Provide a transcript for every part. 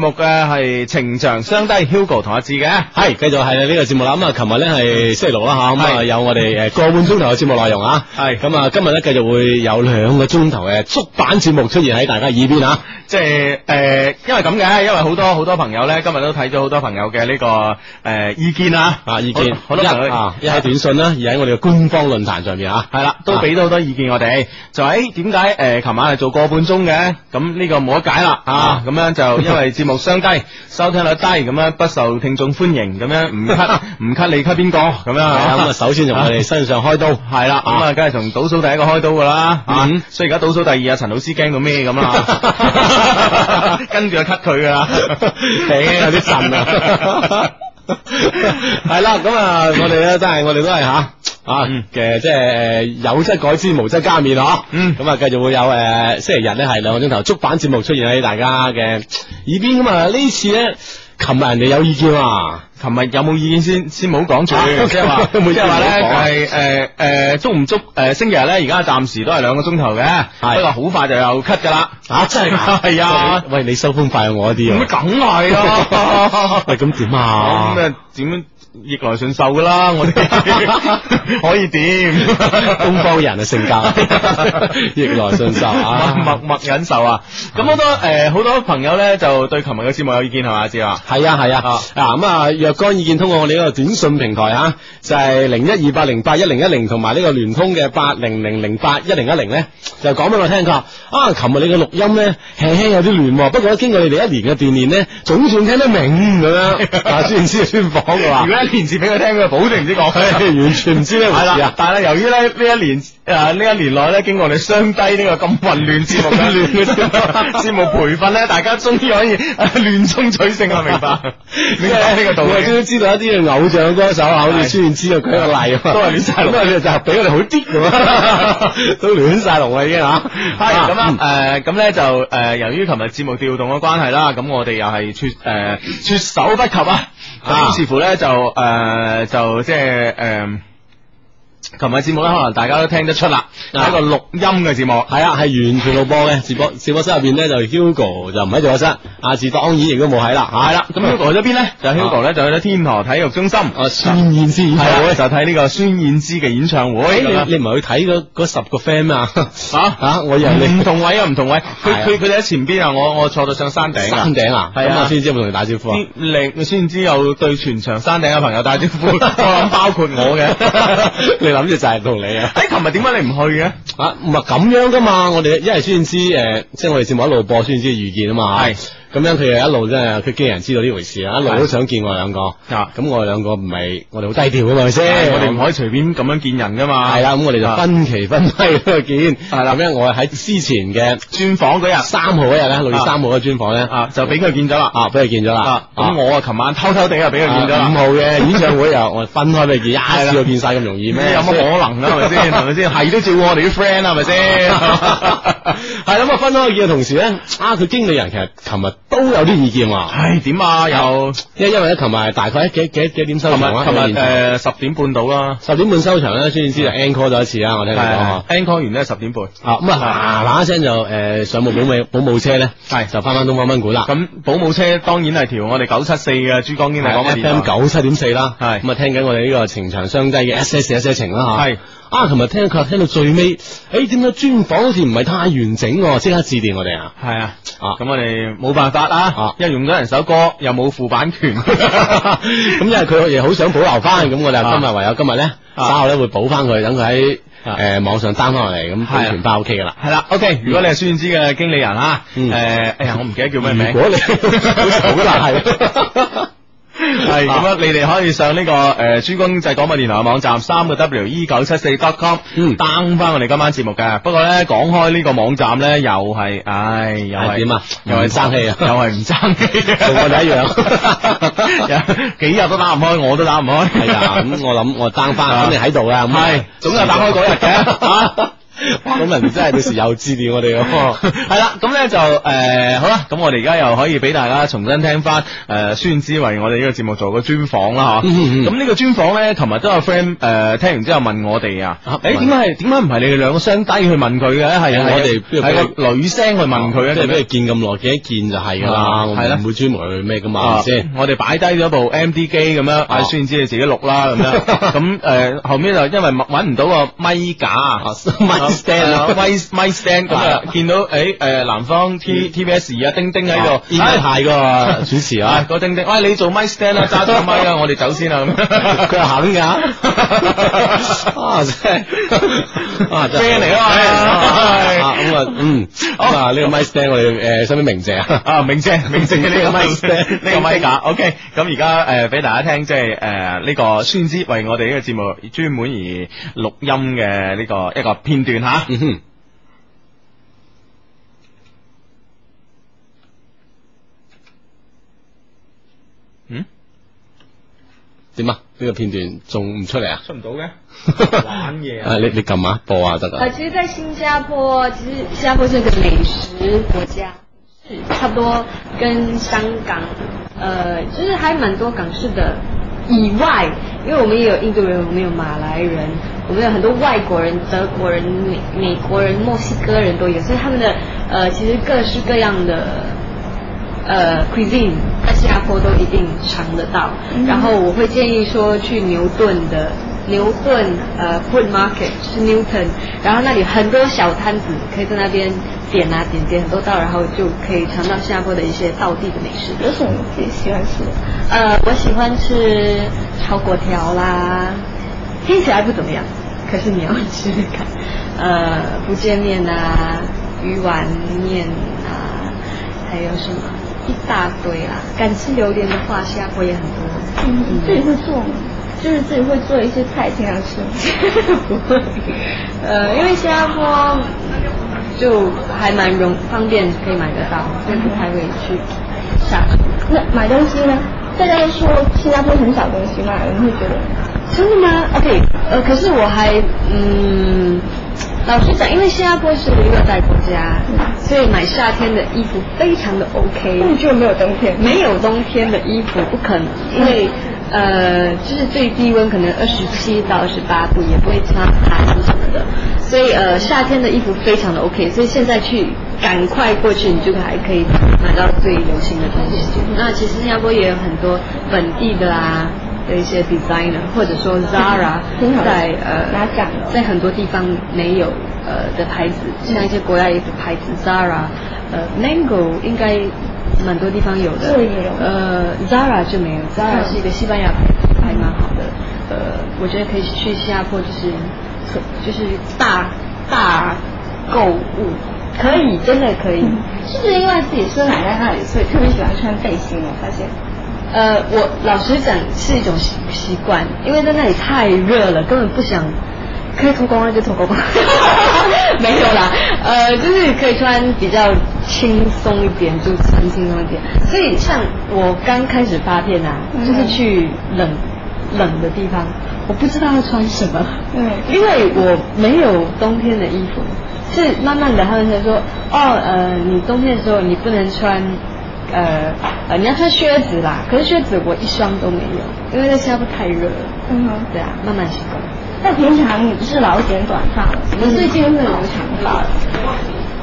節目嘅係情長相低 Hugo 同阿志嘅，系繼續係呢個節目啦，咁啊，琴日咧係星期六啦吓，咁啊係有我哋诶個半鐘頭嘅節目內容啊，係咁啊，今日咧繼續會有兩個鐘頭嘅足版節目出現喺大家耳邊啊，即係诶、因為咁嘅，因為好多好多朋友咧，今日都睇咗好多朋友嘅呢、個诶、呃意見啦，啊意見好好多一朋友啊一喺短信啦，二喺我哋嘅官方論壇上面啊，系啦，都俾到好多意見我哋，就喺點解诶，琴、晚係做個半鐘嘅，咁呢個冇得解啦啊啊，咁樣 就因為節目相低，收聽率低，咁樣不受聽眾歡迎，咁樣唔 cut 唔 cut 你 cut 邊個咁樣 係啊啊咁啊，首先從我哋身上開刀，系啦，咁啊，梗係從倒數第一個開刀噶啦，啊嗯，所以而家倒數第二啊，陳老師驚到咩咁 啦，跟住就 cut 佢噶啦，頂有啲震 啊！係啦，咁啊，我哋咧真係我哋都係吓。啊嗯嘅即係呃有則改之，無則加勉啊！嗯咁啊，繼續會有誒、呃星期日咧係兩個鐘頭足版節目出現喺大家嘅耳邊咁啊！呢次咧，琴日人哋有意見啊，琴日有冇意見先先唔好講住啊，即 係話，即每次係話唔好講啊咧係誒誒足唔足誒星期日咧，而家暫時都係兩個鐘頭嘅，係不過好快就有 cut 噶啦，啊真係 㗎係啊，喂你收風快過我一啲咁啊！梗係 啦， 喂咁點咁啊？啊點樣逆來順受噶啦，我哋 可以點？東方人嘅性格 逆來順受啊！默默忍受啊！咁好多诶，好、多朋友咧就對琴日嘅節目有意見係嘛，志華？系啊系啊啊咁啊！若干意見通過我哋呢個短信平台啊，就係零一二八零八一零一零同埋呢個聯通嘅八零零零八一零一零咧，就講俾我聽佢話啊，琴日你嘅錄音咧輕輕有啲亂喎，不過經過你哋一年嘅鍛鍊咧，總算聽得明咁 樣啊，雖然知道專訪嘅話如， 果一年前俾佢聽，佢保證唔知講咩。完全唔知呢回係事啦啊，！但係由於咧呢一年诶呢一年內咧，經過我哋雙低呢個咁混亂節 目嘅亂 節目培訓咧，大家終於可以啊亂中取勝啦，明 白？明白呢個道我哋理。都知道一啲嘅偶像歌手啊，好似孫燕姿啊，舉個例啊嘛，都係亂晒龍咁啊，就比我哋好啲咁啊， 都亂晒龍啦已經吓，系係咁啊，诶，咁咧就诶，由於琴日節目調動嘅關係啦，咁我哋又係措诶措手不及啊，啊咁於是乎咧就诶就即係诶，琴日節目咧可能大家都聽得出啦，係一個錄音嘅節目，系啊，系完全錄播嘅，直播直播室入边咧就 Hugo 就唔喺直播室，阿志當然亦都冇喺啦，啊係吓啦，咁 Hugo 去咗邊咧？就 Hugo 咧就去咗天河體育中心，啊孫燕姿演係唱啦，會，就睇呢個孫燕姿嘅演唱會咁誒樣你你唔係去睇嗰嗰十個 friend 啊？啊吓，我以為唔你同位啊，唔同位，係佢啊佢佢哋喺前邊啊，我我坐到上山頂啊山。頂啊，係咁啊啊，先知有冇同你打招呼啊？啲靚先知有對全場山頂嘅朋友打 招呼，我諗包括我 嘅。 你諗住就係同你啊？喺哎琴日點解你唔去嘅？啊，唔係咁樣噶嘛，我哋因為孫燕姿誒，即係我哋節目一路播孫燕姿嘅意見啊嘛，係咁樣佢又一路真係佢既然知道呢回事啊，一路都想見我哋兩個，啊咁我哋兩個唔係我哋好低調噶嘛，係咪先？我哋唔可以隨便咁樣見人噶嘛。系啦，咁我哋就啊分期分批去見。系啦咁樣我喺之前嘅專訪嗰日三號嗰日咧，六月啊三號嘅專訪咧，啊，就俾佢見咗啦。啊，俾佢見咗啦啊，。咁啊我啊，琴晚偷偷地啊，俾佢見咗啊啦。五號嘅演唱會又我分開俾佢係見，一啦次過見晒咁容易 有咩？乜可 能啊？係咪先？係咪先？係都照顧我哋啲 friend 啊啦，係咪先？係咁啊，分開見嘅同時咧，啊，佢經理人其實琴日都有啲意見話， 唉，點啊？又琴因為因為咧，琴日大概幾幾幾點收日場啊？琴日啊誒十點半到啦。十點半收場咧，孫燕姿就 encore 咗一次啦，我聽佢講啊係 encore 完咧十點半。啊，咁啊嗱嗱聲就誒上部保姆保姆車咧，係就翻返東方賓館啦。咁保姆車當然係調我哋九七四嘅珠江經理廣播電台 FM 九七點四啦，係嗯咁啊聽緊我哋呢個情長相低嘅 S S S 情啦吓，係啊，琴日聽佢話聽到最尾，誒點解專訪好似唔係太完整喎，即刻致電我 哋啊，系啊，啊咁我哋冇辦法啦啊，因為用咗人首歌又冇副版 權，咁因為佢亦好想保留翻，咁我哋今日唯有今日咧，啊稍後咧會補翻佢，等佢啊喺誒網上 down 翻落嚟，係啊咁保存翻 O K 噶啦。係啦，OK，如果你係孫燕姿嘅經理人啊，嗯诶，哎呀，我唔記得叫咩名如，果你 好難係。 啊係咁啊樣，你哋可以上呢個诶珠江經濟廣播電台嘅網站三個 W E 九七四 dot com 嗯 down 翻我哋今晚節目嘅。不過咧，講開呢個網站咧，又係，唉，又係係點啊又係唔爭氣啊又係唔爭氣，同我哋 一樣，幾日都打唔開，我都打唔開，啊啊係啊，咁我諗我 down 翻，咁你喺度啊，咁 係，總有打開嗰日嘅。啊哇咁人哋真係到時又致電我 哋喎。系啦，咁咧就诶、呃好啦，咁我哋而家又可以俾大家重新聽翻诶孫之為我哋呢個節目做個專訪啦吓。嗯嗯嗯咁呢個專訪咧，琴日都有 friend 诶聽完之後問我哋啊啊，诶問啊點解係點解唔係你哋兩個雙低去問佢嘅？係我哋不如係個女聲去問佢啊，哦即係俾咁佢樣見咁耐，見一見就係啊㗎啦，我係啦唔會專門去咩㗎嘛，啊係咪先？啊我哋擺低咗部 M D 機咁樣，嗌孫之你自己錄啦咁 樣。咁诶後尾就因為揾唔到個咪架啊。咪 stand 啊啊，咪咪 stand 咁啊，見到誒誒南方 T T V S 而家丁丁喺度，啊應該係個主持 啊啊，個丁丁，喂你做咪 stand 啦，揸住個咪啦，我哋走先啦啊咁。佢係 肯㗎，啊 真係啊真係 friend 嚟啊嘛係啊咁啊嗯，咁啊呢個咪 stand 我哋誒身邊明 謝啊，啊，明 姐，明姐呢個咪 stand，呢個咪架，OK。咁而家誒俾大家聽，即係呃誒呢個孫之為我哋呢個節目專門而錄音嘅呢個一個片段嚇。嗯哼。嗯，點啊？呢個片段仲唔出嚟啊？ 出唔到 嘅，啊！你你撳下播下得呃，㗎。其实，在新加坡，其实新加坡是个美食国家，是差不多跟香港，呃，就是还蛮多港式的以外，因为我们也有印度人，我们有马来人，我们有很多外国人，德国人、美美国人、墨西哥人都有，所以他们的呃，其实各式各样的呃 cuisine 在新加坡都一定尝得到。嗯然后我会建议说去牛顿的牛顿呃 food market 是 Newton，然后那里很多小摊子可以在那边点啊点点很多道，然后就可以尝到新加坡的一些道地的美食。有什么自己喜欢吃的？呃，我喜欢吃炒粿条啦，听起来不怎么样，可是你要吃吃看。呃，福建面啊，鱼丸面啊，还有什么一大堆啦。敢吃榴莲的话，新加坡也很多。嗯，自己会做吗？就是自己会做一些菜经常吃吗？ 不会，呃，因为新加坡就还蛮容方便可以买得到，所以不太会去下厨。那买东西呢？大家都说新加坡很少东西卖，你会觉得？真的吗？OK，呃，可是我还嗯，老实讲，因为新加坡是一个热带国家，所以买夏天的衣服非常的 OK。嗯那你觉得没有冬天？没有冬天的衣服不可能，因为嗯呃，就是最低温可能二十七到二十八度，也不会穿寒衣什么的，所以呃，夏天的衣服非常的 OK，所以现在去赶快过去，你就还可以买到最流行的东西。那其实新加坡也有很多本地的啊。的一些 designer 或者说 Zara 嗯挺好的在呃拿奖了在很多地方没有呃的牌子，像一些国外的牌子 Zara，呃 Mango 应该蛮多地方有的，这里也有呃 Zara 就没有嗯，Zara 是一个西班牙牌子，还蛮好的。呃，我觉得可以去新加坡，就是就是大大购物，可以真的可以。是不是因为自己生长在那里，所以特别喜欢穿背心？我发现，呃，我老实讲是一种习习惯，因为在那里太热了，根本不想。可以脱光了就脱光 吧，没有啦，呃，就是可以穿比较轻松一点，就穿轻松一点。所以像我刚开始发片啊，嗯就是去冷冷的地方，我不知道要穿什么。嗯因为我没有冬天的衣服，是慢慢的他们才说，哦，呃，你冬天的时候你不能穿，呃，呃，你要穿靴子啦。可是靴子我一双都没有，因为在新加坡太热了。嗯哼。对啊，慢慢习惯。那平常你是老剪短发吗？你最近 会留长发了？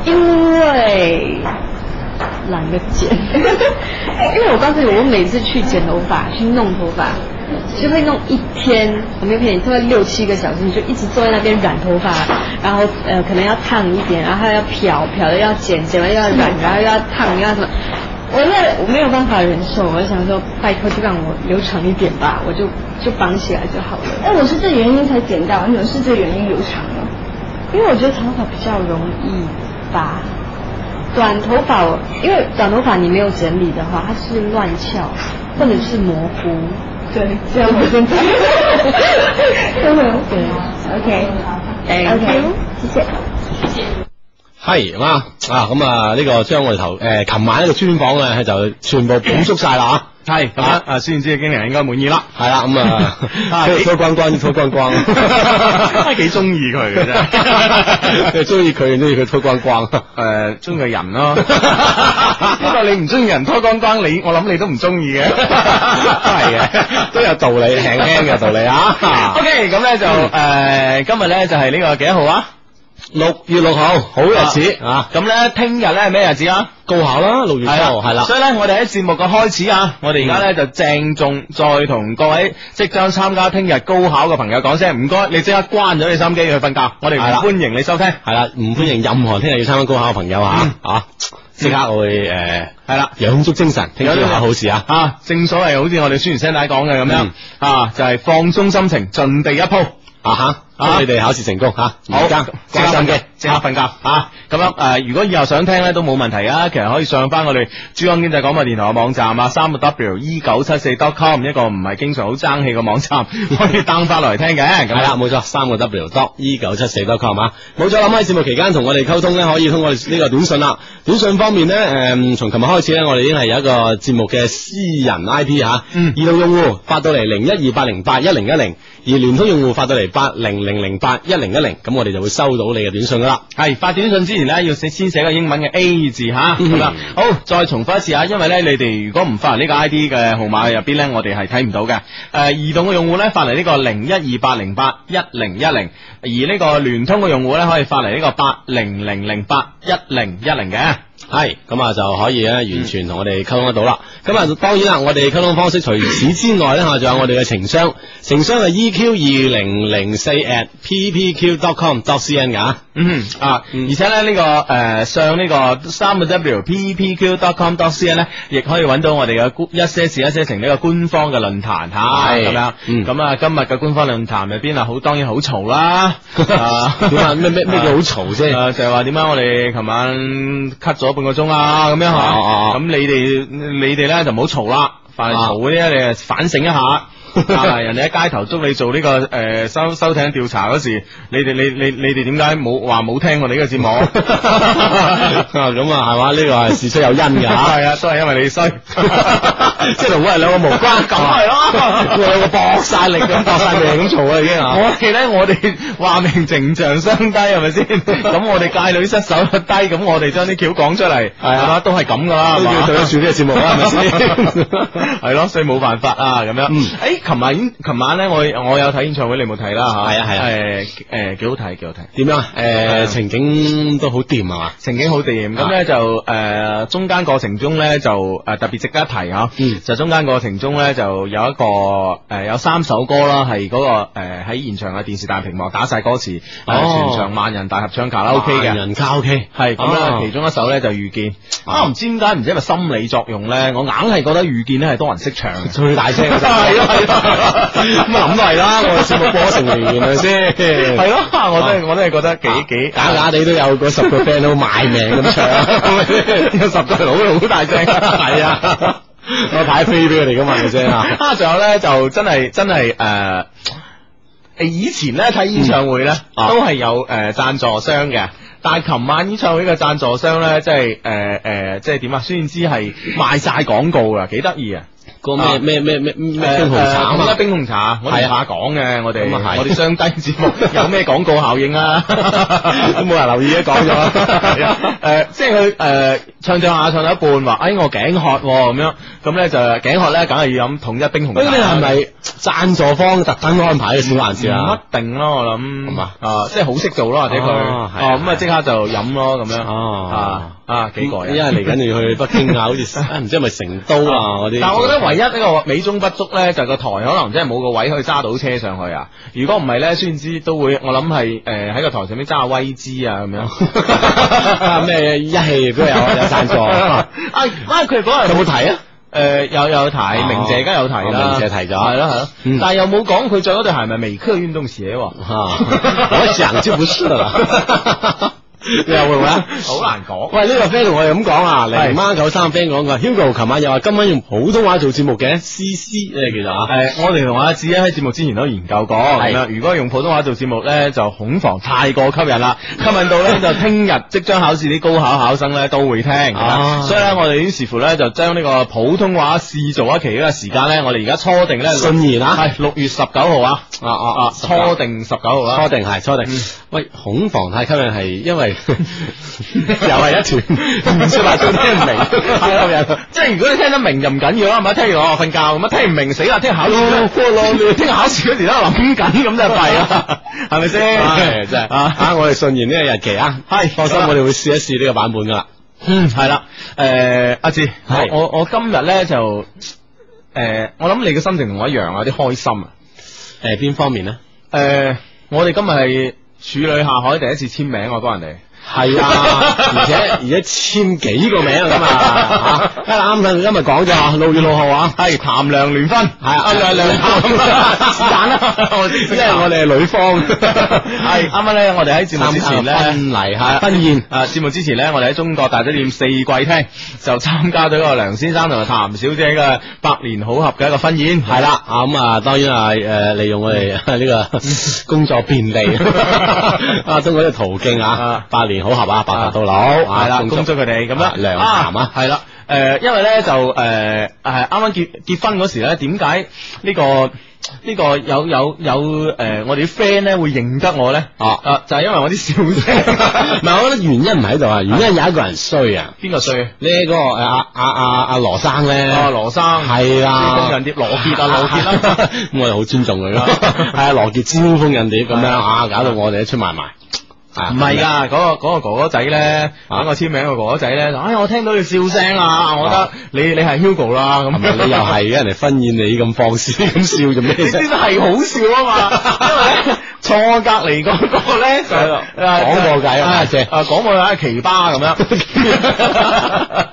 因为呃懒得剪，因为我告诉你，我每次去剪头发、去弄头发，就会弄一天，我没有骗你，大概六七个小时，你就一直坐在那边染头发，然后呃可能要烫一点，然后要漂，漂了要剪，剪完又要染，然后又要烫，又要什么。我那我没有办法忍受，我就想说，拜托就让我留长一点吧，我就就绑起来就好了。哎，我是这原因才剪掉，你怎么是这原因留长呢？因为我觉得长头发比较容易吧，短头发我因为短头发你没有整理的话，它是乱翘或者是模糊。嗯对，这样我真的。 对啊 OK， Thank 啊 OK， you 谢谢。系啱啊！咁啊，呢個將我哋頭诶，琴晚呢個專訪咧就全部補足晒啦系咁啊，啊孫燕姿嘅經理人應該滿意 啦。 吓，係啦，咁啊啊，推幾推光光，推光光，真系几中意佢嘅啊真 你中意佢，中意佢推光 光， 诶，呃中意人咯， 不過你唔中意人拖光光，你我諗你都唔中意嘅，係嘅， 都有道理，輕輕有道 理啊嗯 O！K，咁咧就诶、呃今日咧就係呢個幾多號啊？六月六號，好日子啊！咁咧聽日咧係咩日子啊？高考啦，六月七號係啦嗯所，以咧，我哋喺節目嘅開始啊，我哋而家咧就鄭重再同各位即將參加聽日高考嘅朋友講聲，唔該，你即刻關咗你心機去瞓覺，我哋係啦唔歡迎你收聽。係啦，唔歡迎任何聽日要參加高考嘅朋友啊！啊，即刻會诶係啦。養足精神，聽朝考好事啊！啊，正所謂好似我哋宣傳聲帶講嘅咁樣嗯啊，就係放鬆心情，盡地一鋪。啊哈，啊祝你哋考試成功吓，而家即刻關心瞓機嘅，即刻瞓覺啊！咁樣诶、呃如果以後想聽咧都冇問題啊，其實可以上翻我哋珠江經濟廣播電台嘅網站啊，三個 W E 九七四 dot com 一個唔係經常好爭氣嘅網站，可以 down 翻落嚟聽嘅。咁系啦，冇錯，三個 W dot E 九七四 dot com 啊，冇錯。咁喺節目期間同我哋溝通咧，可以通過呢個短信啦。短信方面咧，诶、從琴日開始咧，我哋已經係有一個節目嘅私人 I P 吓，嗯移動用戶發到嚟零一二八零八一零一零，而聯通用戶發到嚟八零零零八一零一零，咁我哋就會收到你嘅短信噶啦。系发短信之前咧，要寫先寫個英文嘅 A 字吓，嗯咁啦、好，再重複一次啊，因為咧你哋如果唔發嚟呢個 I D 嘅號碼入邊咧，我哋係睇唔到嘅。诶、移動嘅用戶咧發嚟呢個零一二八零八一零一零，而呢個聯通嘅用戶咧可以發嚟呢個八零零零八一零一零嘅。系，咁啊就可以咧完全同我哋溝通得到啦。咁啊，當然啦，我哋溝通方式除此之外咧，吓仲有我哋嘅情商，情商係 EQ 二零零四 at ppq.com.cn 噶。嗯啊，嗯而且咧呢、呢個誒、呃上呢個三個 W P P Q dot com dot C N 咧，亦可以揾到我哋嘅官一些事一些情呢個官方嘅論壇嚇，係咁樣。嗯咁啊，今日嘅官方論壇入邊啊，好當然好嘈 啦。啊點啊咩咩咩叫好嘈先啊就係話點解我哋琴晚 cut 咗半個鐘啊？咁樣嚇。哦哦哦咁你哋你哋咧就唔好嘈啊啦，凡係嘈嗰啲咧，你啊反省一 下。啊！人哋喺街頭捉你做呢、個誒、呃收收艇調查嗰時，你哋你你你哋點解冇話冇聽我哋呢個 節目？啊咁啊，係嘛？呢個係事出有因嘅吓，係啊，都係因為你衰， 啊即係同我哋兩 個無關咁啊係咯我兩個搏晒力咁搏晒命咁做啊，已經啊，我哋咧，我哋 話明情長相低係咪 先？咁我哋界女失手率低，咁我哋將啲橋講出嚟，係啊係嘛，都係咁噶啦，都係要嘛對得住呢個節目啦，係咪先？ 係咯，所以冇辦法啊，咁樣。嗯誒，琴晚已經琴晚咧，我我有睇演唱會，你冇睇啦嚇。係啊係啊誒誒，幾好睇，幾好睇。點樣啊？係啊誒，情景都好掂啊嘛？情景好掂，咁咧就诶、呃中間過程中咧就诶、呃特別值得一提啊，嗯就中間過程中咧就有一個诶、呃有三首歌啦，係嗰、個个呃喺、現場嘅電視大屏幕打晒歌詞，呃哦全場萬人大合唱卡拉 OK 萬嘅。人卡 OK 係咁哦咧，其中一首咧就遇見啊，唔知點解，唔知係咪心理作用咧，我硬係覺得遇見咧係多人識唱嘅。 最大聲嘅就係咯係咯咁啊諗都係啦，我哋節目播成年係咪先？啊係咯，我都係我都係覺得幾幾假假地都有嗰十個 friend 都賣命 咁唱，啊有十個佬佬好大聲，係啊， 我派飛俾佢哋噶嘛，係咪先啊？ 啊，仲有咧就真係真係诶。誒以前咧睇演唱會咧，嗯啊都係有誒贊、助商嘅，但係琴晚演唱會嘅贊助商咧，即係誒誒，即係點啊？孫燕姿係賣晒廣告噶，幾得意啊！個啊咩咩咩咩咩冰誒紅誒茶啊咁嘛啊，冰紅茶，我哋唔怕講嘅，我哋咁啊係我哋雙低節 目有咩廣告效應 啊？都冇人留意啊，講係啊咗。誒，即係佢誒唱唱下唱到一半話，哎我頸渴喎咁樣，咁咧就頸渴咧，梗係要飲統一冰紅咁茶。你係咪贊助方特登安排嘅小環節唔啊？一定咯，我諗係嘛啊，即係好識做咯，或者佢哦哦係啊咁啊，即刻就飲咯咁樣哦啊啊幾過因為癮。嚟緊要去北京啊，好似啊唔知係咪成都啊嗰啲。。但我覺得唯一呢個美中不足咧，就係個台可能真係冇個位可以揸到車上去啊！如果唔係咧，孫燕姿都會我諗係誒喺個台上面揸下威姿啊咁樣 咩一氣都有有 贊助，啊啊！佢嗰日有冇提啊？誒有有提，明姐梗係有提啦，哦明姐提咗係咯係咯嗯，但係又冇講佢着嗰對鞋係咪微克運動鞋喎。 啊，我想就不是啦。你話會唔會啊？好難講。喂，呢、個 friend 同我哋咁講啊，係零孖九三 friend 講佢話，Hugo 琴晚又話今晚用普通話做節目嘅，C C 咧叫做啊，诶、我哋同阿志咧喺節目之前都研究過，咁樣如果用普通話做節目咧，就恐防太過吸引 啦，吸引到咧就聽日即將考試啲高考考生咧都會聽，咁樣啊所以咧我哋於是乎咧就將呢個普通話試做一期呢個時間咧，我哋而家初定咧信言啊，系六月十九號啊，啊啊啊啊，初定十九號啊，初定係初定嗯。喂，恐防太吸引係 因為哎又係一團唔出話都聽唔明，太吸引啦。啊即係如果你聽得明就唔緊要啦，係咪？聽完我瞓覺咁啊，聽唔明死啦，聽考試哦嗰陣 啊聽考試嗰時都諗緊，咁就弊啦，係咪先？唉真係啊！啊！我哋信言呢個日期啊，係放心，好啦我哋會試一試呢個版本噶啦。嗯，系啦，诶、阿志，係我我我今日咧就，诶、我諗你嘅心情同我一樣啊，有啲開心啊，誒邊方面呢？诶、我哋今日係處女下海第一次簽名，我幫人哋。係啊，而且而且簽幾個名啊嘛，啊啱晒，你今日講咗啊，六月六號啊。系談梁聯婚，係啊啊梁梁談，哎是但啦，我哋因為我哋係女方，系啱啱咧，我哋喺節目之前咧，婚禮係啊嚇婚宴啊，節目之前咧，我哋喺中國大酒店四季廳就參加咗一個梁先生同埋譚小姐嘅百年好合嘅一個婚宴，係啦，啊咁啊，當然係誒利用我哋 呢個工作便 利啊，通過呢個途徑啊啊，百年好合啊，白頭到老系啦，恭祝佢哋咁啊樣梁男啊系啦，诶，因為咧就诶系啱啱結結婚嗰時咧，點解呢個呢個有有有诶，我哋啲 friend 咧會認得我咧？啊啊，就係因為我啲笑聲 唔，係，我覺得原因唔喺度啊，原因有一個人衰啊，邊個衰？呢個誒阿阿阿阿哦羅生咧，啊， 羅生係啊，招風印碟羅傑啊，羅傑啦。咁 我哋好尊重佢咯，係啊，羅傑招風印碟咁樣啊，搞到我哋一出埋啊埋， 唔係㗎，嗰、個嗰、個哥哥仔咧，啊揾我簽名個哥哥仔咧，哎，我聽到你笑聲啦，我覺得你你係 Hugo 啦，咁啊係咪你又係嘅？人哋婚宴你咁放肆咁笑做咩 你知啫？道係好笑啊嘛，因為咧坐我隔離嗰個咧就係啊廣播界啊大姐啊廣播界奇葩咁 樣。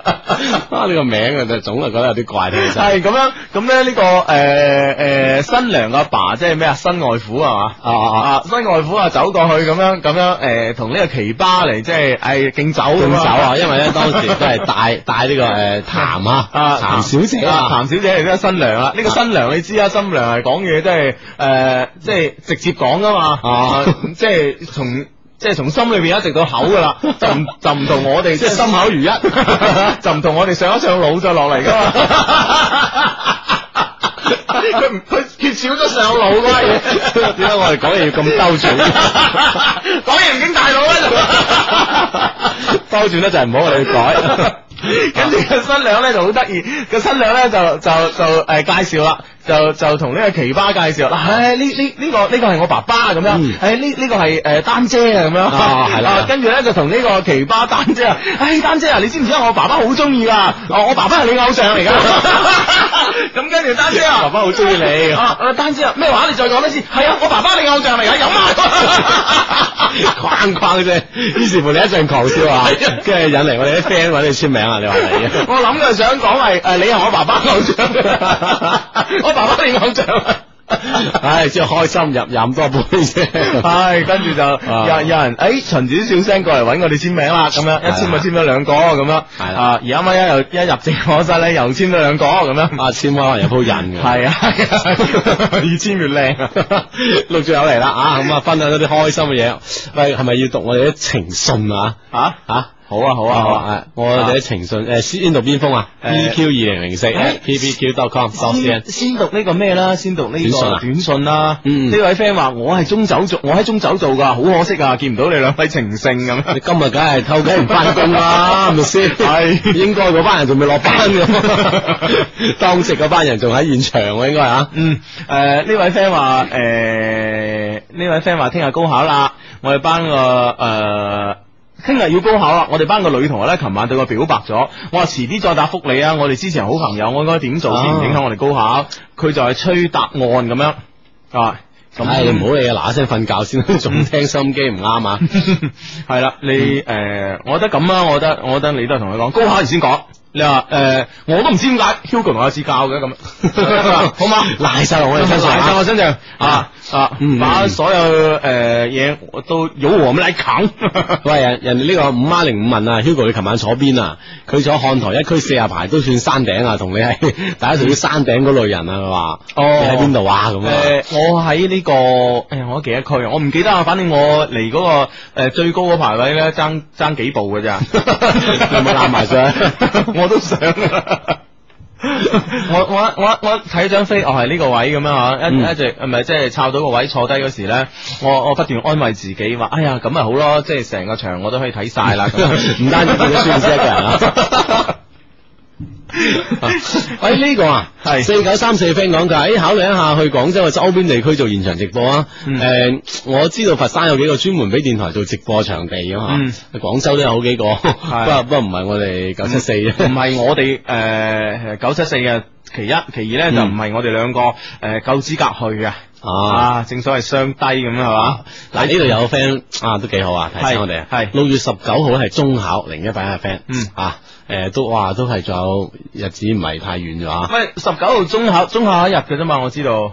啊！呢個名啊，就總係覺得有啲怪聽系真。咁樣，咁咧呢個诶诶新娘嘅阿爸即係咩啊新外父係嘛？啊啊啊！啊，新外父啊走過去咁樣咁樣诶，誒同呢個奇葩嚟即係诶敬酒咁敬酒啊，因為為咧當時都 係帶帶呢個誒譚啊，啊譚 小姐啊，譚小姐嚟都係新娘啊啦。呢個新娘你知啊，新娘係講嘢即係诶，即係直接講噶嘛，啊即係從即係從心裏邊一直到口噶啦，就唔就唔同我哋即係心口如一， 就唔同我哋上一上腦再落嚟噶嘛。佢唔佢缺少咗上腦嗰嘢，點解我哋講嘢要咁兜轉？ 講嘢唔經大腦啊！ 兜轉咧就係唔好我哋去改。跟住個新娘咧就好得意，個新娘咧就就就誒、介紹啦，就就同呢個奇葩介紹啦，唉呢呢呢個呢、個係我爸爸咁嗯樣，唉呢呢個係誒丹姐啊咁樣，啊係啦跟住咧就同呢個奇葩丹姐啊，唉丹姐啊，你知唔知啊我爸爸好中意㗎，哦我爸爸係你偶像嚟 㗎，咁跟住丹姐啊，爸爸好鍾意你啊啊丹姐啊咩話你再講多次，係啊我爸爸係你偶像嚟㗎，有啊。 框框啫，於是乎你一陣狂笑 啊，跟住引嚟我哋啲 friend 揾你簽名啊，你話你啊？我諗佢想講係诶，你係我爸爸偶像，我爸爸你偶像。 啊唉，即係開心入飲多杯啫。唉，跟住就啊有有人诶，秦子小聲過嚟揾我哋簽名啦，咁樣一簽就簽咗兩個咁樣，啊係啦啊，而啱啱一入一入直播室咧，又簽咗兩個咁樣，啊，簽開可能有鋪印嘅。係啊， 係啊越簽越靚啊，陸續有嚟啦啊，咁啊分享咗啲開心嘅嘢。喂，係咪要讀我哋啲情信啊？吓吓、好啊好啊好啊，啊！我哋啲情信誒先讀邊封啊誒？EQ 二零零四先 ppq.com.cn 先讀呢個咩啦，先讀呢短信啊個短信啦。嗯呢位 friend 話我係中酒做，我喺中酒做㗎，好可惜啊，見唔到你兩位情聖咁。 你今日梗係偷雞唔翻工 啊啦，係咪先？係應該嗰班人仲未落班嘅， 當值嗰班人仲喺現場喎，應該啊。嗯，诶、呢位 friend 話，诶、呢位 friend 話聽日高考啦，我哋班個诶。呃聽日要高考啦！我哋班個女同學咧，琴晚對我表白咗，我話遲啲再答覆你啊！我哋之前好朋友，我應該點做啊先唔影響我哋高考？佢就係催答案咁樣啊！咁唉，你唔好理啊，嗱嗱聲瞓覺 先，仲聽心機唔啱啊！嗯系啦，你诶、呃我覺得咁啊，我覺得，我覺得你都係同佢講，高考完先講，你話誒、我都唔知點解 Hugo 同阿志教 嘅咁， 好嘛？賴晒落我哋身上啊賴晒我身上啊啊！嗯把所有誒呃嘢我都由我們來扛。 喂，人人哋呢個五孖零五問啊，Hugo 你琴晚坐邊啊？佢坐漢台一區四十排都算山頂啊，同你係 大家屬於山頂嗰類人啊，佢話哦你喺邊度啊？咁啊，诶、呃我喺呢、個，个诶、我幾多區啊？我唔記得啊。反正我離嗰、個个誒最高嗰排位咧，爭爭幾步嘅咋。 有冇攬埋上？ 我都想啊。我我我我睇張飛，我哦係呢個位咁樣吓，嗯一一直唔係即係抄到個位坐低嗰時咧，我我不斷安慰自己話：哎呀，咁咪好咯，即係成個場我都可以睇晒啦。咁樣唔單止見到孫子一個人啊。喂，呢、個啊，係四九三四 friend 講佢，誒考慮一下去廣州啊嘅周邊地區做現場直播啊。誒、嗯我知道佛山有幾個專門俾電台做直播場地㗎嘛，嗯廣州都有好幾個， 不過不過唔係我哋九七四啫。唔係我哋誒九七四嘅其一，其二咧就唔係我哋兩個誒夠資格去嘅。嗯啊，啊，正所謂雙低咁啊係嘛？嗱呢度有 friend 啊，都幾好啊，提醒我哋啊係係六月十九號係中考零一班嘅 friend，嗯啊，誒都哇都係仲有日子唔係太遠咗啊，喂，十九號中考中考一日嘅啫嘛，我知道。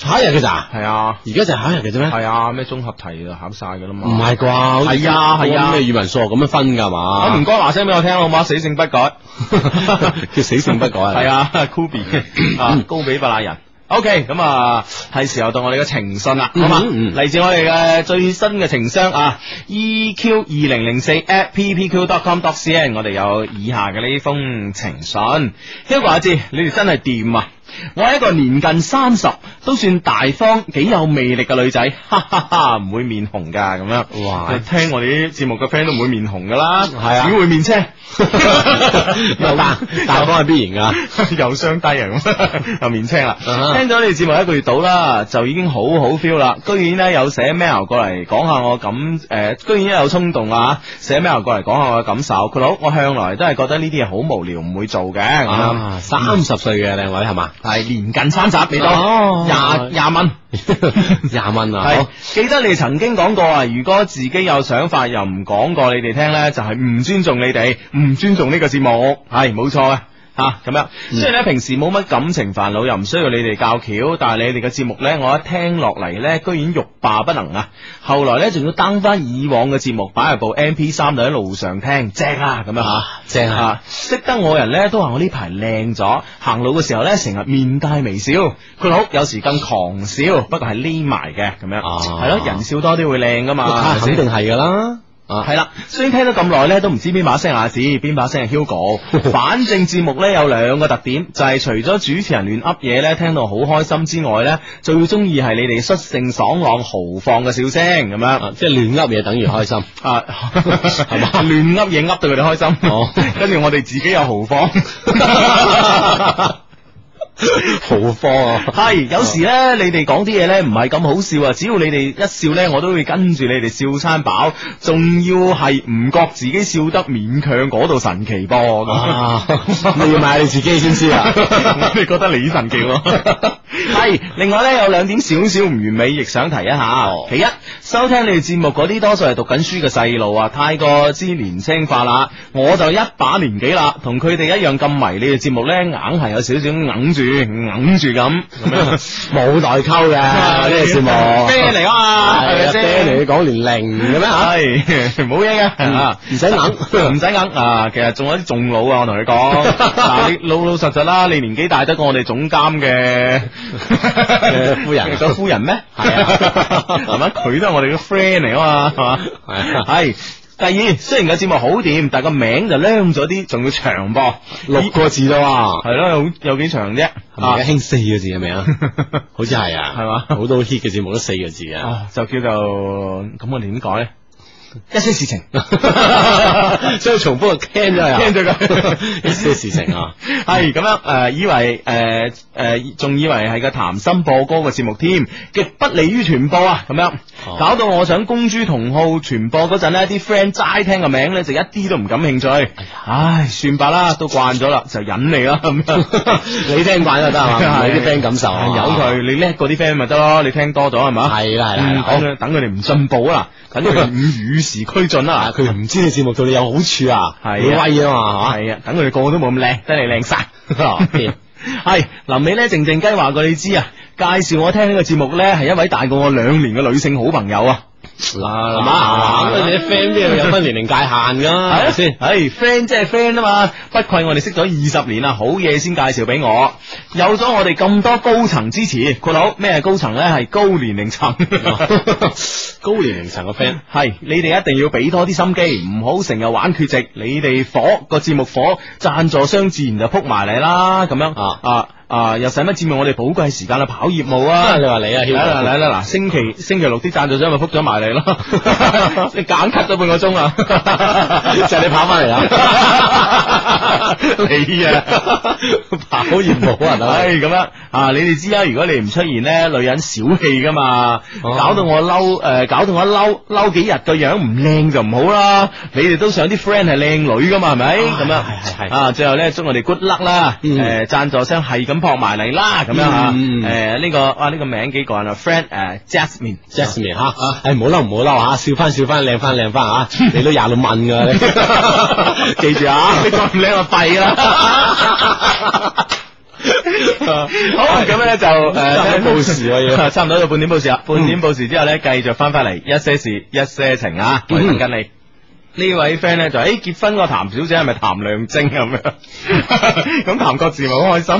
考一日嘅咋？係啊，而家就係考一日嘅啫咩？係啊，咩綜合題就考晒嘅啦嘛。唔係啩？係係啊係啊咩語文數學咁樣分㗎啊，嘛？我唔該話聲俾我聽好嘛，死性不改。 叫死性不改 啊嗯係啊，Kobe 啊，高比伯拉人。OK，咁啊，係時候到我哋嘅情信啦，好嘛？嗯嗯嚟自我哋嘅最新嘅情商啊，EQ 二零零四 at ppq.com.cn，我哋有以下嘅呢封情信。Hugo 阿志，你哋真係掂啊！我係一個年近三十，都算大方、幾有魅力嘅女仔，哈哈哈，唔會面紅噶咁樣。哇你聽我哋啲節目嘅 friend 都唔會面紅噶啦，啊係啊只 會 面青。有啊 大 大方係必然㗎。又相低啊咁， 又面青啦。啊哈聽咗你哋節目一個月到啦，就已經好好 feel 啦。居然咧有寫 mail 過嚟講下我感誒、居然咧有衝動啊！寫 mail 過嚟講下我嘅感受。佢佬，我向來都係覺得呢啲嘢好無聊，唔會做嘅咁樣。啊，三十歲嘅靚位係嘛？係年近三十，未哦到廿廿蚊。 廿蚊啊，系好，記得你曾經講過啊，如果自己有想法又唔講過你哋聽呢，就係唔尊重你哋，唔尊重呢個節目，係冇錯啊。吓咁樣，嗯雖然咧平時冇乜感情煩惱，又唔需要你哋教橋，但係你哋嘅節目呢，我一聽落嚟呢，居然欲罷不能啊！後來呢，仲要 down 翻以往嘅節目，擺入部 M P 三度喺路上聽，正啊咁樣吓。正啊，啊，識得我人咧都話我呢排靚咗，行路嘅時候咧成日面帶微笑，佢好有時更狂笑，不過係匿埋嘅咁樣，哦係咯、人笑多啲會靚噶嘛，啊係咪啊 肯先定係㗎啦。啊系啦，雖然聽咗咁耐咧，都唔知邊把啊聲係阿紫，邊把聲係 Hugo。反正節目咧有兩個特點，就係、除咗主持人亂噏嘢咧，聽到好開心之外咧，最中意係你哋率性爽朗豪放嘅笑聲咁樣。啊即係亂噏嘢等 於開心。啊，系嘛？ 亂噏嘢噏到佢哋開心，哦跟住我哋自己有豪放。 豪科啊！系，有時咧，你哋講啲嘢咧唔係咁好笑啊！只要你哋一笑咧，我都會跟住你哋笑餐飽，仲要係唔覺自己笑得勉強嗰度神奇噃咁。啊，你要買你自己先知啊！ 你覺得你神奇喎？ 係，另外咧有兩點少少唔完美，亦想提一下。其一，收聽你哋節目嗰啲多數係讀緊書嘅細路啊，太過之年青化啦。我就一把年紀啦，同佢哋一樣咁迷你哋節目咧，硬係有少少硬住硬住咁啊咁 樣。啊冇代溝嘅呢個節 目，啤嚟啊嘛，係係咪啊，先？爹嚟，你講年齡嘅咩嚇？系 冇嘢嘅，啊嗯啊唔使硬 唔使硬啊！其實仲有啲仲老啊，我同你講， 嗱你老老實實啦，你年紀大得過我哋總監嘅嘅夫 人個夫人咩？係 啊係咪？佢都係我哋嘅 friend 嚟啊嘛，係係嘛啊？係。第二，雖然個節目好掂，但係個名就僆咗啲，仲要長噃，六個字啫喎，係咯，有有幾長啫？係咪而家興四個字係咪啊？啊 好似係啊，係嘛好多 hit 嘅節目都四個字啊，啊，就叫做咁我哋點改咧？一些事情， 所以重複就 can 咗啊，聽咗佢 一些事情啊， 係咁樣诶、呃以為诶诶，仲、以為係個談心播歌嘅節目添，極不利於傳播啊！咁樣哦搞到我想公諸同好傳播嗰陣呢，啲 friend 齋聽個名咧就一啲都唔感興哎趣。唉，算吧啦，都慣咗啦，就忍你啦咁樣。 你聽慣就得啊嘛， 係你啲 friend 感受啊，係由佢，你叻過啲 friend 咪得咯，你聽多咗係嘛？係啦係啦係嗯等啦好佢等佢哋唔進步啊，等佢哋唔與與時俱進啦啊！。佢唔知你節目對你有好處啊，係你啊威啊嘛，系啊，等佢哋個個都冇咁 靚，得你靚晒。 系臨尾咧，靜靜雞話過你知啊，介紹我聽呢個節目咧，係一位大過我兩年嘅女性好朋友啊，嗱嗱嗱，咁你啲 friend 邊度有分年齡界限噶，啊係咪先？唉，friend 即係 friend 啊嘛，不愧我哋識咗二十年啦，好嘢先介紹俾我，有咗我哋咁多高層支持，佢佬咩係高層咧？係高年齡層。哦 高年齡層嘅 friend。系，你哋一定要俾多啲心機，唔好成日玩缺席。你哋火個節目火，贊助商自然就撲埋嚟啦。咁樣啊啊啊，又使乜佔用我哋寶貴時間去跑業務啊？你 話你啊，嚟啦嚟嚟啦嗱，星期星期六啲贊助商咪撲咗埋嚟咯， 你揀 cut 咗半個鐘啊， 就係你跑返嚟啊 你啊，跑業務啊大佬唉咁樣啊，你哋知啦，如果你唔出現咧，女人小氣噶嘛，哦搞到我嬲诶，搞到我嬲嬲幾日個樣唔靚就唔好啦，你哋都想啲 friend 係靚女噶嘛，係咪咁樣？哦係係係啊，最後咧祝我哋 good luck 啦，嗯誒贊助商係咁撲埋嚟啦，咁樣啊，嗯嗯嗯誒呢個哇呢個名幾個人啊，friend 誒 Jasmine。 Jasmine 吓，唉唔好嬲唔好嬲吓，笑翻笑翻靚翻靚翻啊！你都廿六問噶，你記住啊！你再唔靚就弊 啦。好，咁咧就差唔誒多報時啊 要差唔多到半點報時啦。半點報時之後咧，繼續翻翻嚟一些事一些情啊，我哋嗯等緊你。呢位 friend 咧就誒、結婚個譚小姐係咪譚亮晶 咁樣？咁譚國志咪好開心，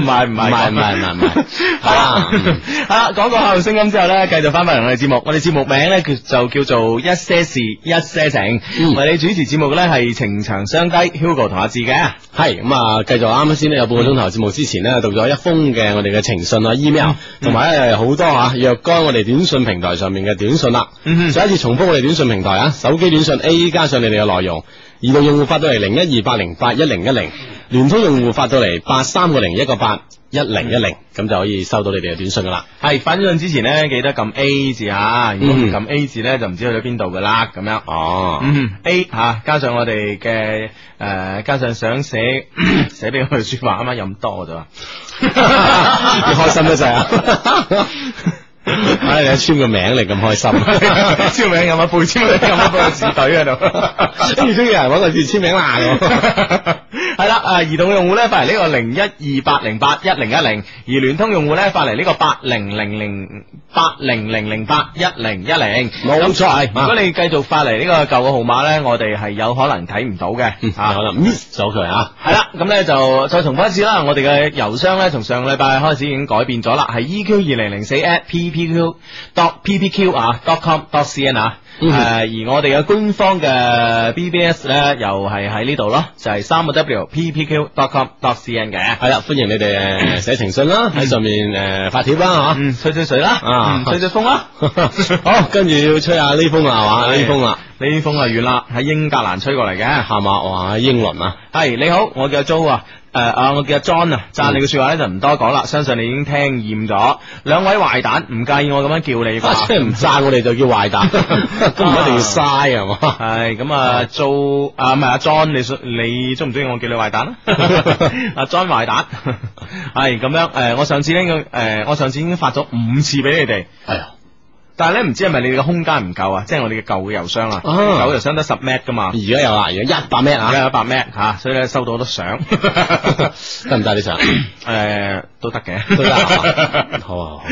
唔係唔係唔係唔係唔係唔係係啦啊嗯 啊，講講後聲音之後咧，繼續翻返嚟我哋節目，我哋節目名咧叫就叫做一些事一些情，嗯為你主持節目嘅咧係情長相低 Hugo 同阿志嘅。係咁啊，繼續啱啱先咧有半個鐘頭節目之前咧，讀咗一封嘅我哋嘅情信啊、email，嗯同埋咧有好多啊若干我哋短信平台上面嘅短信啦。嗯哼再一次重複我哋短信平台啊，手機短信 A 加上你哋嘅內容，移動用戶發到嚟零一二八零八一零一零，聯通用戶發到嚟八三個零一個八一零一零，咁就可以收到你哋嘅短信噶啦。係反信之前咧，記得撳 A 字啊，如果唔撳 A 字咧，就唔知去咗邊度噶啦，咁樣。哦，嗯，A 吓、加上我哋嘅诶，加上想寫 寫俾我哋说話，啱啱飲多咗，你 你開心得滯 啊！唉，你簽個名你咁 開心，簽名有冇背簽名有冇背字隊喺 度？終於有人揾個字簽名啦 咁。 系啊啦，啊，移動用戶咧發嚟呢個零一二八零八一零一零，而聯通用戶咧發嚟呢個八零零零八零零零八一零一零。冇錯咁如啊果你繼續發嚟呢個舊嘅號碼咧，我哋係有可能睇唔到嘅嗯，啊啊，可。能 miss 咗佢啊。系啦，咁咧就再重复一次啦。我哋嘅郵箱咧，從上個禮拜開始已經改變咗啦，係 EQ 二零零四 at ppq dot ppq 啊 dot com dot cn 啊。誒、嗯而我哋嘅官方嘅 BBS 咧，又係喺呢度咯，就係三個 W PPQ dot com dot cn 嘅。系啦，歡迎你哋诶写情信啦，喺上面呃诶發帖啦嗯，吹吹水啦，啊嗯吹吹風啦。吓。好，跟住要吹下呢封啦， 係嘛？呢封啦，呢啲風啊遠啦，喺英格蘭吹過嚟嘅。係嘛？哇，英倫啊， 系你好，我叫阿 Jo 啊。诶、啊！我叫阿 John 啊，讚你嘅说話咧就唔多講啦，相信你已經聽厭咗。兩位壞蛋，唔介意我咁樣叫 你啊即係啩？唔讚我哋就叫 壞蛋，咁唔一定要嘥係嘛？係咁啊，Jo 啊，唔係阿 John，你想你中唔中意我叫你壞蛋 啊？阿 John 壞蛋，係咁樣诶、誒我上次咧诶、我上次已經發咗五次俾你哋，係啊，但係咧唔知係咪你哋嘅空間唔夠啊？即係我哋嘅舊嘅郵箱啊，啊舊嘅郵箱得十 m 噶嘛而，家有啦，而家一百 m 而家啊，有一百 m 吓，所以咧收到好多 相。 得唔得你想？ 诶、呃都得嘅，都 得啊，好啊，好啊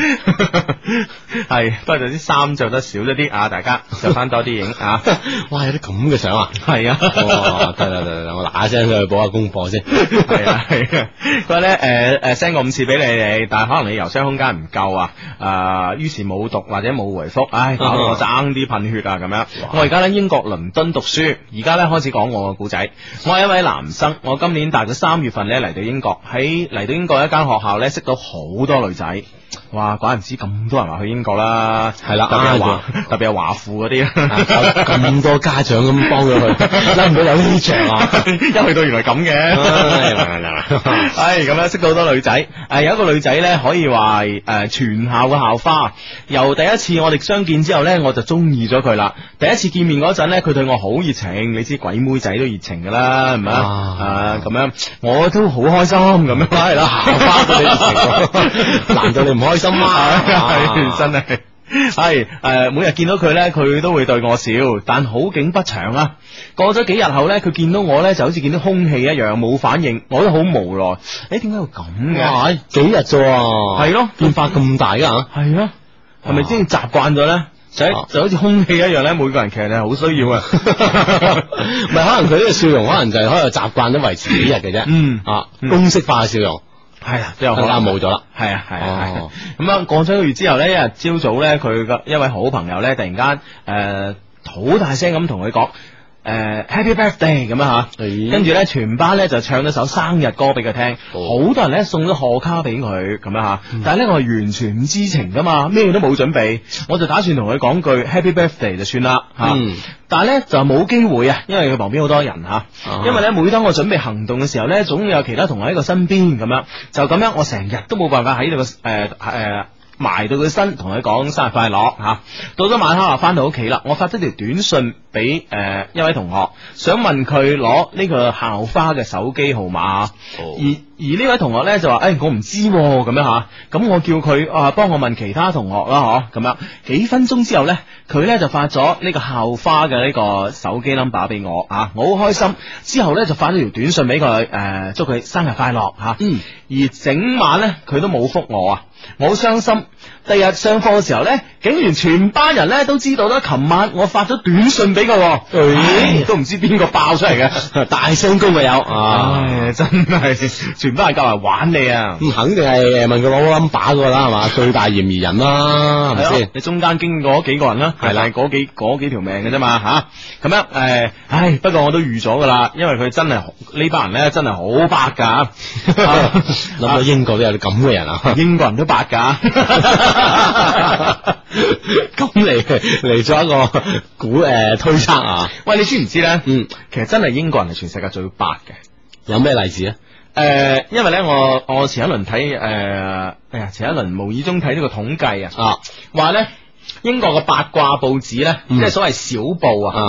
系，不過就啲衫着得少咗啲啊，大家着翻多啲影 啊，哇，有啲咁嘅相啊！系啊，哦，得啦得啦，我嗱嗱聲去補下功課先。 系啊系啊，佢話咧诶诶 send 我五次俾你哋，但系可能你郵箱空間唔夠啊，啊於是冇讀或者冇回覆，唉搞到我爭啲噴血啊咁樣。我而家咧英國倫敦讀書，而家咧開始講我嘅故仔。我係一位男生，我今年大概三月份咧嚟到英國，喺嚟到英國一間學校咧識到好多女仔。哇！怪唔知咁多人話去英國啦，係啦特別係華啱特別係華富嗰啲 啊有咁多家長咁幫咗佢，諗唔到有呢 場啊！一去到原來咁唉嘅。嗱 嗱嗱 唉，咁樣識到好多女仔，诶、有一個女仔咧可以話诶、誒全校嘅校花。由第一次我哋相見之後咧，我就中意咗佢啦。第一次見面嗰陣咧，佢對我好熱情，你知鬼妹仔都熱情噶啦，係咪啊？啊啊咁樣我都好開心咁 樣，係啦， 校花都你熱情喎難道你唔開心啊係真係。系诶、誒每日見到佢呢，佢都會對我笑，但好景不長啊！過咗幾日後呢，佢見到我呢，就好似見到空氣一樣冇反應，我都好無奈。诶、點解會咁嘅？哇，幾日咋喎？係咯變化咁大啊噶 吓。係咯，係啊咪先習慣咗呢？就嗯啊喺就好似空氣一樣呢，每個人其實係好需要啊。 唔係， 可能佢呢個笑容，可能就係可能習慣咗維持幾日嘅啫。嗯啊，嗯公式化嘅笑容，係啊，都有可更加能冇咗啦。系啊系啊系啊，哦咁啊過咗一個月之後呢，一日朝早呢，佢嘅一位好朋友呢，突然間诶好大聲咁同佢講诶 Happy Birthday 咁啊樣吓，咦哦跟住呢，全班呢就唱咗首生日歌俾佢聽，哦嗯好多人呢送咗賀卡俾佢咁樣吓，但係呢，我係完全唔知情噶嘛，咩都冇準備，我就打算同佢講句 Happy Birthday 就算啦吓。嗯但系咧就冇機會啊，因為佢旁邊好多人吓、啊因為咧每當我準備行動嘅時候咧，總有其他同學喺個身邊咁樣，就咁樣我成日都冇辦法喺度诶诶。呃埋到佢身，同佢講生日快樂吓、到咗晚黑啊，翻到屋企啦，我發咗條短信俾诶、呃一位同學，想問佢攞呢個校花嘅手機號碼。哦而而呢位同學咧就話：，誒、哎我唔知喎咁、樣吓，咁我叫佢啊幫我問其他同學啦，嗬咁樣。幾分鐘之後咧，佢咧就發咗呢個校花嘅呢個手機 number 俾我啊，我好開心。之後咧就發咗條短信俾佢，誒、祝佢生日快樂吓。嗯，而整晚咧佢都冇覆我啊，我好傷心。第日上課嘅時候咧，竟然全班人咧都知道啦，琴晚我發咗短信俾佢喎，哎唉都唔知邊個爆出嚟嘅，大聲公嘅有啊唉，真係全班人夾埋玩你啊！咁肯定係問佢攞 number 噶啦，係 嘛？最大嫌疑人啦，係咪係先咯？你中間經過幾個人啦，係啦但係嗰幾嗰幾條命嘅啫嘛吓，咁樣诶，唉，不過我都預咗噶啦，因為佢真係好呢班人咧真係好白 㗎，啊諗到英國都有啲咁嘅人 啊！英國人都白㗎。咁嚟 嚟做一個估诶推測啊，喂，你知唔知咧？嗯，其實真係英國人係全世界最白嘅。有咩例子啊？诶、因為咧，我我前一輪睇诶，哎呀，前一輪無意中睇呢個統計啊，啊話咧英國嘅八卦報紙咧，嗯即係所謂小報啊，啊，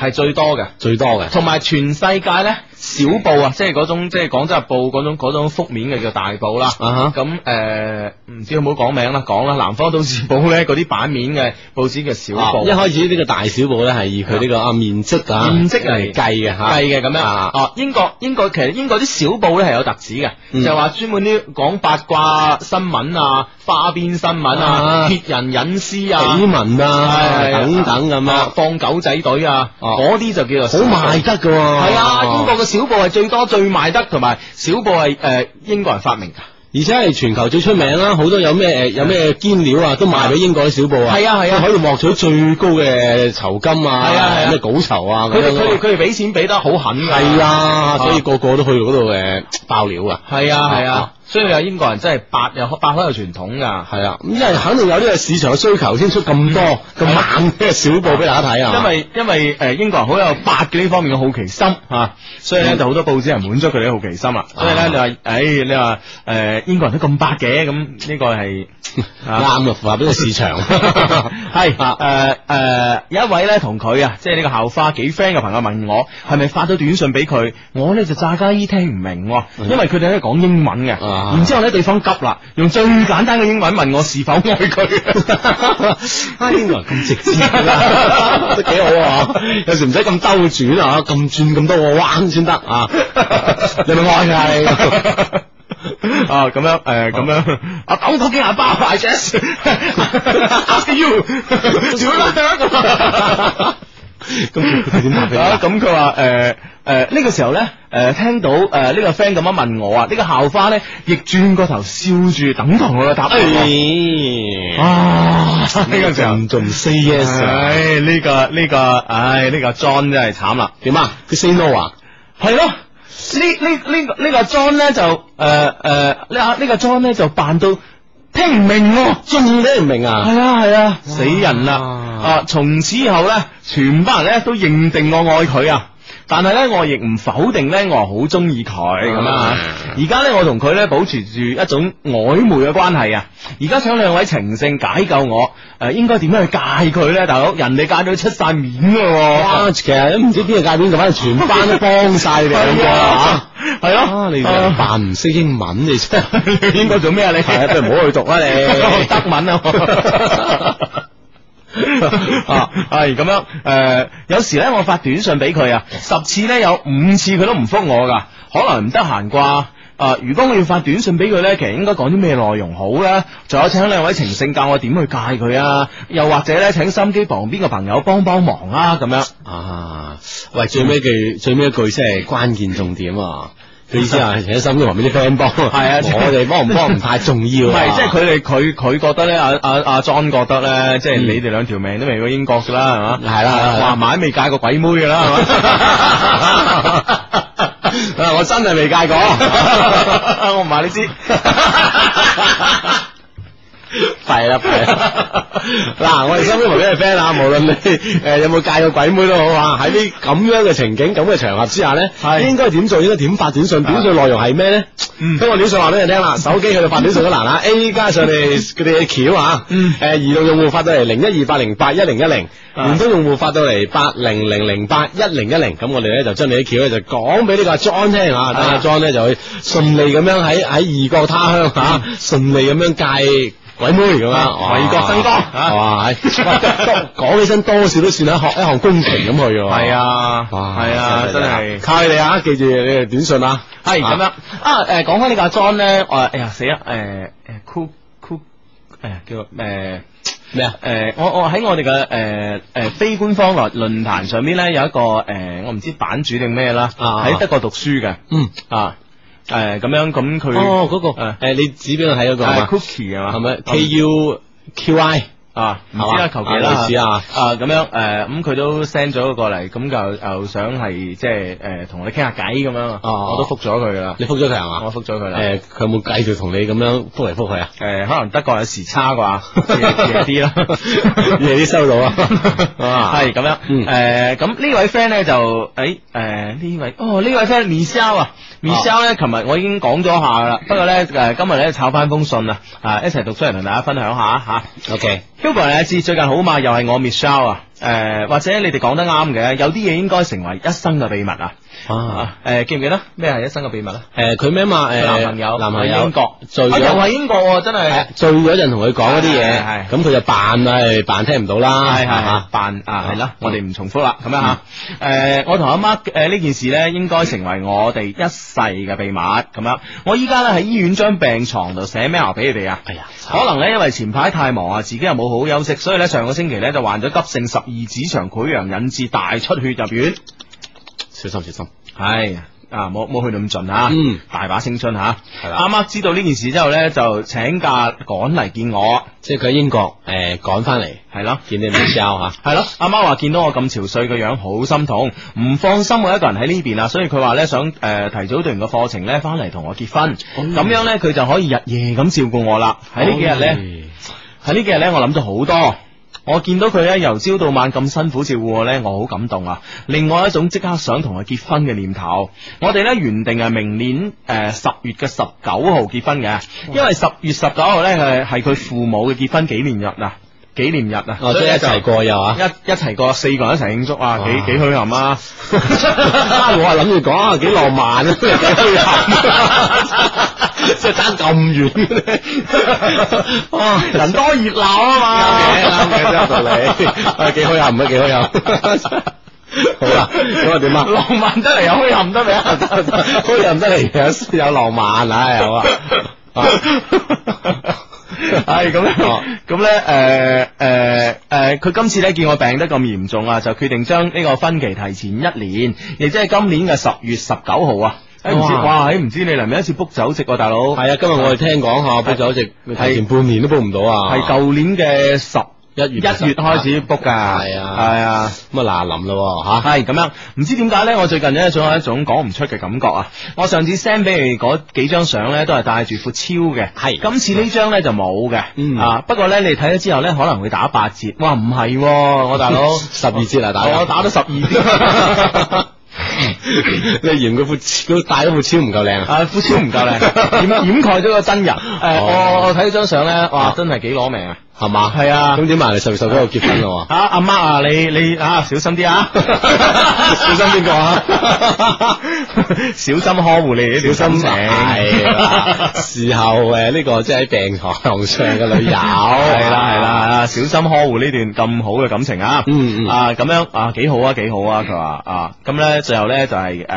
係最多嘅。最多嘅同埋全世界咧，小報啊，即係嗰種即係廣州日報嗰種嗰種覆面嘅叫大報啦。啊咁誒，呃唔、知好唔好講名啦，講啦，南方都市報 咧，嗰啲版面嘅報紙叫小啊報。一開始呢個大小報咧係以佢呢個啊面積啊面積嚟計嘅吓，計嘅咁樣啊哦，英國英國其實英國啲小報咧係有特指嘅，嗯就話專門啲講八卦新聞啊、花邊新聞啊啊、揭人隱私啊、緋聞啊係等等咁啊樣，放狗仔隊啊，哦嗰啲就叫做小好報賣得嘅喎。係啊，英國嘅小報係最多最賣得，同埋小報係誒英國人發明㗎。而且係全球最出名啦，好多有咩誒有咩堅料啊，都賣俾英國啲小報啊，係啊係啊可以獲取最高嘅酬金啊，係啊係啊咩稿酬啊佢咁哋佢哋樣佢哋俾錢俾得好狠㗎。係啊，所以啊個個都去嗰度誒爆料啊，係啊係啊啊，所以有英國人真係八有八開有傳統㗎。係啊，咁因為肯定有呢個市場嘅需求先出咁多咁係啊猛嘅小報俾大家睇啊，因為因為诶英國人好有八嘅呢方面嘅好奇心吓、啊所以咧嗯就好多報紙係滿足佢哋嘅好奇心啊。所以咧啊你話诶、你話诶、誒英國人都咁八嘅，咁呢個係 啊啱啊，符合呢個 市場係啊诶诶呃有一位咧同佢啊，即係呢個校花幾 friend 嘅朋友問我係咪發咗短信俾佢，我咧就炸家依聽唔明喎，因為佢哋咧講英文嘅，嗯啊然之后咧對方急啦，用最簡單嘅英文問我是否愛佢。 啊，英國人咁直接 啊 都幾好啊！有時唔使咁兜轉啊，咁轉咁多個彎先得啊！你咪愛佢啊你 啊，咁样诶，咁样啊，等嗰幾廿包，I just ask you，點 樣咁佢點答俾你啊啊？咁佢話诶诶呢個時候咧，诶、聽到诶呢、個 friend 咁樣問我啊，呢、個校花咧亦轉個頭笑住等同我嘅答案喎。 哎啊！呢個時候，仲唔 say yes 啊？唉，呢個呢個，唉，呢個 John 真係慘啦。點啊？佢 say no 啊？系咯。呢呢呢個呢個 John 咧就诶诶呢啊呢個 John 咧就扮到聽唔明喎，仲你唔明啊？係啊係啊，死人啦！哇啊，從此以後咧，全班人咧都認定我愛佢啊！但係咧，我亦唔否定咧，我好中意佢咁啊！而家咧，我同佢咧保持住一種曖昧嘅關係啊！而家想兩位情聖解救我，誒、應該點樣去戒佢咧，大佬？人哋戒到出晒面嘅喎、哇！其實都唔知邊個界邊咁，反正全班都幫晒你哋兩個啊！係咯、啊！你哋扮唔識英文，你真係 你應該做咩啊？你 係啊不如唔好去讀啦你德文啊！ 啊，系咁样诶、誒有時咧我發短信俾佢啊，十次咧有五次佢都唔复我噶，可能唔得閒啩。啊、如果我要發短信俾佢咧，其實應該講啲咩內容好咧？仲有請兩位情聖教我點去戒佢啊？又或者咧，請心機旁邊嘅朋友幫幫忙啊？咁樣啊，喂，最尾句最尾一句先係關鍵重點啊！佢意思 啊，請心機旁邊啲 friend 幫，係啊即係我哋幫唔幫唔太重要唔啊，係，即係佢哋佢佢覺得咧，阿阿阿 John 覺得咧，即係你哋兩條命都未過英國噶嗯啦，係嘛？係啦係啦話埋未戒過鬼妹噶啦，係嘛？ 啊我真係未 戒過，我唔話你知，弊啦弊啦。嗱，我哋身邊旁邊嘅 friend 啊，無論你诶有冇戒過鬼妹都好啊，喺呢咁樣嘅情景、咁嘅場合之下咧，係應該點做？應該點發短信？短信內容係咩咧？嗯通過短信話俾人聽啦，手機去到發短信都難啦。A 加上你佢哋嘅橋啊嗯，诶移動用戶發到嚟零一二八零八一零一零，啊聯通用戶發到嚟八零零零八一零一零，咁我哋咧就將你啲橋咧就講俾呢個阿 John 聽啊，等阿啊 John 咧就去順利咁樣喺喺異國他鄉吓，順利咁樣戒鬼妹咁啊，嗯啊為國爭光啊哇！唉喂多講起身多少都算係一項一項工程咁去喎。係，啊，哇！係啊，真係。靠你哋啊！記住你哋短信啊，係咁樣啊！誒，講開呢個阿 John 咧，我哎呀死啦！誒誒酷酷誒叫誒。咩啊？诶、我我喺我哋嘅诶诶非官方論论坛上面咧，有一個诶、呃我唔知版主定咩啦，啊喺、德國讀書嘅嗯，啊，诶、咁樣咁佢哦，嗰個誒誒，你指俾我睇嗰個係啊係嘛 Cookie 係嘛，係咪 K U Q I？啊，唔係知嘛啦，求其啦，啊類似啊咁樣诶，咁佢都 send 咗過嚟，咁就又想係即係诶同我哋傾下偈咁樣，啊哦我都覆咗佢噶啦，你覆咗佢係嘛我？覆咗佢啦，誒，佢有冇繼續同你咁樣覆嚟覆去啊？诶、可能德國有時差 啩，夜夜啲 啦，你啲收到啊？ 啊系咁样嗯，诶，咁呢位 friend 咧就，诶，诶呢位，哦呢位 friend Michelle 啊，Michelle 咧，琴日我已經講咗下啦，不過咧，诶今日咧抄翻封信啊，啊一齊讀出嚟同大家分享下啊吓。 ，OK。 Hugo 你阿志最近好嘛？又係我 Michelle 啊，诶嗯或者你哋講得啱嘅，有啲嘢應該成為一生嘅秘密啊。啊，诶記唔記得咩係一生嘅秘密啊？誒，佢咩嘛？誒，男朋友，男朋喺友，英國，醉啊又咗。係英國喎，真係。醉咗人同佢講嗰啲係嘢係，咁佢就扮係扮聽唔到啦，系系嘛系，啊扮啊系啦啊，嗯我哋唔重複啦，咁樣吓。诶，我同阿媽诶呢件事咧，應該成為我哋一世嘅秘密咁樣。我依家咧喺醫院張病床度寫 mail 俾你哋啊。哎呀，可能咧，因為前排太忙啊，自己又冇好好休息，所以咧上個星期咧就患咗急性十二指腸潰瘍，引致大出血入院。小心小心，系啊，冇冇去到咁盡啊，嗯大把青春吓。係啦啱啱知道呢件事之後咧，就請假趕嚟見我，即係佢喺英國誒趕翻嚟係咯。見你 Michelle 啊嚇，系咯，阿媽話見到我咁憔悴個樣，好心痛，唔放心我一個人喺呢邊啊，所以佢話咧想诶、呃提早讀完個課程咧，翻嚟同我結婚，咁、哦樣样咧佢就可以日夜咁照顧我啦。喺呢幾日咧，哎喺呢幾日咧，我諗咗好多。我見到佢咧由朝到晚咁辛苦照顧我咧，我好感動啊！另外一種即刻想同佢結婚嘅念頭，我哋咧原定係明年誒十、月嘅十九號結婚嘅，因為十月十九號咧係係佢父母嘅結婚紀念日啊，紀念日啊，哦，即所以係咧一齊過又啊。一一齐过四個人一齊慶祝啊，哇幾幾虛冚啊！ 我係諗 住講啊，幾浪漫啊，即係爭咁 遠，哇！哦人多熱鬧啊 啱嘅，啱嘅，真係有道 理，嘛，啊幾虛啊，唔係幾虛啊。好啦，咁啊點啊？浪漫得嚟又虛冚得嚟啊！好又唔得嚟，有有浪漫，唉，好啊。啊系咁咧哦，咁咧，诶诶诶，誒佢今次咧見我病得咁嚴重啊，就決定將呢個婚期提前一年，亦即係今年嘅十月十九號啊！誒唔知哇哇，誒唔知你嚟唔嚟一次 book 酒席喎，大佬系啊，今日我哋聽講吓，報咗好似提前半年都報唔到啊，係舊年嘅十一月一月開始 book 噶，係啊係啊。咁啊嗱臨咯吓，系咁样，唔知點解呢？我最近呢，總有一種講唔出嘅感覺啊！我上次 send 俾你嗰幾張相呢，都係戴住副超嘅，係今次呢張呢就冇嘅，嗯啊，不過呢，你睇咗之後呢，可能會打八折，哇，唔係喎，我大佬 十二節啦，大我佬，打到十二折， 你嫌佢副超戴咗副超唔夠靚啊？啊，副超唔夠靚，掩掩蓋咗個真人，誒、哦我我睇咗張相呢，哇，啊真係幾攞命啊！係嘛？係啊咁點啊？你十月十九號結婚咯啊，阿媽啊，你你啊，小心啲 啊，小心邊個啊？ 小心呵護你喎，哋小心情。 係 啦，事後誒呢個即係喺病床上嘅女係友，係啦係啦，係啦，小心呵護呢段咁好嘅感情啊！嗯嗯啊咁樣啊幾好啊幾好啊！佢話啊咁咧最後咧就係誒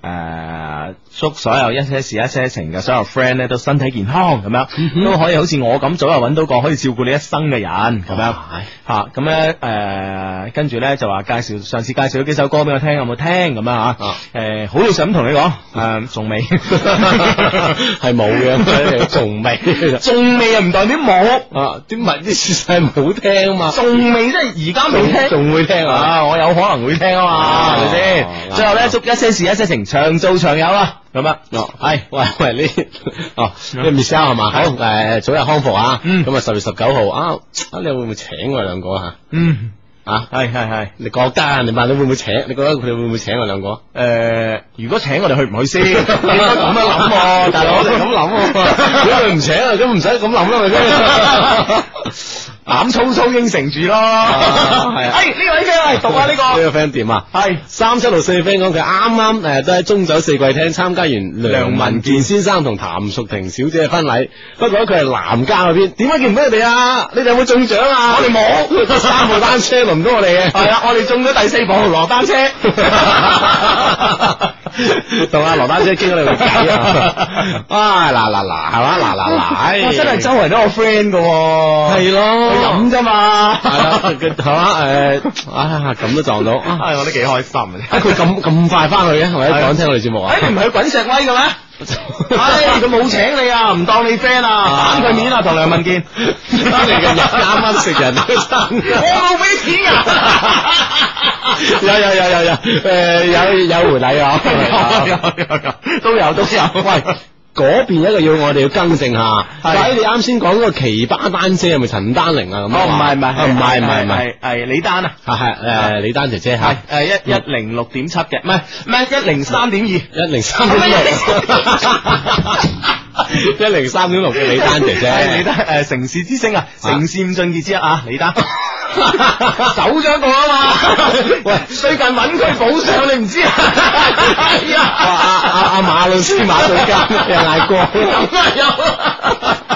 誒祝所有一些事一些情嘅所有 friend 咧都身體健康咁嗯樣，都可以好似我咁早日揾到個可以照顧你一生嘅人咁樣。吓啊咁咧誒，跟住咧就話介紹上次介紹咗幾首歌俾我聽，有冇聽咁啊啊吓？誒好老實咁同你講，誒仲未， 係冇嘅， 仲未仲未啊，唔代表冇。啊？啲物啲事實係冇聽嘛，仲未即係而家未聽，啊仲會聽啊？啊！我有可能會聽啊嘛，係咪先？哦最後咧，祝一些事一些情長做長有啊！咁啊， 哦，系，喂喂，呢 哦，呢個 Michelle 系嘛？好，诶，早日康復啊！嗯咁啊，十月十九號啊，啊，你會唔會請我哋兩個啊？嗯，啊，係係係，你覺得啊？你問你會唔會請？你覺得佢哋會唔會請我兩個？啊誒，呃如果請我哋去唔去 先？你應該咁樣諗喎，大佬，我哋咁諗喎如果佢唔請啊，咁唔使咁諗啦，咪先。 膽粗粗應承住咯。係啊哎，呢位嘅，喂讀下呢呢個，個 friend 點啊？係三七六四嘅 friend 講佢啱啱誒都喺中酒四季廳參加完梁文健先生同譚淑婷小姐嘅婚禮，不過佢係南家嗰邊，點解見唔到你哋啊？你哋有冇中獎啊？我哋冇，三部單車輪唔到我哋嘅。係啦，啊我哋中咗第四部落單車。同阿羅丹姐傾咗你個偈啊！啊嗱嗱嗱係嘛嗱嗱嗱唉，我真係周圍都有 friend 噶喎，係咯佢飲啫嘛，係啦，佢係嘛誒啊咁 都撞到啊！唉，我都幾開心啊！啊 佢咁咁快翻去嘅，係咪係啊講聽我哋節目啊？哎，你唔係去滾石威嘅 咩？唉，佢冇請你啊，唔當你 friend 啊，反佢面啊，同梁文健，你嘅人啱啱食人都生我冇俾錢啊！有有有有有，诶、有有回禮啊！有有都有都有，喂，嗰邊一個要我哋要更正下，係喂，你啱先講嗰個奇葩單車係咪陳丹玲啊？咁哦，啊唔係唔啊係唔係唔係唔係，係係李丹啊，啊係诶李丹姐姐吓係，誒一一零六點七嘅，唔係唔係一零三點二。一零三點六，一零三點六嘅李丹姐 係李姐，丹诶，城市之星啊，啊城市五俊傑之一啊，李 丹走咗一個啊嘛， 喂，最近揾佢補上，你唔知 啊？係哇阿啊阿阿啊馬老師馬上間又嗌咁過。啊有。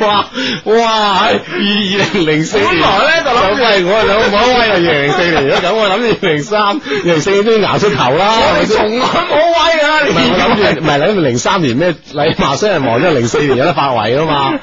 哇哇！二二零零四年，本來咧就諗住喂，我哋兩個威啊，二零零四年啦，咁我諗住二零三、二零四年都要熬出頭啦，係咪我哋先從來冇威啊！唔你係我諗住，唔知係諗住零三年咩禮貌雖然望咗零四年有得發圍啊嘛，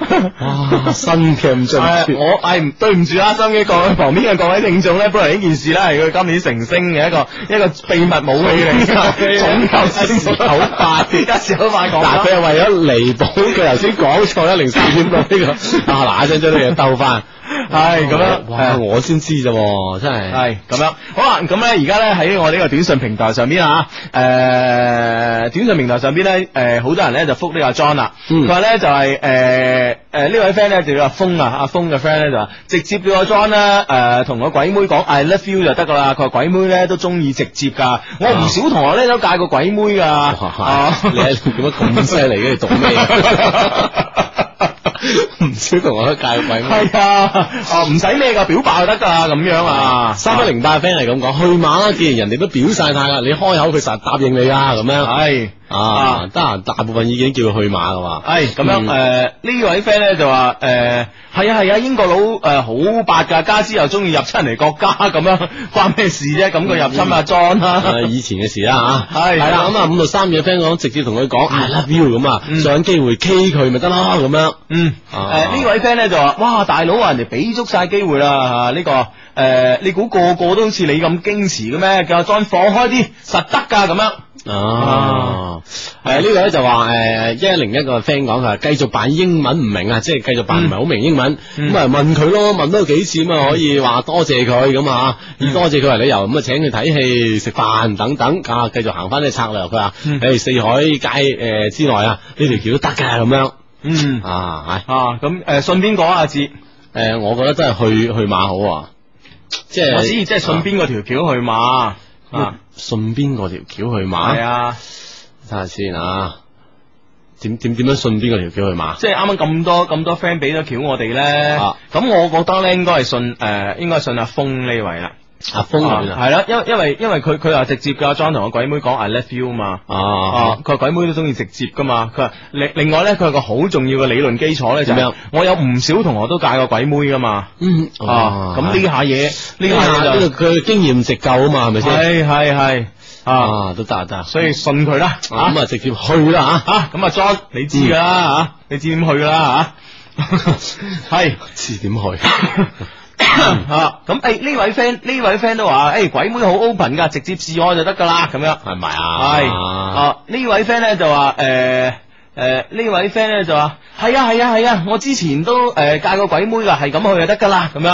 哇！新嘅咁進誒取，我係唔對唔住啊，收音機各位旁邊嘅各位聽眾咧，本來呢件事咧係佢今年成星嘅一個一個秘密武器嚟嘅，總有一時好快，一時好快講嗱，佢係為咗彌補佢頭先講錯啦，零三點六呢個啊嗱一聲將呢嘢兜翻，係咁樣哇！誒我先知啫喎，真係系咁样，好啦，咁咧而家咧喺我呢個短信平台上邊啊，诶、短信平台上邊咧，诶、好多人咧就覆呢個 John 啦，佢嗯話咧就係诶诶呢位 friend 咧就叫阿峰啊，阿峰嘅 friend 咧就話直接叫阿 John 啦，诶、同個鬼妹講 I love you 就得噶啦，佢話鬼妹咧都中意直接噶，我唔少同學咧都戒過鬼妹噶，啊哇！你係點解咁犀利嘅？你讀咩啊？唔少同學都教鬼咩？係啊，哦唔使咩噶，表白就得噶咁樣啊，三一零八 friend 係咁講，去馬啦！既然人哋都表晒態啦，你開口佢實答應你啦，咁樣係。啊，得閒大部分意見叫佢去馬噶嘛。系咁樣嗯诶，呃呢位 friend 咧就話诶，係啊係啊，英國佬诶好八㗎，家之又中意入侵人哋國家咁樣， 關咩事啫？咁佢入侵阿 John 啊啦，以前嘅事啦吓，係係啦咁啊五到三嘅 friend 講，直接同佢講 I love you 咁啊嗯，上機會 K 佢咪得咯咁樣。嗯，啊诶呢位 friend 咧就話：哇大佬啊，人哋俾足晒機會啦吓，啊呢個诶你估個個都好似你咁矜持嘅咩？叫阿 John 放開啲，實得㗎咁樣。啊哦，係啊呢個咧就話誒一零一個 friend 講佢話繼續扮英文唔明啊，即係繼續扮唔係好明英文，嗯咁啊問佢咯，問多幾次咁啊可以話多謝佢咁啊，嗯以多謝佢為理由咁啊請佢睇戲、食飯等等啊，繼續行翻啲策略。佢話嗯誒四海界誒之內啊，呢條橋都得嘅咁樣嗯啊，啊咁诶，順便講下字，係誒我覺得真係去去馬好啊，即係我知即係順邊嗰條橋去嘛啊，順邊嗰條橋去馬係。啊。睇下先啊。點點點樣信邊個條橋去馬？即係啱啱咁多咁多 friend 俾咗橋我哋咧啊，咁我覺得咧應該係信誒，應該係信阿峰呢位啦。阿峰入邊啊，係啦，因為因為因為佢佢話直接噶，John 同個鬼妹講 I love you 嘛。啊哦，佢話鬼妹都中意直接噶嘛。佢話另另外咧，佢有個好重要嘅理論基礎咧，就點係樣我有唔少同學都戒過鬼妹噶嘛。嗯啊，咁呢下嘢呢呢下下嘢呢就個佢經驗值夠啊嘛，係咪先？係係係啊，啊，都得得，所以信佢啦啊咁啊啊直接去啦吓，啊，咁啊 John 你知嗯噶啦吓，你知點去噶 啦啊吓，係。知點去？ 啊，咁诶呢位 friend 呢位 friend 都話，诶、哎鬼妹好 open 噶，直接示愛就得噶啦，咁樣係咪啊？係啊呢位 friend 咧就話，诶、诶、呢位 friend 咧就話，係啊係啊係啊，我之前都诶、戒過鬼妹噶，係咁去就得噶啦，咁樣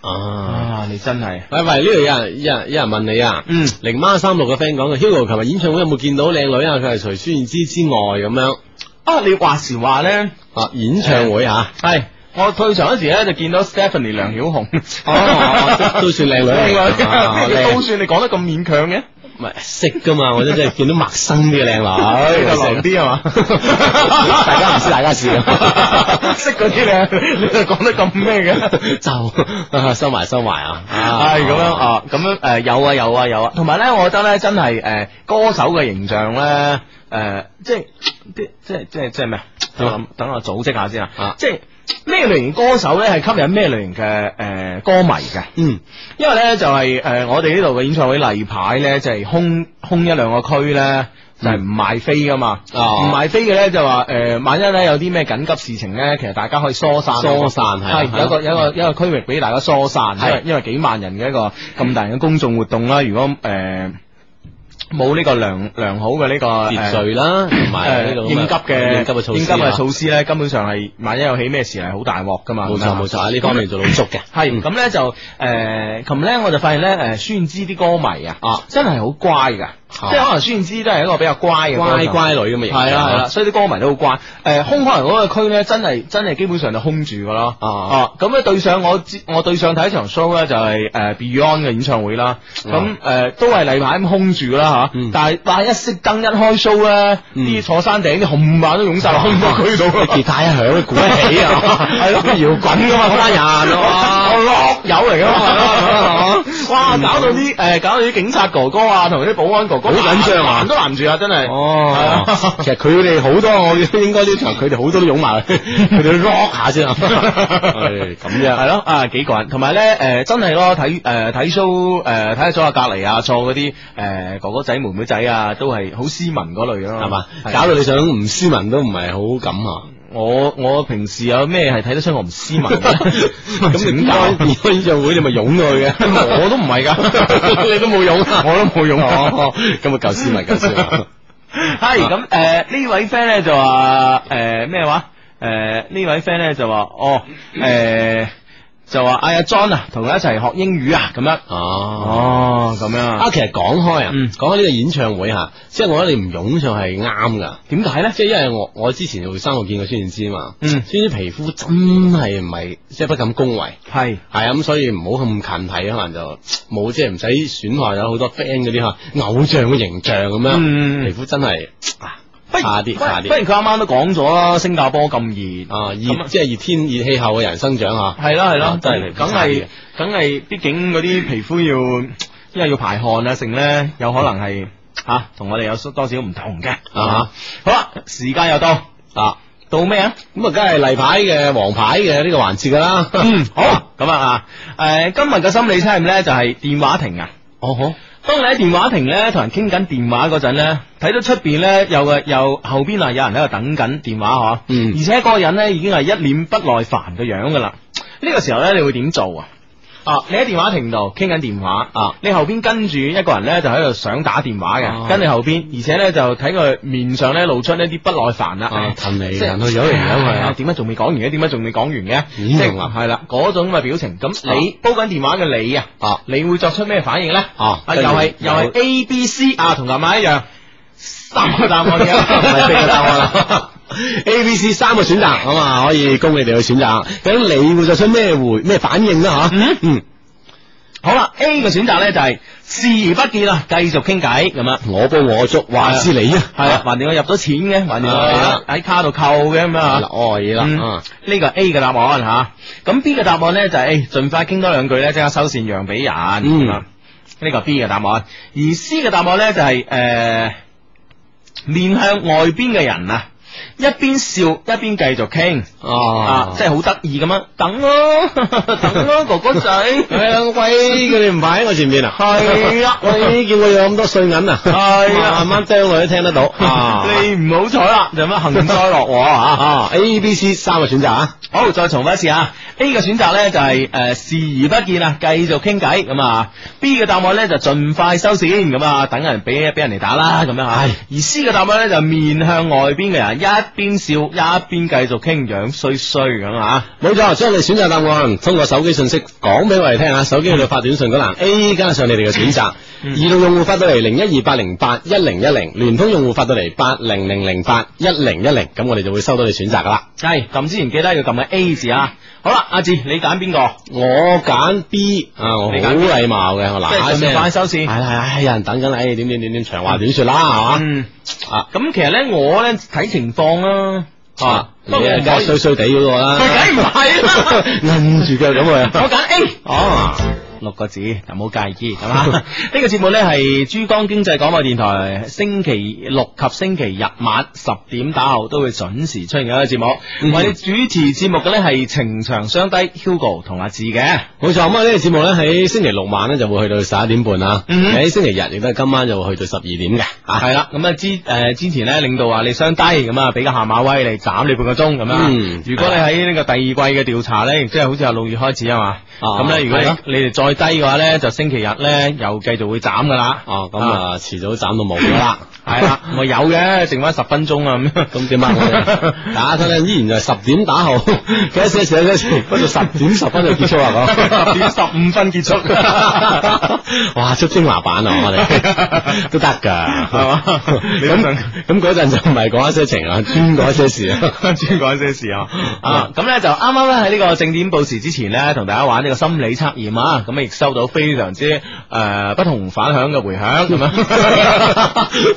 啊。啊，你真係，喂喂，呢度有人有人有人問你啊，嗯，零孖三六嘅 friend 講嘅，Hugo 琴日演唱會有冇見到靚女啊？佢係除孫燕姿之外咁樣啊，你話時話咧，啊，演唱會啊，係我退場嗰時咧就見到 Stephanie 梁曉紅，哦都都算靚 女靚女啊咩叫靚都算你講得咁勉強嘅。唔係識噶嘛，我都真係見到陌生啲嘅靚 女，就狼啲係嘛？ 大家唔知大家事啊 識嗰啲你你就講得咁咩嘅？就啊收埋收埋啊， 係咁樣啊，咁樣誒有啊有啊有啊，同埋咧，我覺得咧真係誒歌手嘅形象咧誒，即係啲即係即係即係咩啊？等我諗等我組織下先啊啊！即係咩類型歌手咧係吸引咩類型嘅誒歌迷嘅？嗯因為咧就係、呃我哋呢度嘅演唱會例牌咧，就係、空空一兩個區咧。就係唔賣飛噶嘛，唔、哦賣飛嘅咧就話誒、呃，萬一咧有啲咩緊急事情咧，其實大家可以疏散，疏散啊係係有一個有一個有一個區域俾大家疏散，因係為因為幾萬人嘅一個咁大型嘅公眾活動啦，如果誒冇呢個良良好嘅呢、個呃秩序啦，同埋呢誒個應急嘅應急嘅措施應啊，急嘅措施咧，根本上係萬一有起咩事係好大鑊噶嘛，冇係錯咪冇錯，喺呢方面做到足嘅，啊係咁咧就誒，琴日咧我就發現咧誒，孫燕姿啲歌迷啊，啊真係好乖噶，即係可能孫燕姿都係一個比較乖嘅歌手嗯乖乖女咁嘅形象啊係啦係啦，所以啲歌迷都好乖。誒，空可能嗰個區咧，真係真係基本上就空住噶咯。啊啊，咁咧對上我知我對上睇一場 show 咧就係誒 Beyond 嘅演唱會啦，咁誒都係例牌咁空住啦嚇啊嗯，但係哇一熄燈一開 show 咧，嗯啲坐山頂啲紅馬都湧晒落 空個區度 啲啊。吉他一響， 鼓哎一起啊，係 咯搖滾噶嘛，嗰班人啊我落友嚟噶嘛，嗯哇！搞到啲誒，搞到啲警察哥哥啊，同啲保安哥哥好緊張啊攔都攔住啊，真係。哦係啊，其實佢哋好多，我應該呢場佢哋好多都湧埋去， 佢哋都 rock 下先啊，係咁 樣係咯啊幾個人，同埋咧誒真係咯睇誒睇 show 誒睇下左下隔離啊坐嗰啲誒哥哥仔妹妹仔啊，都係好斯文嗰類咯，係嘛？係搞到你想唔斯文都唔係好敢啊！我我平時有咩係睇得出我唔斯文嘅？咁點你開解開演唱會你咪湧佢嘅， 我都唔係㗎， 你都冇湧啊 我都冇用。哦，咁啊夠斯文啊夠斯 文。系咁诶，呢位 friend 咧就話诶咩話？诶呢位 friend 咧就話哦诶就話嗌阿 John 啊，同佢一齊學英語啊咁樣。 哦。哦，咁樣啊啊，？其實講開啊，嗯講開呢個演唱會嚇，即係我覺得你唔湧上係啱噶。點解咧？即係因為我我之前做生我見過孫燕姿嘛，嗯孫燕姿皮膚真係唔係即係不敢恭維。係係啊，咁所以唔好咁近睇，可能就冇即係唔使損害咗好多 friend 嗰啲吓偶像嘅形象咁樣，嗯皮膚真係啊不如差啲不差不啲如佢啱啱都講咗啦，新加坡咁熱。啊咁熱啊即係熱天熱氣候嘅人生長吓，係啦係啦啊，真係梗差啲係嘅梗係，畢竟嗰啲皮膚要，因為要排汗啊，剩咧有可能係吓同我哋有多少唔同嘅啊！好啦，時間又到啊，到咩啊？咁啊，梗係例牌嘅黃牌嘅呢個環節 噶啦。嗯，好，咁啊，诶，今日嘅心理測驗咧就係電話亭啊。哦好，當你喺電話亭咧同人傾緊電話嗰陣咧，睇到出边咧有個有後邊啊有人喺度等緊電話嗬，嗯而且嗰個人咧已經係一臉不耐煩嘅樣噶啦。呢、個時候咧，你會點做啊？啊！你喺電話亭度傾緊電話啊，你後邊跟住一個人咧就喺度想打電話嘅，啊跟你後邊，而且咧就睇佢面上咧露出一啲不耐煩啦，哎啊騰嚟即係騰去有嚟有去啊啊，點解仲未講完嘅？點解仲未講完嘅？咦啊即係仲啊係啦，嗰種咁嘅表情。咁你煲緊電話嘅你啊，啊你會作出咩反應咧？啊又係又係 A、B、C 啊，同琴晚一樣，三個答案嘅， 唔係四個答案啦 啦。A、B、C 三個選擇咁啊，可啊以供你哋去選擇。究竟你會作出咩回咩反應啦？吓，嗯，嗯好啦，A 嘅選擇咧就係視而不見啊，繼續傾偈咁啊樣。嗯我煲我粥，話之你啊，係啦，橫掂我入咗錢嘅，橫掂我喺卡度扣嘅咁樣啊，啊嗱，。哦，嘢嗯啦，啊，呢個 A 嘅答案吓，咁 B 嘅答案咧就係誒盡快傾多兩句咧，即刻收線讓俾人。嗯啊呢個 B 嘅答案，而 C 嘅答案咧就係、誒、面向外邊嘅人啊，一邊笑一邊繼續傾。啊啊，， 即係好得意咁樣，等咯， 等咯，哥哥仔，係啊，喂，佢哋唔擺喺我前面啊，係啊 喂，叫我有咁多碎銀啊，係啊，慢慢將我都聽得到 啊 你唔好彩啦，就咁幸災樂禍啊！啊，A、B、C 三個選擇啊，好，再重複一次啊！A 嘅選擇呢就係、诶視而不見啊，繼續傾偈咁啊。B 嘅答案呢就盡快收線咁啊，等人俾俾人哋打啦咁樣啊。而 C 嘅答案呢就面向外邊嘅人，一邊笑一邊繼續傾，樣衰衰咁啊。冇錯，將你選擇答案通過手機信息講俾我哋聽啊，手機去到發短信嗰欄嗯 A 加上你哋嘅選擇，移動用戶發到嚟零一二八零八一零一零，聯通用戶發到嚟八零零零八一零一零，咁我哋就會收到你選擇噶啦。係撳之前記得要撳嘅 A 字啊。好啦，阿志你揀邊個？我揀 B 啊，我好你揀 B 禮貌嘅，我即嗱係嗱盡聲，快收線係啦係啦，唉有人等緊啦，唉點點點點長話短説啦，係嘛嗯啊咁其實呢，我呢睇情況啦。啊，你不過我係唔梗可係以衰衰地嗰個啦，佢 梗唔係 啦摁住腳咁我去，揀 A。哦，六個字，就唔好介意咁 啊！呢個節目呢係珠江經濟廣播電台星期六及星期日晚十點打後都會準時出現嘅一個節目。嗯為你主持節目嘅呢係情長相低 Hugo 同阿志嘅。冇錯，咁啊呢個節目咧喺星期六晚咧就會去到十一點半啦，嗯喺星期日亦都係今晚就會去到十二點嘅，啊係啦，咁啊之诶之前咧，領導話你相低咁啊，俾個下馬威你斬你半個鐘咁啊嗯。如果你喺呢個第二季嘅調查咧，亦即係好似由六月開始啊嘛。啊咁咧，如果係啊你你哋再低嘅話咧，就星期日咧又繼續會斬噶啦。哦咁啊遲早斬到冇咗 啦，係啦，我有嘅，剩翻十分鐘啊咁。咁點啊？我哋大家睇咧依然就係十點打後， 幾多寫啊寫咧，不到十點十分就結束啦 咁。點十五分結束， 哇！出精華版啊，我哋都得噶，係嘛你都咁想咁嗰陣就唔係講一 些情啊，專講一些事啊。專講一些事啊！啊，咁咧就啱啱咧喺呢個正點報時之前咧，同大家玩呢個心理測驗啊，咁亦收到非常之誒、呃不同反響嘅回響 咁樣，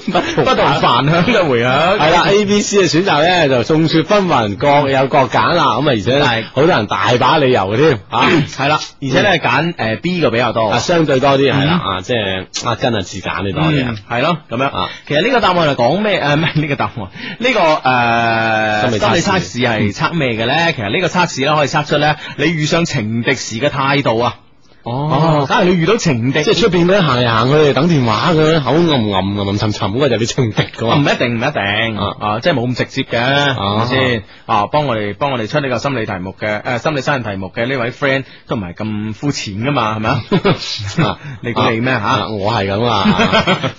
不同不同反響嘅回響，係啦，A、B、C 嘅選擇咧就眾說紛紜，各有各揀啦。咁啊，而且係嗯呢好多人大把理由嘅添啊，係啦，而且咧揀誒 B 嘅比較多啊，。相對多啲係啦嗯啊，即係啊跟啊自揀呢多啲啊嗯，係咯，咁樣啊其實呢個答案係講咩？ 誒唔係呢個答案，呢、個誒、呃心理心測試理測試係測咩嘅咧？其實呢個測試咧可以測出咧你遇上情敵時嘅態度啊！哦梗係你遇到情敵，即係出邊嗰啲行嚟行去等電話嗰啲口暗暗暗暗沉沉嗰個就你情敵噶啊唔嘛，一定，唔一定啊？啊，即係冇咁直接嘅，係咪先？啊，幫我哋幫我哋出呢個心理題目嘅，誒心理生人題目嘅呢位 friend 都唔係咁膚淺噶嘛，係咪 啊你估你咩啊吓？我係咁啊，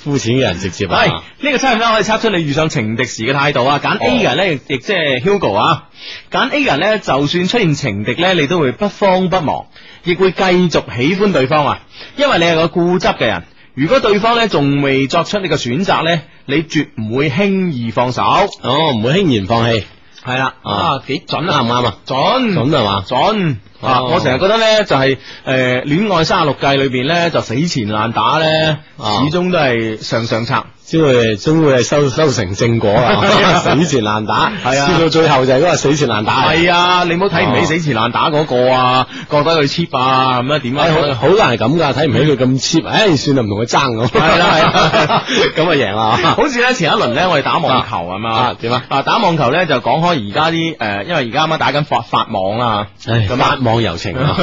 膚淺嘅人直接喂，啊哎呢。個測驗咧可以測出你遇上情敵時嘅態度啊！揀 A 嘅人咧，亦亦即係 Hugo 啊！揀 A 嘅人咧，就算出現情敵咧，你都會不慌不忙，亦會繼續喜歡對方啊！因為你係個固執嘅人。如果對方咧仲未作出你嘅選擇咧，你絕唔會輕易放手。哦，唔會輕言放棄，係啦，啊啊幾準啱啊，唔啱啊？準準係嘛？準啊！哦我成日覺得咧，就係誒《戀愛三十六計》裏邊咧，就死纏爛打咧，啊始終都係上上策。先會終會係收收成正 果啊！死纏爛打，係啊笑到最後就係嗰個死纏爛打。係啊，你唔好睇唔哦起死纏爛打嗰個啊，覺得佢 cheap 啊，咁樣點哎，好啊？好多人係咁噶，睇唔起佢咁 cheap，唉，算啦，唔同佢爭咁。係啦係啦 咁啊贏啦。好似咧前一輪咧，我哋打網球啊嘛啊，點啊？啊打網球咧就講開而家啲誒，因為而家啱啱打緊法法網啊，唉，咁法啊。 網柔情啊！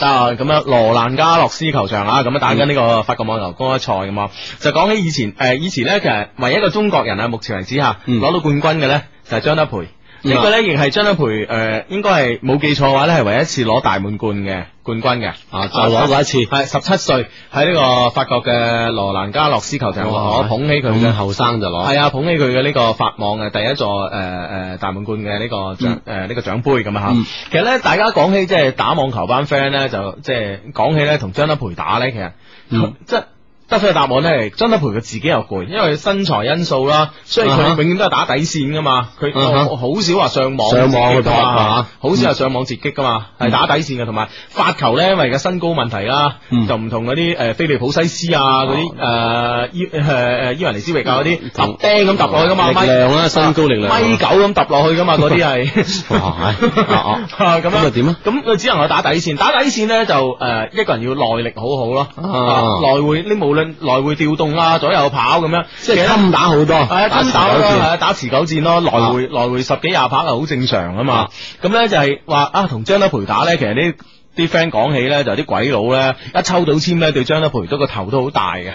啊，咁樣羅蘭加洛斯球場啊，咁樣打緊呢個法國網球公開賽咁啊，就講起以前，誒、以前咧其實唯一一個中國人啊，目前為止嚇嗯攞到冠軍嘅咧就係、張德培，呢個咧亦係張德培誒、應該係冇記錯嘅話咧係唯一一次攞大滿貫嘅冠軍嘅，啊，就攞過一次，係十七歲喺呢個法國嘅羅蘭加洛斯球場哇攞捧起佢咁嘅。後生就攞。係啊，捧起佢嘅呢個法網嘅第一座誒誒、呃大滿貫嘅呢個獎誒呢個獎杯咁啊嚇。嗯其實咧，大家講起即係打網球班 friend 咧，就即係講起咧同張德培打咧，其實、嗯即係得出嘅答案咧，張德培佢自己又攰，因為身材因素啦，所以佢啊永哈遠都係打底線噶嘛，佢啊哈好好少話上網上網去噶搏嘛啊，好少係上網截擊噶嘛，係嗯打底線嘅，同埋發球咧，因為嘅身高問題啦，嗯哦就唔同嗰啲呃誒菲利普西斯啊，嗰啲誒伊誒誒伊雲尼斯域啊嗰啲同揼釘咁揼落去噶嘛，力米量啦身高力量啊米九咁揼落去噶嘛，嗰啲係。 哇係啊啊啊 咁咁啊啊點啊？咁佢只能夠打底線，打底線咧就誒、呃一個人要耐力好好咯，啊來回你無論來回調動啊，左右跑咁樣， 即係襟打好多，係啊，打金打持久咯，戰係啊打持久戰咯，來回來回十幾廿拍係好正常啊嘛啊。咁咧就係話啊，同張德培打咧，其實呢啲 friend 講起咧，就啲鬼佬咧一抽到簽咧，對張德培都個頭都好大嘅。點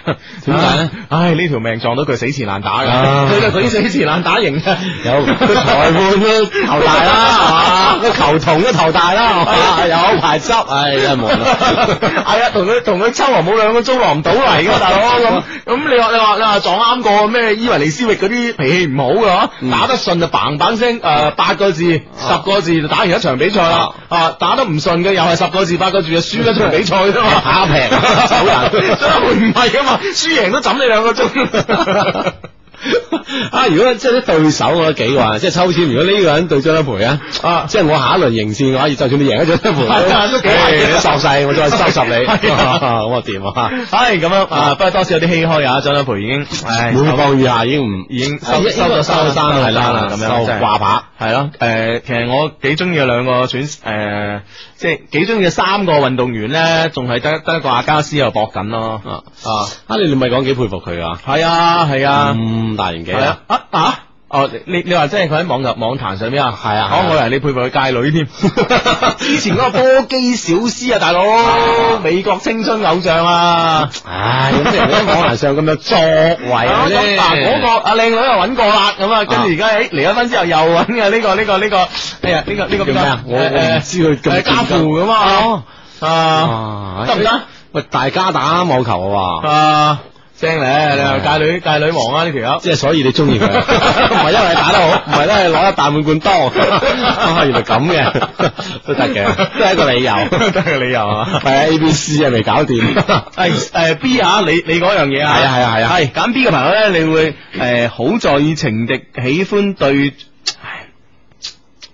解咧？唉，呢條命撞到佢死纏爛打啊㗎， 佢就佢死纏爛打型嘅。有個裁判都頭大啦，係嘛？個球童都頭大啦，係嘛？有排執，唉，真係冇 啦。係啊，同佢同佢抽和冇兩個鐘落唔到嚟噶，大佬 咁咁你話你話你話撞啱個咩伊維尼斯域嗰啲脾氣唔好嘅嗬，嗯打得順就砰砰聲誒八個字十個字就打完一場比賽啦，嗯啊嗯打得唔順嘅又係十個字八個字就輸一場比賽啫嘛，打平走 人人，唔係噶嘛，輸贏都枕你兩個 鐘。啊！如果即係啲對手，我覺得幾個啊，即係抽籤。如果呢個人對張德培啊，啊即係我下一輪迎戰嘅話，就算你贏咗張德培，係 啊都幾唉壞嘅你收勢，我再收拾你， 係啊咁我掂啊！唉，咁樣啊，不過多少有啲唏噓啊，張德培已經唉每況愈下已經唔已經啊收一收一咗個收咗收山山啦，係啦咁樣收真係掛把係咯。誒，其實我幾中意嘅兩個選誒，即係幾中意嘅三個運動員咧，仲係得得一個阿加斯又搏緊咯。啊啊，啊！你你咪講幾佩服佢啊？係啊，係啊，咁大年紀係啊啊，，啊啊！哦，你你你話即係佢喺網入網壇上邊啊？係啊係啊哦，我以為你佩服佢界女 添。之前嗰個波基小斯啊，大佬，美國青春偶像啊！唉，咁即係喺網壇上咁有作為啊咧。咁嗱，嗰個阿靚女又揾過啦，咁啊，跟住而家誒離咗婚之後又揾嘅呢個呢個呢個，哎呀呢個呢個呃叫咩啊？我我唔知佢咁誒家父咁啊，啊啊得唔得？喂，大家打網球啊喎，啊正咧，你又哦界女界女王啊呢條友。即係所以你中 意佢，唔係因為打得好，唔係因為攞一大滿貫多， 啊原來咁 嘅都得嘅，都係一個理由，得個理由啊係啊，A B C 啊未搞掂， 係誒 B 啊，你你嗰樣嘢啊，嗯係啊係啊係啊係揀 B 嘅朋友咧，你會誒好在意情敵喜歡對，唉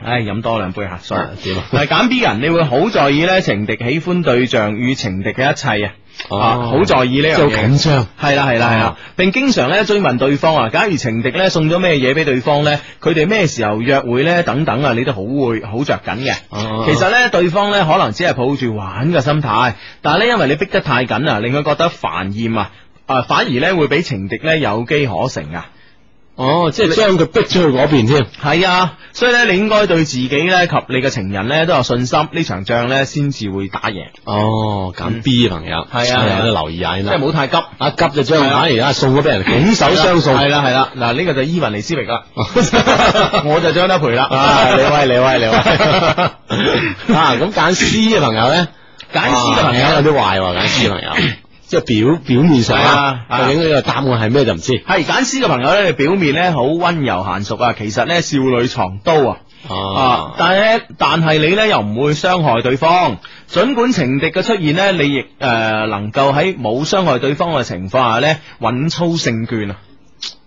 唉飲多兩杯吓，sorry 啊點啊係揀 B 嘅人，你會好在意咧情敵喜歡對象與情敵嘅一切啊，哦啊好在意呢樣即係好嘢，緊張。係啦係啦係啦啊，並經常咧追問對方啊，假如情敵咧送咗咩嘢俾對方咧，佢哋咩時候約會咧等等啊，你都好會好着緊嘅。哦其實咧，對方咧可能只係抱住玩嘅心態，但係咧因為你逼得太緊啊，令佢覺得煩厭啊，啊反而咧會俾情敵咧有機可乘啊。哦，即係將佢逼咗去嗰邊添。係啊，所以咧你應該對自己咧及你嘅情人咧都有信心，呢場仗咧先至會打贏，嗯哦，揀 B 嘅朋友，係啊係啊有得留意下先即啦係。唔好太急。啊急就將係啊反而啊送咗俾人，拱手相送。係啦係啦，嗱呢個就伊雲尼斯域 啦，我我就張德培啦。啊，你威你威 你 威！啊，咁 揀 C 嘅朋友咧，揀 C 嘅朋友啊有啲壞喎，揀 C 嘅朋友， 即係表表面上啊係啊，究竟呢個答案係咩就唔知。係揀 C 嘅朋友咧，你表面咧好温柔娴熟啊，其實咧少女藏刀啊。哦啊！但係咧，但係你咧又唔會傷害對方，儘管情敵嘅出現咧，你亦誒、呃能夠喺冇傷害對方嘅情況下咧，穩操勝券啊！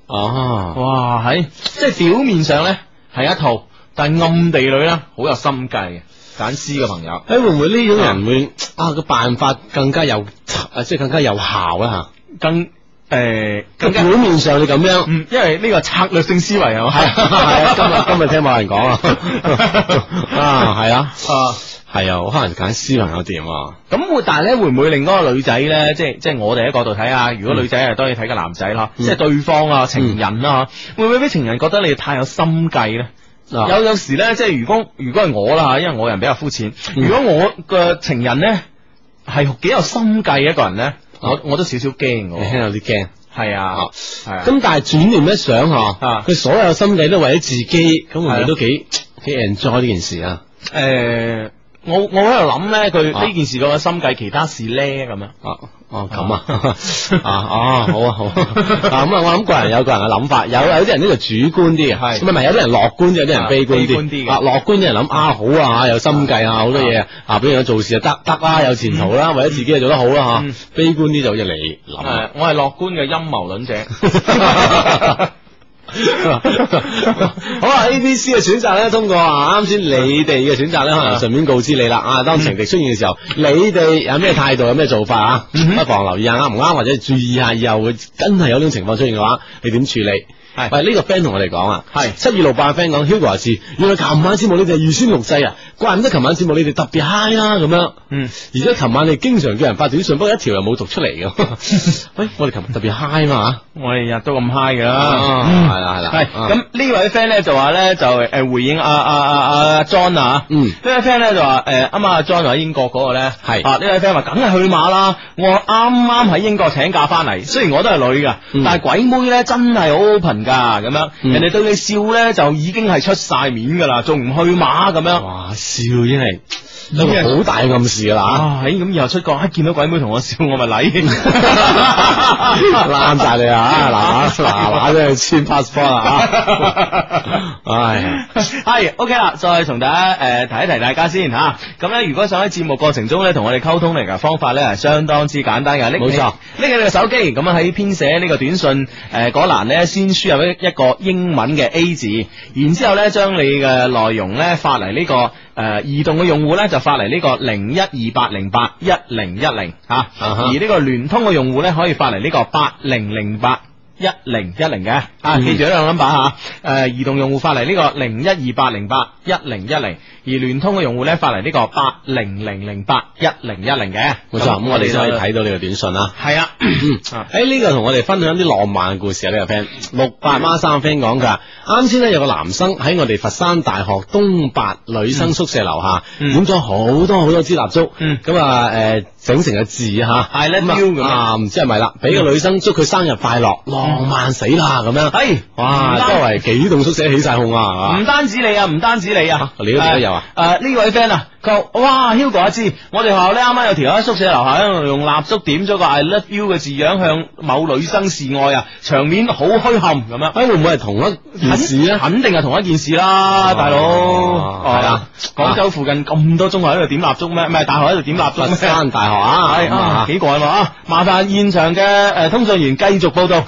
哦，哇，喺即係表面上咧係一套，但係暗地裏咧好有心計嘅，揀 C 嘅朋友。誒會唔會呢種人會啊個辦法更加有啊，即係更加有效啦更誒、嚇？更加表面上你咁樣。嗯，因為呢個策略性思維係嘛，係啊， 今日今日聽某人 講啊，啊係啊，啊。係啊，我可能揀 C 朋友掂啊，咁會，但係咧會唔會令嗰個女仔咧，即係即係我哋喺角度睇啊？如果女仔係當然睇個男仔啦，嗯即係對方啊、情人啦、會唔會俾情人覺得你太有心計咧？啊有有時咧，即係如果如果係我啦，因為我人比較膚淺，嗯如果我嘅情人咧係幾有心計嘅一個人咧，我啊我都少少驚你聽嘅，有啲驚。係啊啊，係啊，咁但係轉念一想嗬，啊佢所有心計都為咗自己，咁會唔係啊會都幾幾 enjoy 呢件事啊？誒我我喺度諗咧，佢啊呢件事個心計其他事咧咁樣。啊哦咁 啊啊啊好啊好啊 啊咁啊我諗個人有個人嘅諗法，有有啲人呢個主觀啲嘅，啊係唔係唔係有啲人樂觀，有啲人啊悲觀悲觀啲啲嘅啊樂觀啲人諗啊好啊有心計啊好多嘢啊，比如做事就得得啦，有前途啦，或者自己就做得好啦嗯嚇，悲觀啲就好似你諗啊。誒，我係樂觀嘅陰謀論者。 好啦，A、B、C 嘅選擇咧，通過啊啱先你哋嘅選擇咧，可能順便告知你啦。啊，當情敵出現嘅時候，你哋有咩態度，有咩做法啊？嗯不妨留意下啱唔啱，或者注意下以後會真係有呢種情況出現嘅話，你點處理？係喂，呢、個 friend 同我哋講啊，係七二六八嘅 friend 講 Hugo 話事，原來琴晚節目你哋係預先錄製啊，怪唔得琴晚節目你哋特別 high 啦咁樣。嗯，而且琴晚你經常叫人發短信，不過一條又冇讀出嚟 嘅。喂，我哋琴日特別 high 嘛我哋日都咁 high 噶啊啦，係啦係啦係啊咁呢位 friend 咧就話咧就誒回應阿阿阿阿 John 啊，嗯呢位 friend 咧就話誒啱啱阿 John 話英國嗰個咧係啊呢位 friend 話梗係去馬啦，我啱啱喺英國請假翻嚟，雖然我都係女噶嗯，但係鬼妹咧真係好 open 噶咁樣，嗯人哋對你笑咧就已經係出晒面噶啦，仲唔去馬咁樣哇，笑已經係已經一個好大嘅暗示㗎 啦，啊？咦咁以後出國一見到鬼妹同我笑，我咪禮。 攬晒你啊，嗱嗱嗱嗱都去簽 passport 啊， 唉，系哎 OK 啦，再同大家诶、呃提一提大家先吓。咁、咧，如果想喺節目過程中咧同我哋溝通嚟嘅方法咧係相當之簡單嘅，拎冇起錯，拎起你嘅手機，咁樣喺編寫呢個短信诶嗰欄咧，先輸入一一個英文嘅 A 字，然之后咧將你嘅內容咧發嚟呢、個个。诶、移動嘅用戶咧就發嚟呢個零一二八零八一零一零吓，啊哈而呢個聯通嘅用戶咧可以發嚟呢個八零零八一零一零嘅啊，嗯記住呢兩個 number 吓，诶，移動用戶發嚟呢個零一二八零八一零一零，而聯通嘅用戶咧發嚟呢個八零零零八一零一零嘅，冇錯，咁我哋先可以睇到你嘅短信啦。係啊，啊喺嗯哎呢個同我哋分享啲浪漫嘅故事啊！呢個 friend 六八孖三嘅 friend 講㗎，嗯啱先咧有個男生喺我哋佛山大學東八女生宿舍樓下嗯點咗好多好多支蠟燭，嗯咁啊誒整成個字嚇 I love 咁啊 you 咁樣啊唔知係咪啦？俾個女生祝佢生日快樂，浪漫死啦咁樣，係哇！哎唔單周圍幾棟宿舍起晒控啊，唔係嘛單止你啊，唔單止你啊，你嗰度都有啊誒？誒呢位 friend 啊，佢話哇 Hugo 阿芝，我哋學校咧啱啱有條喺宿舍樓下咧用蠟燭點咗個 I love you 嘅字樣向某女生示愛啊，場面好虛冚咁樣。哎，會唔會係同一件 事咧？肯定係同一件事啦，哦大佬。係啊哦，廣州附近咁多中學喺度點蠟燭咩？唔係大學喺度點蠟燭佛咩？山大學啊，係咁啊，幾過癮喎啊！麻煩現場嘅誒通訊員繼續報 道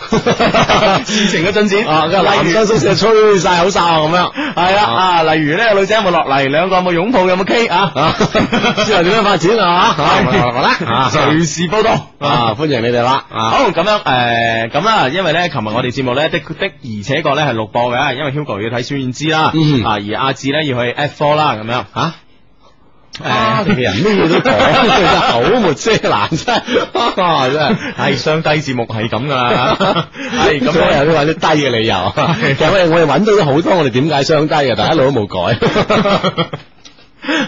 事情嘅進展。啊，咁啊男生宿舍吹晒口哨咁樣，系啦啊，例如咧，女仔有冇落嚟，兩個有冇擁抱，有冇 K 啊？ 啊，之後點樣發展啊？嚇，好啦，啊隨時報道 啊，歡迎你哋啦，啊，好咁樣诶，咁啦，因為咧，琴日我哋節目咧的的而且確咧係錄播嘅，因為 Hugo 要睇孫燕姿啦，嗯啊而阿志咧要去 F four 啦，咁呃樣啊。啊！誒你哋人咩嘢都講，真係口沒遮攔，真係啊真 係。係雙低節目係咁噶 啦，係咁啊咁我樣有啲揾啲低嘅理由，其實我哋我哋揾到咗好多，我哋點解相低嘅，但係一路都冇改。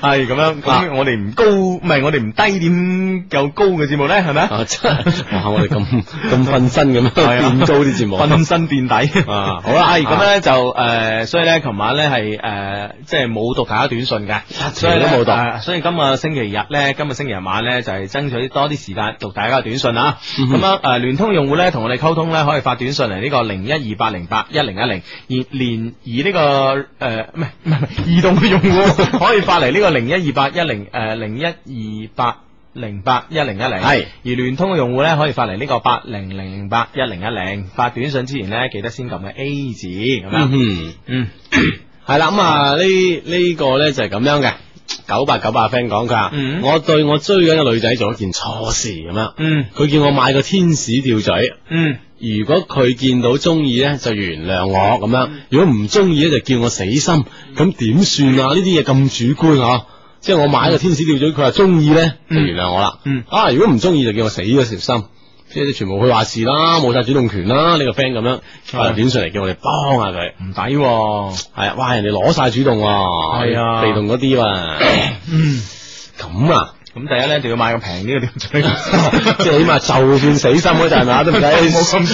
係咁樣，咁我哋唔高，唔係我哋唔低點夠高嘅節目咧，係咪？啊，真係哇！我哋咁咁瞓身咁樣 係啊變高啲節目，瞓身墊 底啊好啦，係咁咧就诶，所以咧，琴晚咧係诶，即係冇讀大家短信嘅，所以呢條都冇讀啊所以今個星期日咧，今個星期日晚咧就係爭取多啲時間讀大家嘅短信啊。嗯咁樣诶，聯通用戶咧同我哋溝通咧，可以發短信嚟呢個零一二八零八一零一零，而連而呢個诶唔係唔係唔 係移動嘅用戶可以發嚟呢個零一二八一零诶零一二八。零八一零一零係而聯通嘅用戶咧可以發嚟呢個八零零零八一零一零，發短信之前咧記得先撳嘅 A 字咁嗯樣。哼。嗯，系啦，咁啊呢呢个咧就系咁样嘅。九八九八 friend 讲佢话，嗯我对我追紧嘅女仔做一件错事咁样，嗯佢叫我买个天使吊坠，嗯如果佢见到中意咧就原谅我咁嗯样，如果唔中意咧就叫我死心，咁点算啊？呢啲嘢咁主观啊，即系我买个天使吊坠，佢话中意咧就嗯原谅我啦，嗯啊如果唔中意就叫我死咗條心。即系全部佢话事啦，冇晒主動權啦，呢、個 friend 咁樣發條短信嚟叫我哋幫下佢，唔抵喎，系啊，哇！人哋攞晒主動喎，係啊被動嗰啲喎，咁啊，咁第一咧就要買個平啲嘅吊墜， 即係起碼就算死心嗰 陣啊，都唔使冇咁想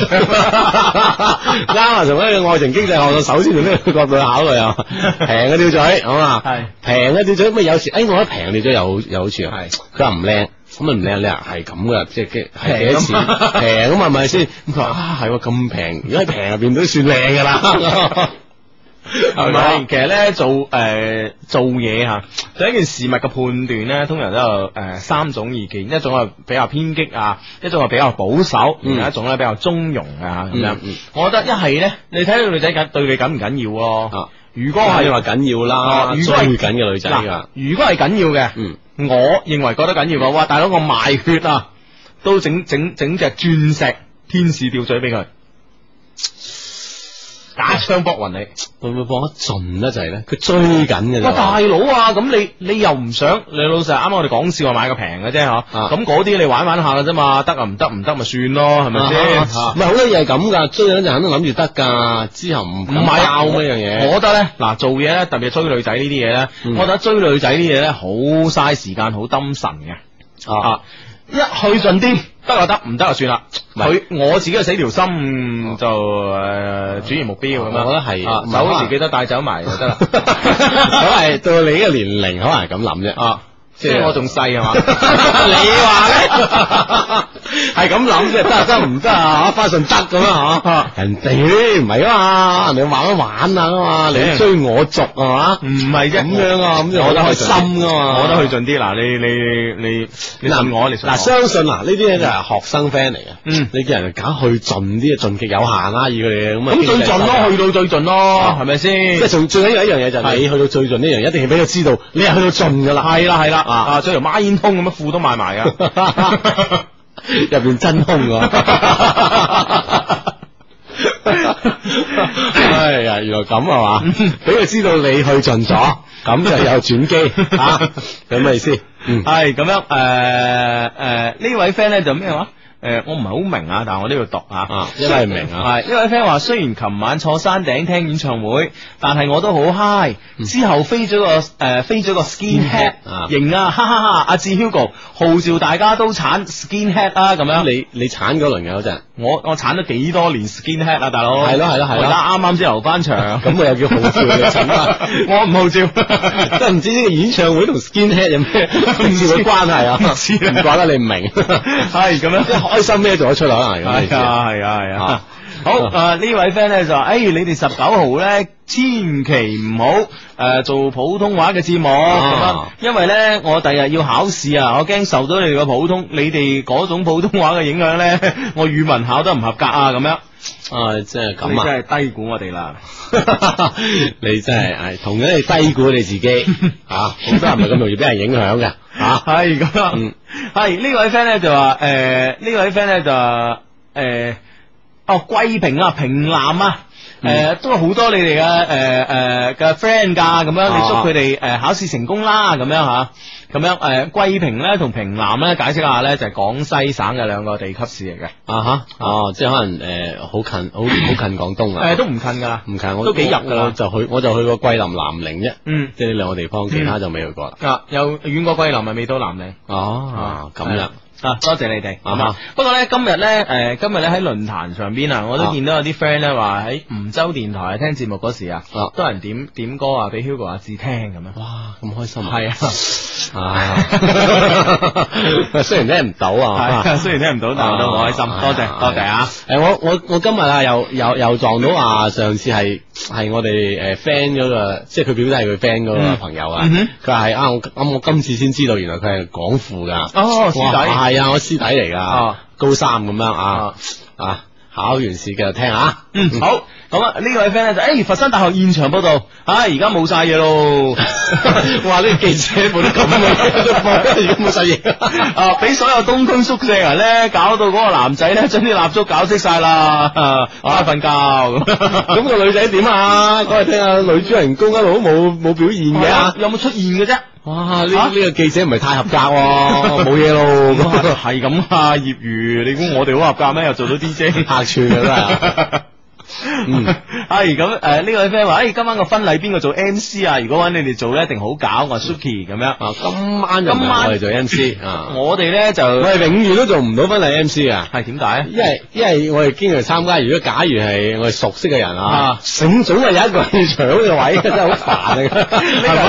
啱啊！從一個愛情經濟學嘅首先從呢個角度考慮啊，平嘅吊嘴好嘛？係平嘅吊嘴，咪有時哎誒，我覺得平吊嘴有有好處啊係。佢話唔靚。咁咪唔靚，你話係咁噶，即係幾係幾多平錢啊嘛平咁嘛係咪先？咁佢話啊係喎咁平，如果喺平入邊都算靚 噶啦。唔係，其實咧做誒、呃做嘢嚇，對一件事物嘅判斷咧，通常都有誒、呃三種意見，一種係比較偏激啊，一種係比較保守，嗯另一種咧比較中庸啊咁樣。嗯嗯我覺得一係咧，你睇呢個女仔緊對你緊唔緊要咯、啊如果嗰個係係話緊要啦，啊追如果係緊嘅女仔嗱噶，，如果係緊要嘅，嗯，我認為覺得緊要嘅，哇！大佬我賣血啊，都整整整隻鑽石天使吊墜俾佢，打槍搏暈你。會唔會放得盡得滯咧？佢追緊嘅喂，大啫，佬啊，咁你你又唔想，你老實啱啱我哋講笑話買個平嘅啫嗬，啊咁嗰啲你玩玩下嘅啫嘛，得啊唔得唔得咪算咯，係咪啊先？唔係好多嘢係咁噶，追緊就肯定諗住得噶，之後唔唔係啊拗呢樣嘢。我覺得咧，嗱做嘢咧，特別係追女仔呢啲嘢咧，嗯我覺得追女仔呢啲嘢咧好嘥時間，好抌神嘅。啊，啊，一去盡啲，得就得，唔得就算啦。唔係哦佢我自己嘅死條心就誒轉移目標咁樣，我覺得係啊唔係可手能時記得帶走埋就得啦。 可能係到你嘅年齡，可能係咁諗啫。啊，即即係係我仲細 係嘛？ 係咁諗啫，得啊得唔得啊？花順得 咁啊啊嚇，人哋唔係啊嘛，人哋玩一玩啊嘛，嗯你追我逐啊嘛。唔係啫，咁樣啊咁就我覺得去盡開心㗎嘛我覺得去盡啲。嗱，你你你你信我，你信我啊嗱，相信啊嗱呢啲咧就係學生 friend 嚟嘅，嗯你叫人搞去盡啲，盡極有限啦，以佢哋咁啊，咁最盡咯，去，到最盡咯啊，係咪先？即係仲最緊要一樣嘢就係你去到最盡呢樣，一定要俾佢知道你係去到盡噶啦，係啦係啦，啊啊，着條孖煙通咁樣褲都賣 埋啊噶。入邊真空 㗎。哎呀，原來咁係嘛，俾佢知道你去盡咗，咁就有轉機啊，咁咩意思？嗯，系咁样，诶诶呢位 friend 咧就咩話？诶、我唔係好明啊，但係我呢度讀啊，啊因為明啊系呢位 friend 話，雖然琴晚坐山頂聽演唱會，但係我都好 high，之後飛咗個诶、誒飛咗個 skin head，嗯啊型啊，哈哈哈！阿志 Hugo 號召大家都鏟 skin head 啊，咁樣你你鏟嗰輪嘅嗰陣。我我鏟咗幾多年 skin head 啊，大佬，係咯係咯係咯我而家啱啱先留翻場，咁我又叫號召你整啊 我唔號召，真係唔知呢個演唱會同 skinhead 有咩直接嘅關係啊？唔知啊唔怪得你唔明， 係咁樣即係開心咩做得出嚟可能係咁嘅意系思啊啊系啊系啊啊。好诶，呃呢位 friend 咧就話：，诶，你哋十九號咧，千祈唔好诶做普通話嘅節目，咁樣啊因為咧我第日要考試啊，我驚受到你哋嘅普通，你哋嗰種普通話嘅影響咧， 我語文考得唔合格啊，咁樣，啊，即係你咁啊！真係低啊估我哋 啦。 你真係唉，同樣你低估你自己 啊！好多人唔係咁容易俾人影響嘅啊！系咁啊，嗯系呢位 friend 咧就话，诶、呢位 friend 咧就話诶、哦桂平啊平南啊。誒、嗯都有好多你哋嘅誒誒嘅 friend 㗎，咁樣哦你祝佢哋誒考試成功啦，咁樣嚇，咁樣誒桂平咧同平南咧解釋下咧就係、廣西省嘅兩個地級市嚟嘅，誒、啊哈！哦，即係可能誒，好近，好好 近廣東啊！呃都唔近㗎啦，唔近，我都幾入㗎啦我就去，我就去過桂林、南寧啫，嗯即係呢兩個地方，其他就未去過啦。啊有遠過桂林咪未到南寧。哦，咁樣。啊，多謝你哋。啱啊不過咧，今日咧，誒、今日咧喺論壇上邊啊，我都啊見到有啲 friend 咧話喺梧州電台啊聽節目嗰時啊啊，多人點點歌啊，俾 Hugo 阿志聽咁樣。哇，咁開心啊！係啊。 啊， 雖然聽唔到啊，係，雖然聽唔到，但係我都好開心。啊多謝，多謝啊！！誒，我我我今日啊，又又又撞到啊，上次係係我哋誒 friend 嗰個，即係佢表弟佢 friend 嗰個嗯朋友啊嗯哼，佢係啊，我咁我今次先知道，原來佢係廣附噶，哦，師弟，係啊，我師弟嚟噶啊，高三咁樣啊啊，考完試嘅聽啊下，哦嗯， 好。咁啊，呢位 friend 咧就，誒，佛山大學現場報道，唉，而家冇晒嘢 咯。哇！呢個記者冇得咁嘅，都冇而家冇晒 嘢。啊！俾所有東區宿舍人咧，搞到嗰個男仔咧，將啲蠟燭搞熄晒啦，啊我瞓覺 咁。咁個女仔點啊？嗰日聽下女主人公一路都冇冇表現係啊嘅。有冇出現嘅啫？哇！呢啊呢個記者唔係太合格喎，哦冇嘢 咯。 係咁啊，業餘，你估我哋好合格咩？又做到 DJ，客串嘅真係。嗯系咁诶，呢位 friend 话：，诶，今晚個婚禮邊個做 MC 啊？如果揾你哋做咧，一定好搞。我 Suki 咁樣。啊，今晚就唔今係晚 我哋做 M C 啊，我哋咧就我哋永遠都做唔到婚禮 M C 啊。係點解啊？因為因為我哋經常參加，如果假如係我哋熟悉嘅人啊啊，醒總係有 一個人搶呢個位，真係好煩 啊，呢係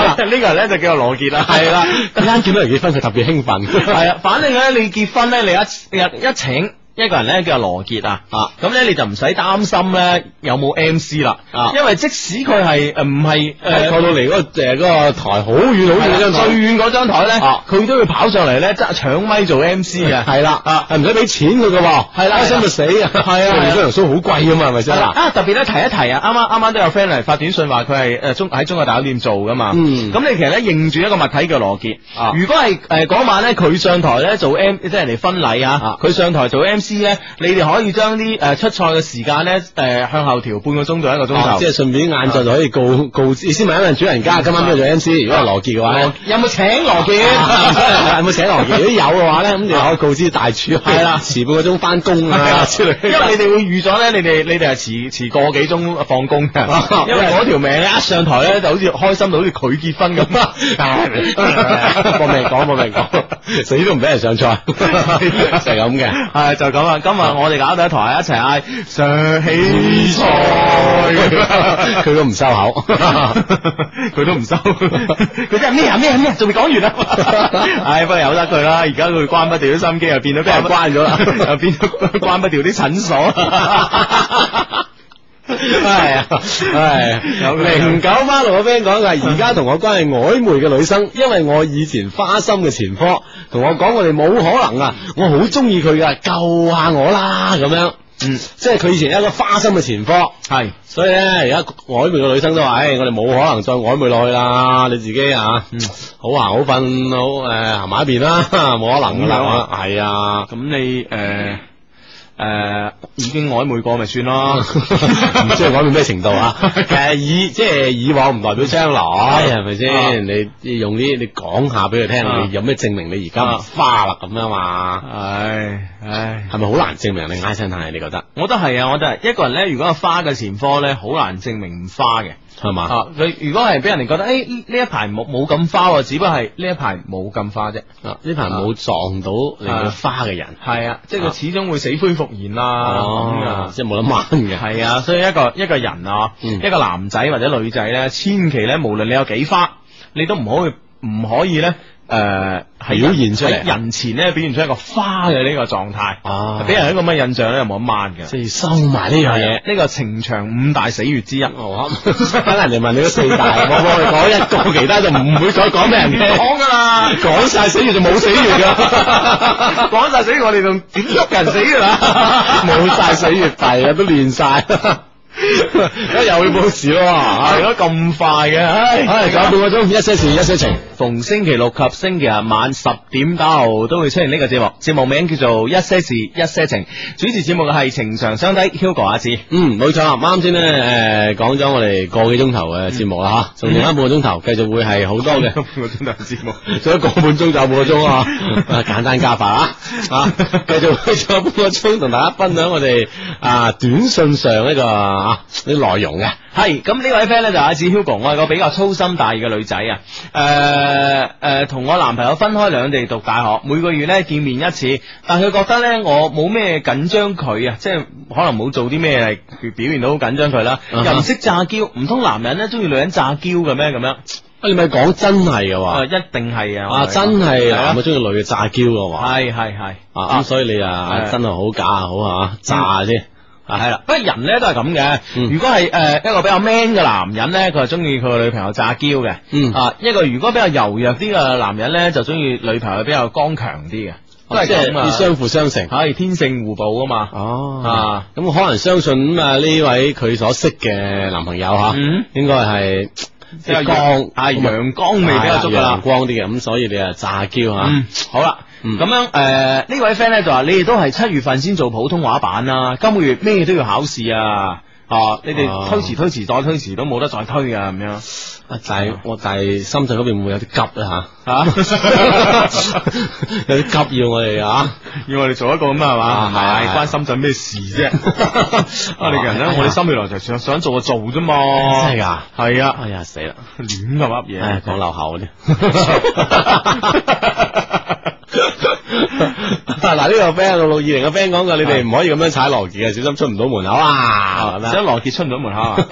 嘛個？人呢個人咧就叫做羅傑啦，係啦，突然間見到人結婚，佢特別興奮。 系啊，反正咧你結婚咧，你一一一请一個人咧叫羅傑啊，啊，咁咧你就唔使擔心咧有冇 MC 啦，啊因為即使佢係诶唔係诶誒坐到離嗰 呃個誒嗰個台好遠好遠張最台，遠嗰張台咧啊，佢都要跑上嚟咧，即係搶咪做 MC 嘅，係啦，啊係唔使俾錢佢嘅喎，係啦開心到死啊！係啊係啊嗰條須好貴啊嘛，係咪先係啦嗱？啊！特別咧提一提啊，啱啱啱啱都有 friend 嚟發短信話佢係誒中喺中國大酒店做噶嘛，嗯咁你其實咧認住一個物體叫羅傑啊，如果係誒嗰晚咧佢上台咧做 M 即係人哋婚禮啊啊，佢上台做 MC 咧，你哋可以將啲誒出賽嘅時間咧誒向後調半個鐘到一個鐘啊頭，即係順便晏晝就可以告告知，先問一問主人家今晚邊個做 M C，如果係羅傑嘅話咧羅。有冇請羅傑？ 有冇請羅傑？如果有嘅話咧，咁你可以告知大 廚係啦遲半個鐘翻 工啊之類。因為你哋會預咗咧，你哋你哋係遲遲個幾鐘呃放工嘅啊， 因為嗰條命咧一上台 咧就好似開心到好似佢結婚 咁啊！ 搏命講，搏 命講，死都唔俾人上菜，就係咁嘅。系就咁啦，今日我哋搞第一台一齊嗌上起 菜， 佢都唔收口， 佢都唔收，佢真係咩啊咩啊咩啊，仲未講完啊！ 唉，不過由得佢啦，而家佢關不掉啲心機，又變咗俾人關咗 啦，又變咗關不掉啲診所。 係啊，係有啊佢零九八六個 friend 講嘅係，而家同我關係曖昧嘅女生，因為我以前花心嘅前科，同我講我哋冇可能啊，我好中意佢噶，救下我啦咁樣。嗯，即係佢以前有一個花心嘅前科，係。所以咧，而家曖昧嘅女生都話：，唉，我哋冇可能再曖昧落去啦，你自己啊，嗯好行好瞓，好诶行埋一邊啦，冇可咁能噶樣啦啊，係啊，咁你诶诶、呃已經曖昧過咪算 咯， 唔啊知係曖昧咩程度 啊？诶，以即係以往唔代表將來，哎啊係咪先？你你用啲你講下俾啊佢聽，你有咩證明你而家唔花啦咁樣嘛？唉唉，係咪好難證明你唉親太？你覺得我覺得係啊，我覺得一個人咧，如果係花嘅前科咧，好難證明唔花嘅。係嘛？啊，佢如果係俾人哋覺得，誒呢一排冇冇咁花喎，只不過係呢一排冇咁花啫。啊呢排冇撞到令佢花嘅人，係啊，即係啊佢始終會死灰復燃啦。咁哦啊，即係冇得掹嘅。系啊，所以一個一个人啊，嗯一個男仔或者女仔咧，千祈咧，無論你有幾花，你都唔可以唔可以呃咧，诶、喺表現出嚟喺人前咧表現出一個花嘅呢個狀態，啊俾、人一個咁嘅印象咧，冇得掹嘅。即係啊收埋呢樣嘢。呢個情場五大死穴之一， 哦，等 人哋問你嗰四大，我我哋講一個，其他就唔會再講俾人聽。噶 啦， 講晒死穴就冇死穴 噶，講晒死穴我哋仲點喐人死 噶 啦，冇晒死 穴弊啊，都亂 晒。又會報時咯，係唉，咯哎咁快嘅，唉唉，仲有半個鐘，一些事，一些情。逢星期六及星期日晚十點打後都會出現呢個節目，節目名叫做《一些事一些情》，主持節目嘅係情長相低 Hugo 阿 志。嗯，冇錯，啱先咧，誒講咗我哋個幾鐘頭嘅節目啦嚇，仲剩翻半個鐘頭，繼續會係好多嘅。個鐘頭節目， 仲有一個半鐘就半個鐘啊，啊簡單加法 啊，啊，繼續仲有半個鐘同大家分享我哋啊短信上呢個啊啲內容嘅，係咁呢位 friend 咧就係阿志 Hugo，我係個比較粗心大意嘅女仔啊，誒誒同我男朋友分開兩地讀大學，每個月咧見面一次，但佢覺得咧我冇咩緊張佢啊，即係可能冇做啲咩嚟表現到好緊張佢啦，啊哈又唔識詐嬌，唔通男人咧中意女人詐嬌嘅咩咁樣？啊你咪講真係嘅啊，話，一定係啊！啊真係係啊男嘅中意女嘅詐嬌嘅話，係係係啊咁所以你啊係真係好假啊好啊詐先，啊係啦，不過人咧都係咁嗯嘅。如果係诶一個比較 man 嘅男人咧，佢係中意佢個女朋友詐嬌嘅。嗯啊，一個如果比較柔弱啲嘅男人咧，就中意女朋友比較剛強啲嘅，都係哦即係咁要啊。相輔相成。係天性互補啊嘛。哦啊，咁可能相信咁啊呢位佢所識嘅男朋友吓，嗯應該係啊即陽係光啊陽光味比較足噶係啊啦陽。光啲嘅，咁所以你啊詐嬌嗯吓，，好啦，嗯咁呃樣诶呢位 friend 咧就話：你哋都係七月份先做普通話版啦，今個月咩都要考試啊。啊，你哋啊推遲推遲再推遲都冇得再推噶咁樣。啊但係我但係深圳嗰邊會唔會有啲急咧吓？啊 有啲急要我哋啊！要我哋做一個咁啊係嘛，啊係啊係啊關深圳咩事 啫？我哋個人哎咧，呀我哋心血來潮想想做就做啫嘛。真係哎㗎哦係啊，哎呀死啦！亂咁噏唉嘢，，講漏口嗰啲。 嗱呢個 friend 六六二零嘅 friend 講過，你哋唔可以咁樣踩羅傑嘅，小心出唔到門口啊！咁即係 羅傑出唔到門口啊！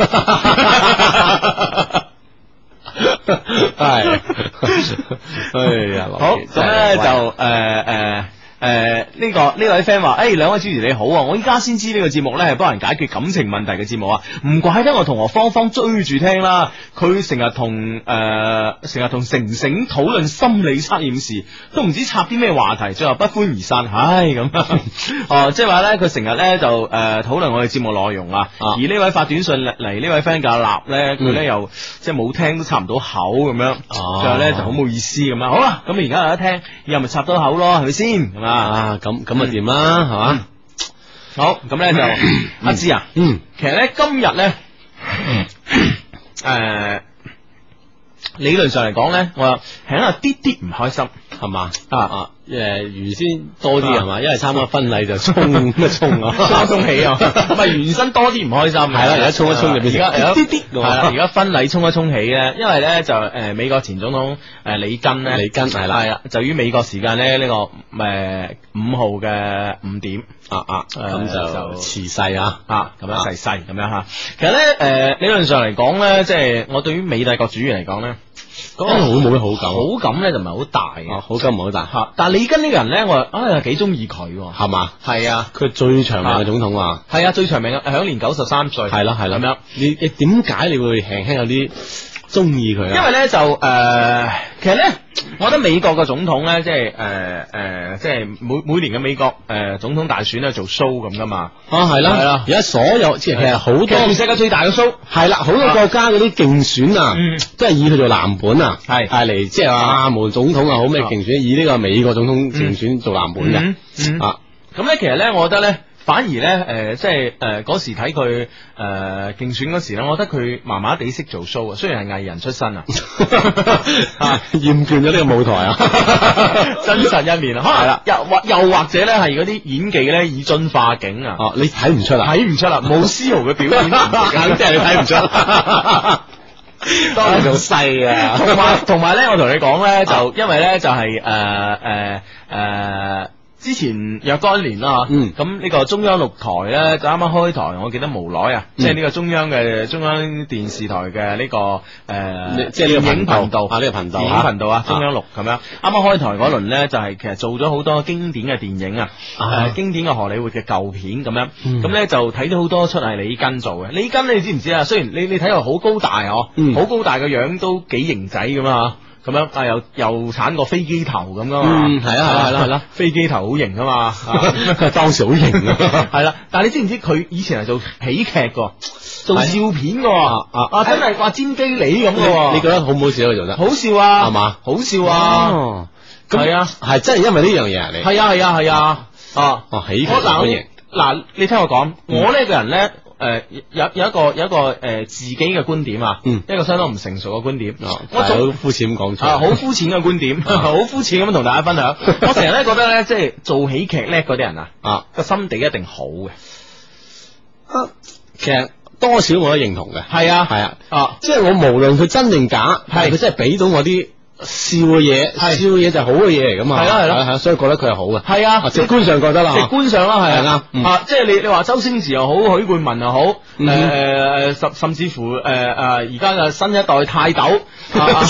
係， 哎呀，羅傑好咁真係咧威就诶诶。诶，呢、個呢位 friend 話：，哎誒兩位主持你好啊，我依家先知呢個節目呢係幫人解決感情問題嘅節目啊，唔怪得我同學芳芳追住聽啦，佢成日同诶成日同成成討論心理測驗時，都唔知插啲咩話題，最後不歡而散，唉咁。 哦，即係話呢，佢成日呢就诶討論我哋節目內容啊，啊而呢位發短信嚟嚟呢位 friend 嘅阿立呢，佢呢嗯又即係冇聽都插唔到口咁樣，哦最後呢就好冇。冇意思咁啊！好啦，咁而家有得聽，以後咪插多口咯，係咪先？咁啊，啊咁咁啊掂啦，係嘛？好，咁咧就阿芝啊，嗯，其實咧今日咧， 诶，理論上嚟講咧，我係有啲啲唔開心係嘛？啊啊，誒原先多啲啊係嘛，因為參加婚禮就 衝一衝啊，衝一衝起啊，唔係原身多啲唔開心，係係啦而家衝一衝就變成而家啲啲係啦，而家婚禮衝一衝起咧，因為咧就誒美國前總統誒里根咧，里根係啦係啦，就於美國時間咧呢個誒五號嘅五點。啊啊，咁誒就就辭世啊，啊，咁樣啊細細咁樣吓。其實咧，誒、理論上嚟講咧，即係我對於美帝國主義嚟講咧，嗰、因為好冇好感啊好感咧就唔係好大嘅哦，好金唔好大，吓、但係里根呢個人咧，我啊又幾中意佢喎。係嘛？係啊，佢最長命嘅總統啊！係啊，最長命嘅，享年九十三歲。係啦係啦咁樣。你你點解你會輕輕有啲中意佢因啊？為咧就誒、其實咧，我覺得美國嘅總統咧，即係誒誒，即係每每年嘅美國誒、總統大選咧做 show 咁噶嘛。啊係係啦啦，而家所有即係其實好多其實全世界最大嘅 show。係啦，好多國家嗰啲競選啊嗯，都係以佢做藍本啊，係係嚟即係話無論總統又好咩啊競選，以呢個美國總統競選做藍本嗯嗯嘅啊，咁咧，其實咧，我覺得咧，反而咧，誒、即係誒嗰時睇佢誒競選嗰時咧，我覺得佢麻麻地識做 show 啊，雖然係藝人出身啊，啊 厭倦咗呢個舞台 啊，真實一面啊，可能啦，又或又或者咧係嗰啲演技咧以進化境啊，哦，你睇唔出啊？睇唔出啦，冇絲毫嘅表演肯定係你睇唔出。當然仲細啊啊同埋同埋咧，我同你講咧，就因為咧就係誒誒誒。之前若干年啦，嚇嗯咁呢個中央六台咧，就啱啱開台，我記得無耐啊，嗯即係呢個中央嘅中央電視台嘅呢個誒，呃即係呢電影個頻頻道道啊呢個頻道電影啊頻道啊啊，中央六咁樣。啱啱開台嗰輪咧，就係其實做咗好多經典嘅電影啊，啊誒經典嘅荷里活嘅舊片咁樣，嗯咁咧就睇咗好多出係李根做嘅。李根你知唔知啊？雖然你你睇落好高大哦嗯，好高大個樣都幾型仔咁啊，咁樣啊又又鏟個飛機頭咁噶嘛，嗯係啊係啊係啦，飛機頭好型啊嘛，啊 當時好型 啊！係啦，但係你知唔知佢以前係做喜劇噶，做係笑片噶，啊啊真係話煎機理咁噶，你覺得好唔好笑啊？佢做得好笑啊，係嘛？好笑啊，哦咁係啊係真係因為呢樣嘢啊！你係啊係啊係啊，啊。哦喜劇我嗱歡迎我嗱，你聽我講，嗯我呢個人咧。誒、有有一個有一個誒、自己嘅觀點啊，嗯一個相當唔成熟嘅觀點，哦，我我好仲膚淺咁講出嚟啊好啊膚淺嘅觀點， 好膚淺咁樣同大家分 享。我成日咧覺得咧，即係做喜劇叻嗰啲人啊，啊！個心地一定好嘅。其實多少我都認同嘅，係啊，係啊，啊，即係我無論佢真定假，係係佢真係俾到我啲笑嘅嘢，係笑嘅嘢就係好嘅嘢嚟噶嘛，係咯係咯係啊，所以覺得佢係好嘅，係啊，啊直觀上覺得啦，直觀上啦，係係啊啊，嗯啊，即係你你話周星馳又好，許冠文又好，嗯誒誒甚甚至乎誒誒而家嘅新一代泰斗，啊 啊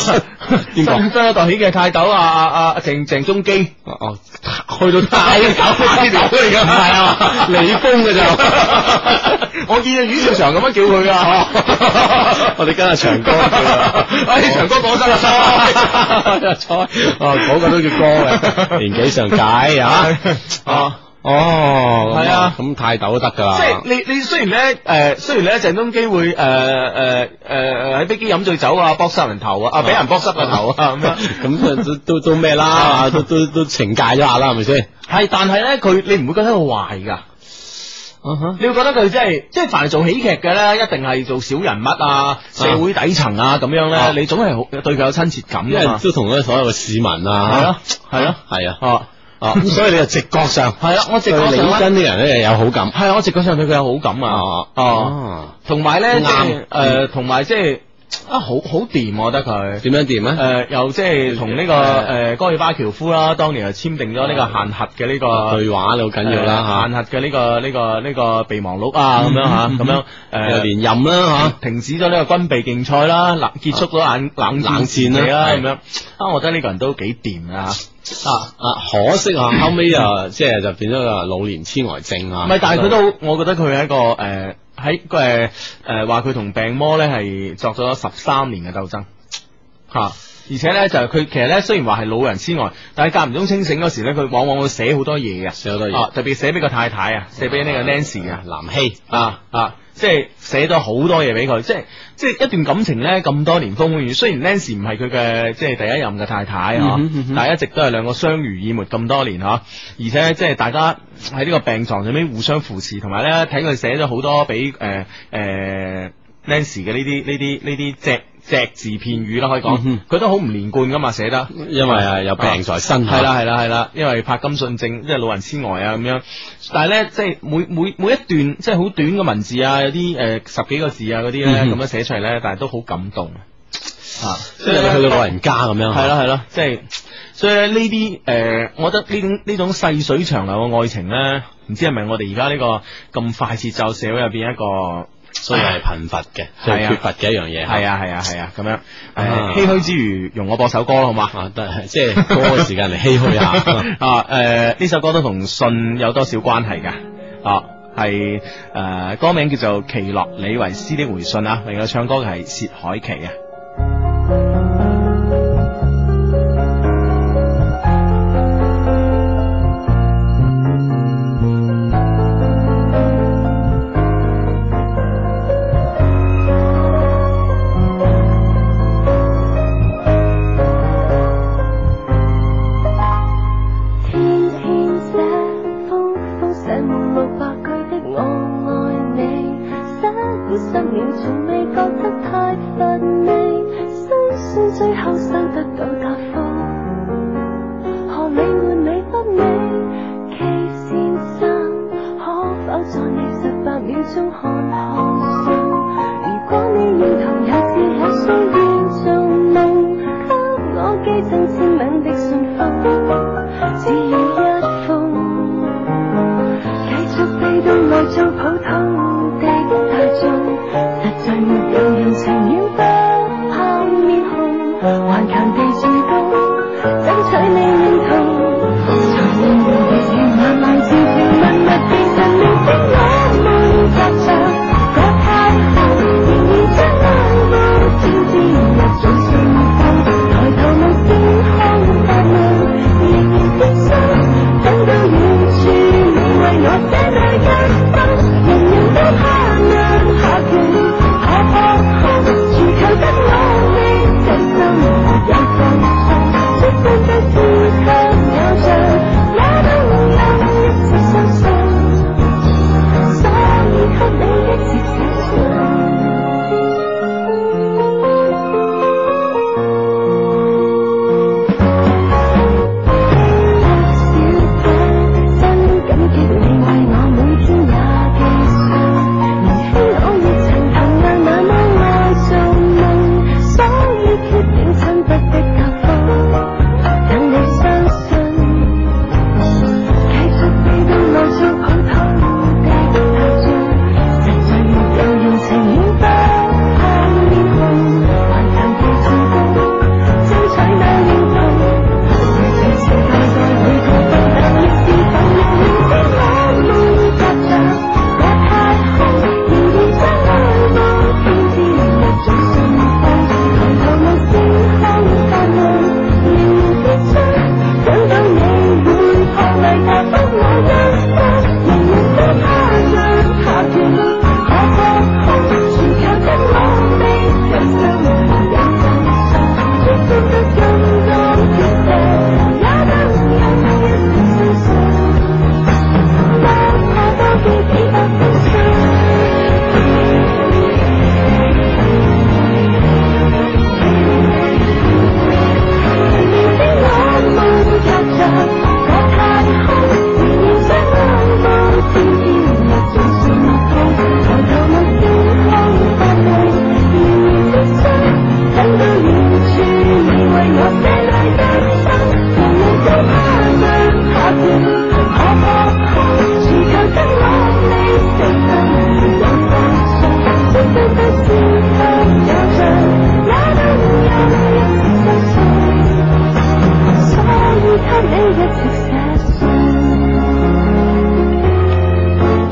邊個新新一代喜劇泰斗啊啊啊鄭鄭中基，哦哦，去到太久太久嚟㗎，唔 係啊理工嘅就。 我見到阮兆祥咁樣叫佢啊， 我哋跟阿長哥叫啊， 哎長哥講真 啦錯錯， 哦嗰個都叫哥 嘅，年紀上解啊，啊。哦，咁係啊咁泰斗都得㗎啦，即係你你雖然咧誒、呃，雖然咧鄭中基會誒誒呃誒誒喺飛機飲醉酒啊，搏殺人頭啊，啊俾人搏濕個頭啊 咁樣。 咁就都都都 咩啦，都都都懲戒咗下啦，係咪先？係，但係咧，佢你唔會覺得佢壞㗎，嗯哼。你會覺得佢真係，即係凡係做喜劇嘅咧，一定係做小人物啊、社會底層啊咁樣啊咧，你總係好對佢有親切感因為㗎嘛。都同嗰所有嘅市民嗯係咯啊，，係咯，係啊，哦，啊，咁所以你就直覺上 係啊啦，我直對覺上李咧根啲人咧有好感，係啊，我直覺上對佢有好感啊。哦，哦，同埋咧，即係啱誒，同埋即係啊，好好掂，我覺得佢。點樣掂啊誒、咧？又即係同呢個嗯誒戈爾巴喬夫啦，當年係簽訂咗呢個限核嘅呢、個呃對話你好緊要啦嗯限核嘅呢個呢、個呢、個備忘錄啊，咁樣吓，咁樣嚇，又誒。連任啦停止咗呢個軍備競賽啦，冷結束咗冷冷冷戰啦戰啦，係咁樣啊，我覺得呢個人都幾掂啊！嚇，啊啊，可惜 啊，後尾啊，即係就變咗個老年痴呆症啊，唔係，但係佢都好，我覺得佢係一個誒喺誒誒話佢同病魔咧係作咗十三年嘅鬥爭嚇。而且咧就係佢其實咧雖然話係老人痴呆，但係間唔中清醒嗰時咧，佢往往會寫好多嘢啊，寫好多嘢啊，特別寫俾個太太啊，寫俾呢個 Nancy 啊，南希啊啊，即係寫咗好多嘢俾佢，即係即係一段感情咧咁多年風雨，雖然 Nancy 唔係佢嘅即係第一任嘅太太啊，嗯哼嗯哼但係一直都係兩個相濡以沫咁多年吓，而且即係大家喺呢個病床上面互相扶持，同埋咧睇佢寫咗好多俾誒誒 Nancy 嘅呢啲呢啲呢啲隻隻字片語啦，可以講嗯哼佢、都好唔連貫噶嘛寫得。因為啊有病在身啊，係啦係啦係啦，因為柏金遜症即係老人痴呆啊咁樣，但係咧即係每每每一段即係好短嘅文字啊，有啲誒、呃十幾個字啊嗰啲咧嗯咁哼樣寫出嚟咧，但係都好感動啊！即係你去到老人家咁樣，啊係啦係啦，即係所以咧呢啲誒，我覺得呢種呢種細水長流嘅愛情咧，唔知係咪我哋而家呢個咁快節奏社會入邊一個。所以係貧乏嘅，最係啊缺乏嘅一樣嘢，係啊係啊係啊，咁樣啊誒唏噓之餘，容我播首歌啦好嘛？啊，都係即係歌嘅時間嚟唏噓 下。 啊，诶、呢首歌都同信有多少關係噶？啊，係诶、誒歌名叫做《奇洛李維斯的回信》啊，另外唱歌嘅係薛凱琪啊。天天寫封封寫滿六百句的我愛你，辛苦失眠，從未覺得太乏味。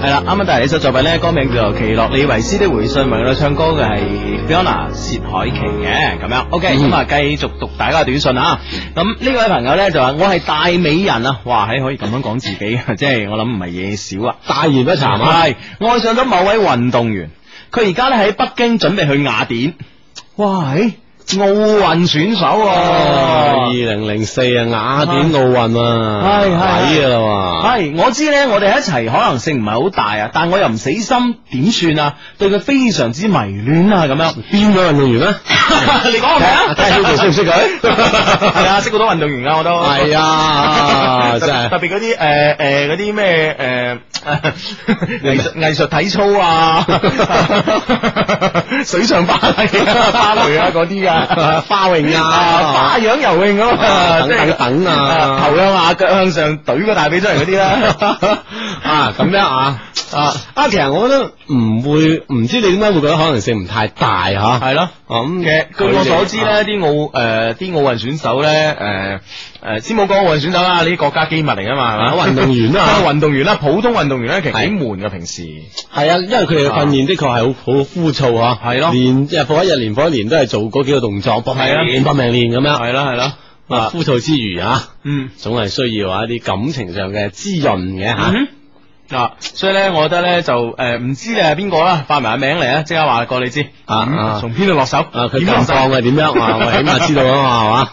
啱啱帶嚟呢首作品咧，歌名叫做《奇洛李維斯的回信》，為我哋唱歌嘅係 Fiona 薛凱琪嘅咁樣。OK，咁啊繼續讀大家嘅短信啊。咁呢位朋友咧就話：我係大美人啊！哇，係可以咁樣講自己， 即係我諗唔係嘢少啊。大言不男惭啊！係愛上咗某位運動員，佢而家咧喺北京準備去雅典。哇！係奧運選手喎、哦二零零四啊，雅典奧運啊，係係抵噶啦系，我知咧，我哋一齊可能性唔係好大啊，但我又唔死心，點算啊？對佢非常之迷戀啊，咁樣。喎，邊位運動員咧？ 你講我啊睇下 Hugo 識唔識佢？ 係啊，識好多運動員噶，我都 係啊，真係特別嗰啲誒誒嗰啲咩誒 藝術藝術體操啊， 水上芭蕾啊、芭蕾啊嗰啲噶，花泳啊 花啊，樣游泳啊嘛，等即係等等啊頭向下腳向上懟個大髀出嚟嗰啲 啦，啊咁樣啊啊啊！其實我覺得唔會，唔知你點解會覺得可能性唔太大吓。係咯。咁啊嘅，據我所知咧，，啲奧誒啲奧運選手咧，誒誒先冇講奧運選手啦，呢啲國家機密嚟噶嘛，係嘛？啊運動員 啦啊運動員啦，普通運動員咧，其實係幾悶噶平時。係啊，因為佢哋嘅訓練的確係好好枯燥啊，係咯年日復一日，年復一年都係做嗰幾個動作，搏命係啊練，搏命練咁樣。係啦係啦，啊，枯燥之餘啊，嗯。總係需要啊一啲感情上嘅滋潤嘅吓。嗯哼啊，所以咧，我覺得咧就誒唔知你係邊個啦，發埋名嚟啊，即刻話過你知啊嗯啊從邊度落手啊，佢點近落手況係點樣啊？我起碼知道 啊嘛，係嘛？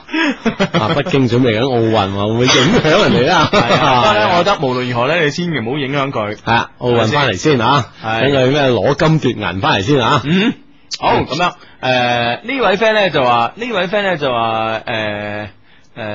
啊，北京準備緊奧運喎，會唔會影響人哋 啊？係啊不過咧，我覺得無論如何咧，你千祈唔好影響佢。係啊，奧運翻嚟先啊，係等佢咩攞金奪銀翻嚟先啊。嗯，好咁樣。誒、呢位 friend 咧就話，呢位 friend 咧就話，誒、誒、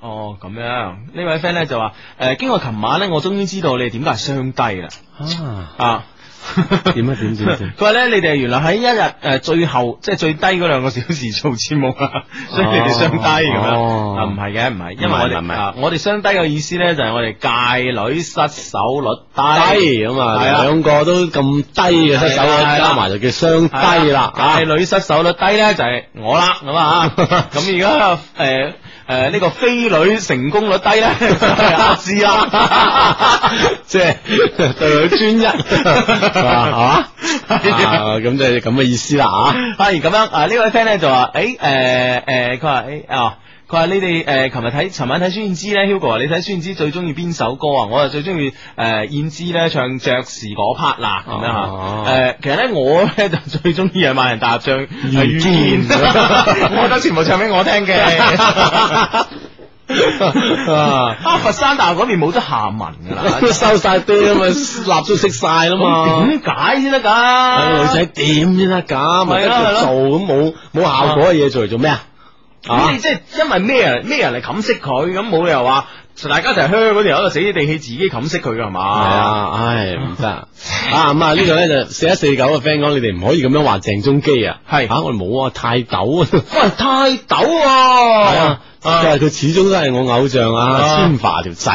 哦咁樣。呢位 friend 咧就話，誒、經過琴晚咧，我終於知道你哋點解係雙低啦。啊，啊！ 點啊點點點 佢話咧，你哋原來喺一日誒、呃最後，即係最低嗰兩個小時做節目啊， 所以你哋雙低咁樣。哦啊，唔係嘅，唔係，因為我唔係唔哋係啊，我哋雙低嘅意思咧就係我哋界女失手率低。低咁啊，係啊兩個都咁低嘅失手，係啊啦加埋就叫雙低啦啊界！女失手率低咧就係我啦，咁啊， 咁而家誒誒呢個飛女成功率低咧，就係阿志 啦， 即係對佢專一，啊係係嘛？啊啊咁就係咁嘅意思啦啊！係咁樣啊！呢位 friend 咧就話，誒誒誒，佢話誒啊。佢話：你哋誒，琴日睇，琴晚睇孫燕姿咧，Hugo 啊話你睇孫燕姿最中意邊首歌啊？我就最中意誒燕姿咧唱爵士嗰 part 啦，咁樣啊嚇。誒、哦其實咧我咧就最中 意係萬人大合唱《遇見》見， 我覺得全部唱俾我聽 嘅。啊啊！佛山大學嗰邊冇咗下文噶 啦，收晒爹啊嘛，蠟都熄晒啦嘛。點解先得啊㗎？女仔點先得㗎？咪係得咯係佢咯做咁冇冇效果嘅嘢做嚟做咩啊？咁啊你！即係因為咩人咩人嚟冚熄佢，咁冇理由話大家一齊靴嗰條友就死死地氣自己冚熄佢噶係系嘛？啊，唉，唔得啊！咁啊，呢度咧就四一四九嘅 friend 講，你哋唔可以咁樣話鄭中基啊！係啊，我哋冇啊，泰斗啊！喂，太抖係啊喎！但係佢始終都係我偶像啊，啊千華 條仔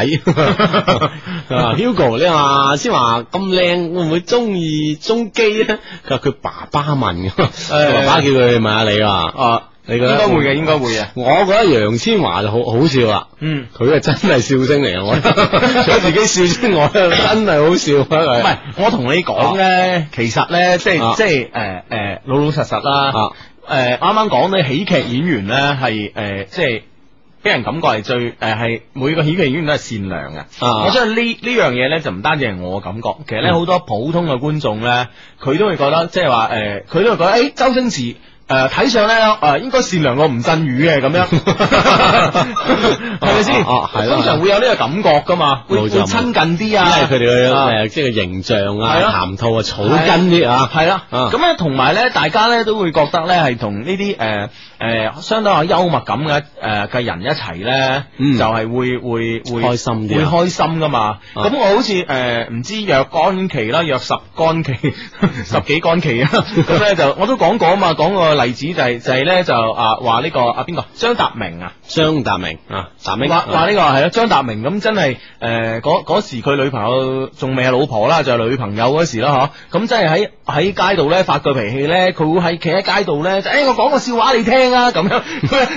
啊，Hugo 你話千華咁靚，會唔會中意中基咧？佢話佢爸爸問嘅，佢爸爸叫佢問下你啊，啊，你覺應得該會嘅，應該會嘅。我覺得楊千嬅就好好笑啦，嗯，佢係真係笑聲嚟嘅，我 覺得除咗自己笑之外，真係好笑啊唔佢。係，啊我同你講咧，其實咧，即啊係即係誒誒，老老實實啦。啊，誒，啱啱講咧，喜劇演員咧係誒，即係俾人感覺係最誒係每個喜劇演員都係善良嘅。啊我相信呢呢樣嘢咧，就唔單止係我嘅感覺，其實咧嗯好多普通嘅觀眾咧，佢都會覺得即係話誒，呃佢、都會覺得誒、欸周星馳。誒睇、上咧，誒、應該善良過吳鎮宇嘅咁 樣，係咪先？啊啊係啦通常會有呢個感覺噶嘛，會冇會錯親近啲因啊，為佢哋啊嘅誒即係形象啊、係咯談吐啊、草根啲啊，係啦，啊咁咧同埋咧，大家咧都會覺得咧係同呢啲誒誒相當有幽默感嘅誒嘅人一齊咧，嗯就係會會會開心啲啊會開心噶嘛。咁、我好似誒唔知若 干期啦，若十干期、十幾干期啊，咁咧就我都講過啊嘛，講過黎例子就係、就係、咧就啊話呢個啊邊個張達明啊，張達明啊，達明話話呢個係咯啊張達明咁真係誒嗰嗰時佢女朋友仲未係老婆啦，就係、女朋友嗰時啦嗬，咁真係喺喺街度咧發個脾氣咧，佢會喺企喺街度咧就誒、哎我講個笑話你聽啊咁樣，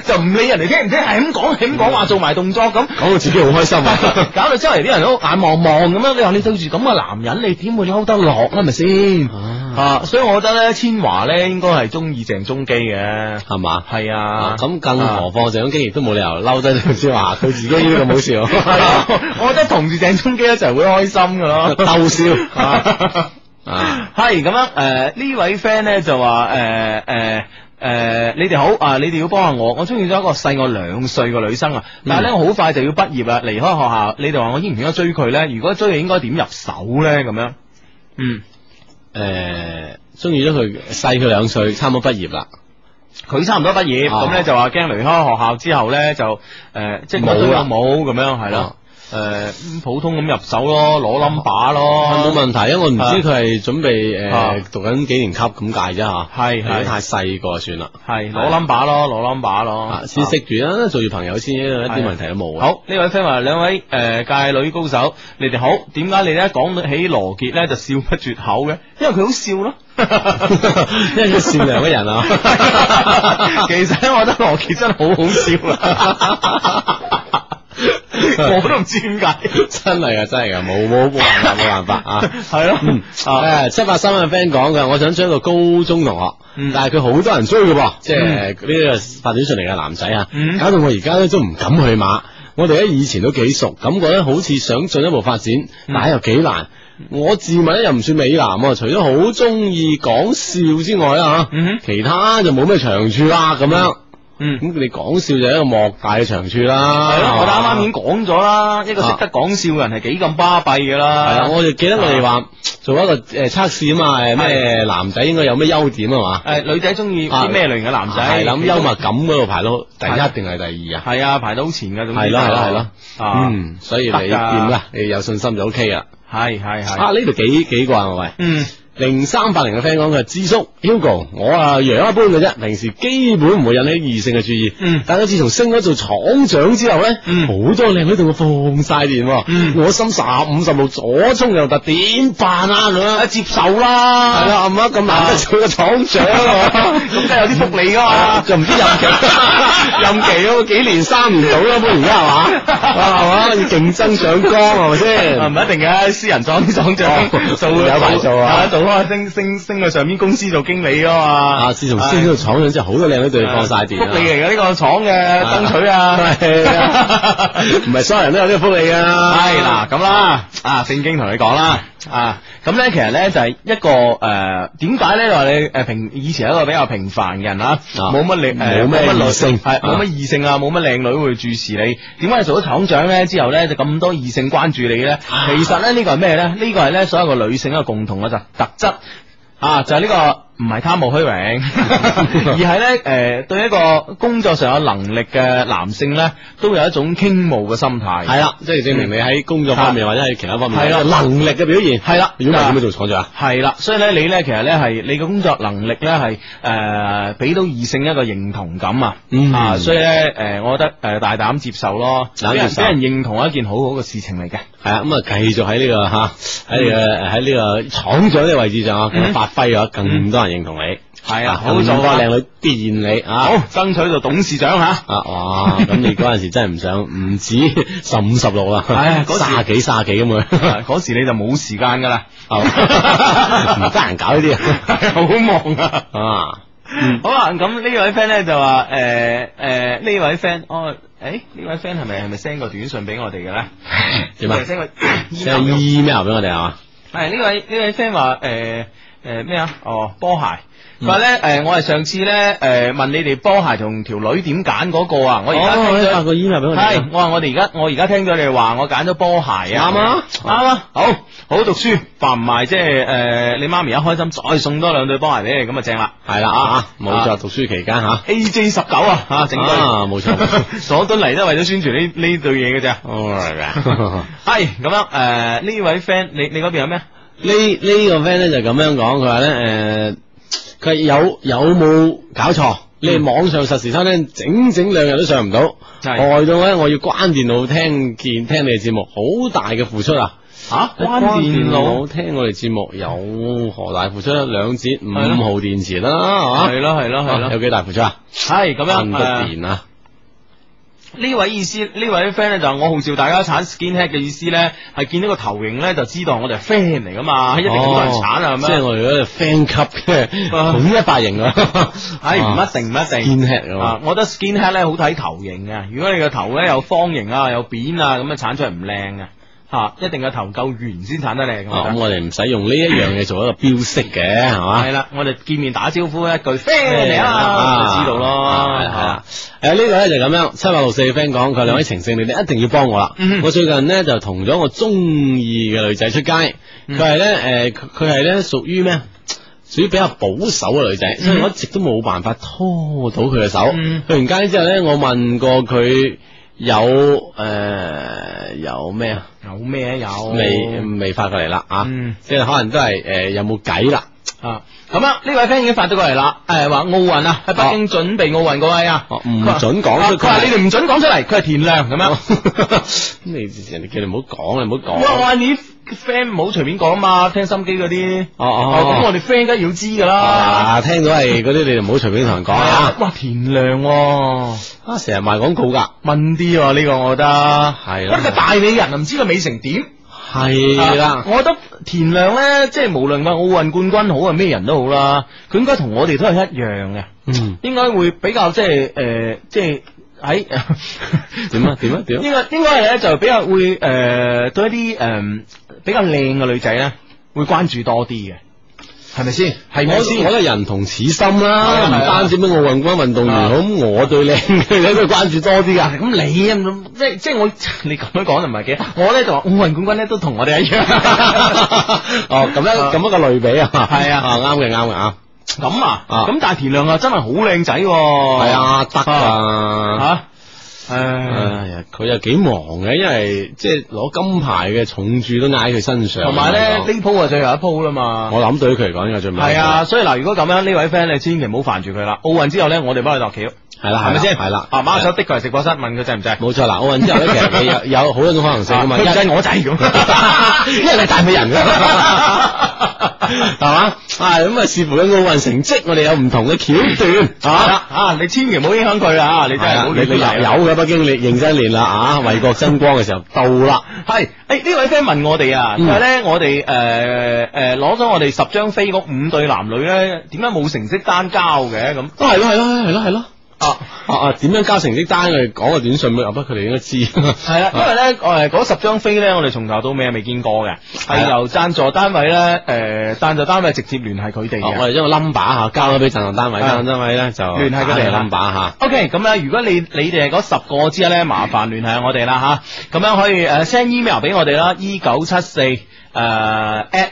就唔理人哋聽唔聽，係咁講係咁講話做埋動作咁。講到自己好開心 啊！搞到周圍啲人都眼望望咁樣，你話你對住咁嘅男人，你點會嬲得落啊？係咪先？嗯啊，所以我覺得咧，千華咧應該係中意鄭中基嘅，係嘛？係啊啊啊，咁更何況鄭中基亦都冇理由嬲低梁思華，佢自己都咁好 係啊笑，我覺得同住鄭中基一齊會開心噶咯， 鬥笑 啊啊！係咁樣，诶呢位 friend 咧就話诶诶诶，你哋好啊！你哋要幫下我，我中意咗一個細我兩歲嘅女生啊，嗯但係咧我好快就要畢業啦，離開學校，你哋話我應唔應該追佢咧？如果追，應該點入手咧？咁樣，嗯，誒，中意咗佢細佢兩歲，差唔多畢業啦，佢差唔多畢業，啊咁咧就話驚離開學校之後咧就诶，即係冇啦哦乜都有冇咁樣係啦，诶普通咁入手咯，攞 number 啊咯，冇問題，因為我唔知佢係準備啊誒讀緊幾年級咁解啫嚇，係如果係太細個算啦，係攞 number 咯，攞 number 咯啊，先識住啦，做住朋友先，一啲問題都冇啊。好，呢位 friend 話兩位诶、呃界女高手，你哋好，點解你咧講起羅傑咧就笑不絕口嘅？因為佢好笑 咯。 因為佢善良嘅人啊， 其實咧，我覺得羅傑真係好好笑 啦。我都唔知點解，真係噶，真係噶，冇冇冇辦法，冇辦法啊！係咯，啊诶，七八三嘅 friend 講嘅，我想追一個高中同學，嗯但係佢好多人追嘅嗯喎，即係呢個發短信嚟嘅男仔啊，嗯搞到我而家咧都唔敢去馬。我哋咧以前都幾熟，感覺咧好似想進一步發展，但係又幾難。我自問咧又唔算美男喎，除咗好中意講笑之外啦吓，嗯哼其他就冇咩長處啦咁樣。嗯咁。你講笑就係一個莫大嘅長處啦。係咯，我哋啱啱已經講咗啦，一個識得講笑嘅人係幾咁巴閉嘅啦。系啊，我就記得我 哋話做一個诶测试啊嘛，誒咩男仔應該有咩優點啊嘛，誒女仔中意啊啲咩類型嘅男仔？係諗幽默感嗰度排到第一定係第二啊？係啊，排到好前嘅，總之係咯係咯係咯，啊嗯，所以你得㗎掂啦，你有信心就 OK 啦。係係係啊，呢度幾幾個啊，喂， 嗯，零三八零嘅 friend 講佢係智叔 Hugo，我啊樣一般嘅啫，平時基本唔會引起異性嘅注意。嗯但係自從升咗做廠長之後咧，好、嗯多靚女對我放晒電喎，嗯我心十五十六左衝右突，點辦啊咁樣？接受啦，係啦，阿媽咁難得做個廠長啊， 咁梗係有啲福利啊 噶嘛。就唔知任期 任期咯，幾年三年到啦，般而家係嘛， 係嘛，要競爭上崗係咪先？啊唔一定嘅，私人撞撞長 哦做有排做啊做開升升升去上面公司做經理啊嘛。啊！自從升咗做廠長之後，好多靚女對佢放晒電福啊利嚟嘅呢個廠嘅爭取係啊啊。唔係所有人都有呢個福利噶。系嗱咁啦，啊聖經同你講啦，啊咁咧其實咧就係、一個誒點解咧話你誒平以前係一個比較平凡嘅人啊，冇乜靚冇咩異性係冇乜異性啊，冇乜靚女會注視你，點解你做咗廠長咧之後咧就咁多異性關注你咧？其實咧呢個係咩咧？呢個係咧所有個女性一個共同嘅特特質。啊，就係、呢、個唔係貪慕虛榮，而係咧誒對一個工作上有能力嘅男性咧，都有一種傾慕嘅心態。嗯係啦，即係證明你喺工作方面或者喺其他方面係啦有能力嘅表現。係啦如果唔係點會做廠長啊？系啦，所以咧，你咧其實咧係你嘅工作能力咧係诶俾到異性一個認同感啊，嗯啊，所以咧诶、誒我覺得诶、誒大膽接受咯，膽俾人接受俾人認同係一件好好嘅事情嚟嘅，係啊，咁啊繼續喺呢個吓喺你嗯嘅喺呢個廠長呢個位置上啊，咁樣發揮啊，更多人認同你。係啊，好更做多啊，靚女電你啊！好爭取做董事長 吓。啊哇！咁你嗰陣時真係唔想唔止 十五十六啦，唉啊嗰時卅幾卅幾咁樣，啊嗰時你就冇時間噶啦， 係嘛哦 唔得閒搞呢啲啊啊好忙啊！啊！好啦，咁呢位 friend 咧就話誒誒呢位 friend 哦，誒呢位 friend 係咪係咪 send 個短信俾我哋嘅咧？點啊？send 個 send email 俾我 email 俾我哋啊！係呢位呢位 friend 話誒誒咩啊？哦，波鞋。佢話咧嗯誒，我係上次咧誒問你哋波鞋同條女點揀嗰個啊，我而家哦聽你發咗。個 email 俾我哋啊。係，我話我哋而家我而家聽咗你話我揀咗波鞋啊，啱啊啱啊，好好讀書，凡唔埋即係誒你媽咪一開心再送多兩對波鞋俾你，咁啊正啦。系啦啊，冇啊錯，讀書期間吓， A J 十九啊，吓整對啊冇錯 佐敦嚟都係為咗宣傳呢呢對嘢嘅 啫。哦係㗎 係咁樣诶，呢位 friend，你你嗰邊有咩？啊呢呢個 friend 咧就咁樣講，佢話咧诶。誒佢係有有冇搞錯？嗯你哋網上實時收聽整整兩日都上唔到，係害到咧我要關電腦聽見聽你哋節目，好大嘅付出啊！吓關電腦聽我哋節目有何大付出？兩節五係咯號電池啦，係嘛系咯系咯系啊有咯，幾大付出啊？系咁慳样得誒電啊！呢位意思，呢位 friend 咧就話我號召大家鏟 skinhead 嘅意思咧，係見到個頭型咧就知道我哋係 friend 嚟噶嘛，一定好多人鏟啊哦咁即係樣。我哋嗰個 friend 級嘅啊統一髮型啊！唉，唔一定唔一定。 skinhead 啊啊，我覺得 skinhead 咧好睇頭型嘅，如果你個頭咧有方形啊，有扁啊，咁樣鏟出嚟唔靚嘅，吓、一定個頭夠圓先鏟得靚。嘛，啊咁我我哋唔使用呢一樣嘢做一個標識嘅，係嘛係？啦，我哋見面打招呼一句 friend 嚟啊，啊就知道咯。係啦。誒呢個咧就咁樣，七百六四 friend 講佢話兩位情聖，你哋一定要幫我啦嗯。我最近呢，就同咗我中意嘅女仔出街，佢嗯係咧誒，佢佢係咧屬於咩？屬於比較保守嘅女仔，所以嗯我一直都冇辦法拖到佢嘅手。嗯去完街之後咧，我問過佢有誒有咩啊？有咩有？未未發過嚟啦啊！哦嗯即係可能都係誒有冇計啦。啊，咁啊，呢位 friend 已經發咗過嚟啦，誒話奧運啊，喺北京準備奧運嗰位啊，哦唔佢話準講啊出嚟哦佢話你哋唔準講出嚟，佢係田亮咁樣。 咁你人哋叫你唔好講，你唔好哇！講。我話你 friend 唔好隨便講嘛，聽心機嗰啲。哦哦，咁我哦，哋 friend 梗係要知噶啦。啊，聽到係嗰啲你就唔好隨便同人講啊！哇，田亮喎，啊，成日賣廣告㗎，問啲喎呢個，我覺得係我啦呢個大美人啊唔知佢美成點。係啊啦，我覺得田亮咧，即係無論話奧運冠軍好啊，咩人都好啦，佢應該同我哋都係一樣嘅。嗯，應該會比較即係誒，即係 喺點啊點啊點啊應該應該係咧就比較會誒、呃對一啲誒、呃比較靚嘅女仔咧會關注多啲嘅，係咪先？係咪我先我？覺得人同此心係啦，啊唔係啊單止咩奧運冠軍運動員，啊咁我對靚嘅女都關注多啲啊 㗎。咁你啊咁即係即係我 你咁樣講就唔係幾，我咧就話奧運冠軍咧都同我哋一樣。 哦，咁樣咁樣個類比啊，係啊啊啱嘅啱嘅啊，咁啊，啊咁但係田亮啊真係好靚仔喎。係啊得啊。嚇誒。哎呀，佢又幾忙嘅，因為即係攞金牌嘅重注都嗌佢身上。同埋咧，呢鋪啊最後一鋪啦嘛。我諗對於佢嚟講，應該最敏感系啊，，所以嗱，如果咁樣呢位 friend 你千祈唔好煩住佢啦。奧運之後咧，我哋幫佢度橋，系係啦，係咪咪先？先？係啦，啊，馬手手的確係直播室問佢制唔制，冇錯啦。奧運之後咧，其實你有 有好多種可能性啊嘛，啊佢唔 制我仔咁，因為你大 美人㗎， 係嘛？啊咁啊，視乎緊奧運成績，我哋有唔同嘅橋段啊啊。啊，你千祈唔好影響佢啊！你真係唔好你亂你嚟又啊有嘅北京，你認真練啦啊！為國爭光嘅時候到啦，係，誒呢位 friend 問我哋啊，嗯佢話咧我哋誒誒攞咗我哋十張飛嗰五對男女咧，點解冇成績單交嘅咁啊都係咯，係咯，係咯，係咯。啊？啊啊！點樣交成績單？我哋講個短信俾，啊不過佢哋應該知。系啊啦，因為咧，诶，嗰十張飛咧，我哋從頭到尾係未見過嘅，係係啊由贊助單位咧，诶，贊助單位直接聯繫佢哋啊嘅我。哋將個 number 吓交咗俾贊助單位，係贊助單位咧就啊聯繫佢哋啦啊哎 number 吓。 OK，咁咧，如果你你哋係嗰十個之一咧，麻煩聯繫下我哋啦吓，咁樣可以誒 send email 俾我哋啦，e 九七四誒 at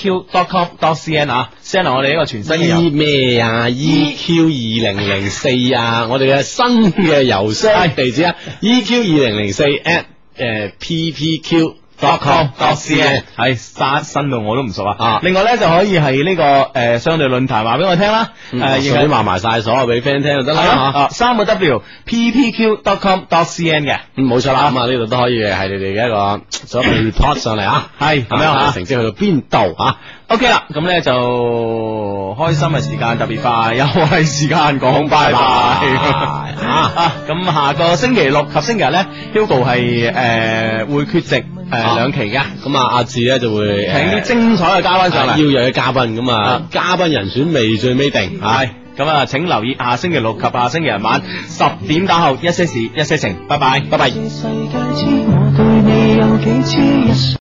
ppq.com.cn 啊，send 嚟我哋一個全新嘅新郵咩啊？EQ 二零零四啊！我哋嘅新嘅郵箱地址啊，EQ 二零零四 at 呃誒 ppq dot com dot cn。係新新到我都唔熟啊啊！另外咧就可以係呢個誒相對論壇話俾我聽啦，誒誒，亦嗯順係便話埋晒所有俾 friend 聽就得啦係嚇咯，。啊三個 W ppq.com.cn 嘅。嗯，冇錯啦，咁啊呢度都可以係你哋嘅一個 所謂嘅 report 上嚟啊，係咁樣啊成績去到邊度啊？ OK 啦，咁咧就開心嘅時間特別快，又係時間講拜拜拜拜啊！ 咁下個星期六及星期日咧，Hugo 係誒、呃、會缺席誒、呃啊兩期嘅，咁啊，阿志咧就會請啲呃精彩嘅嘉賓上啊嚟邀。約嘅嘉賓咁啊啊，嘉賓人選未最尾定啊係。咁啊，請留意下星期六及下星期日晚十點打後一些事一些情，拜拜，拜拜。世界知我對你有幾痴一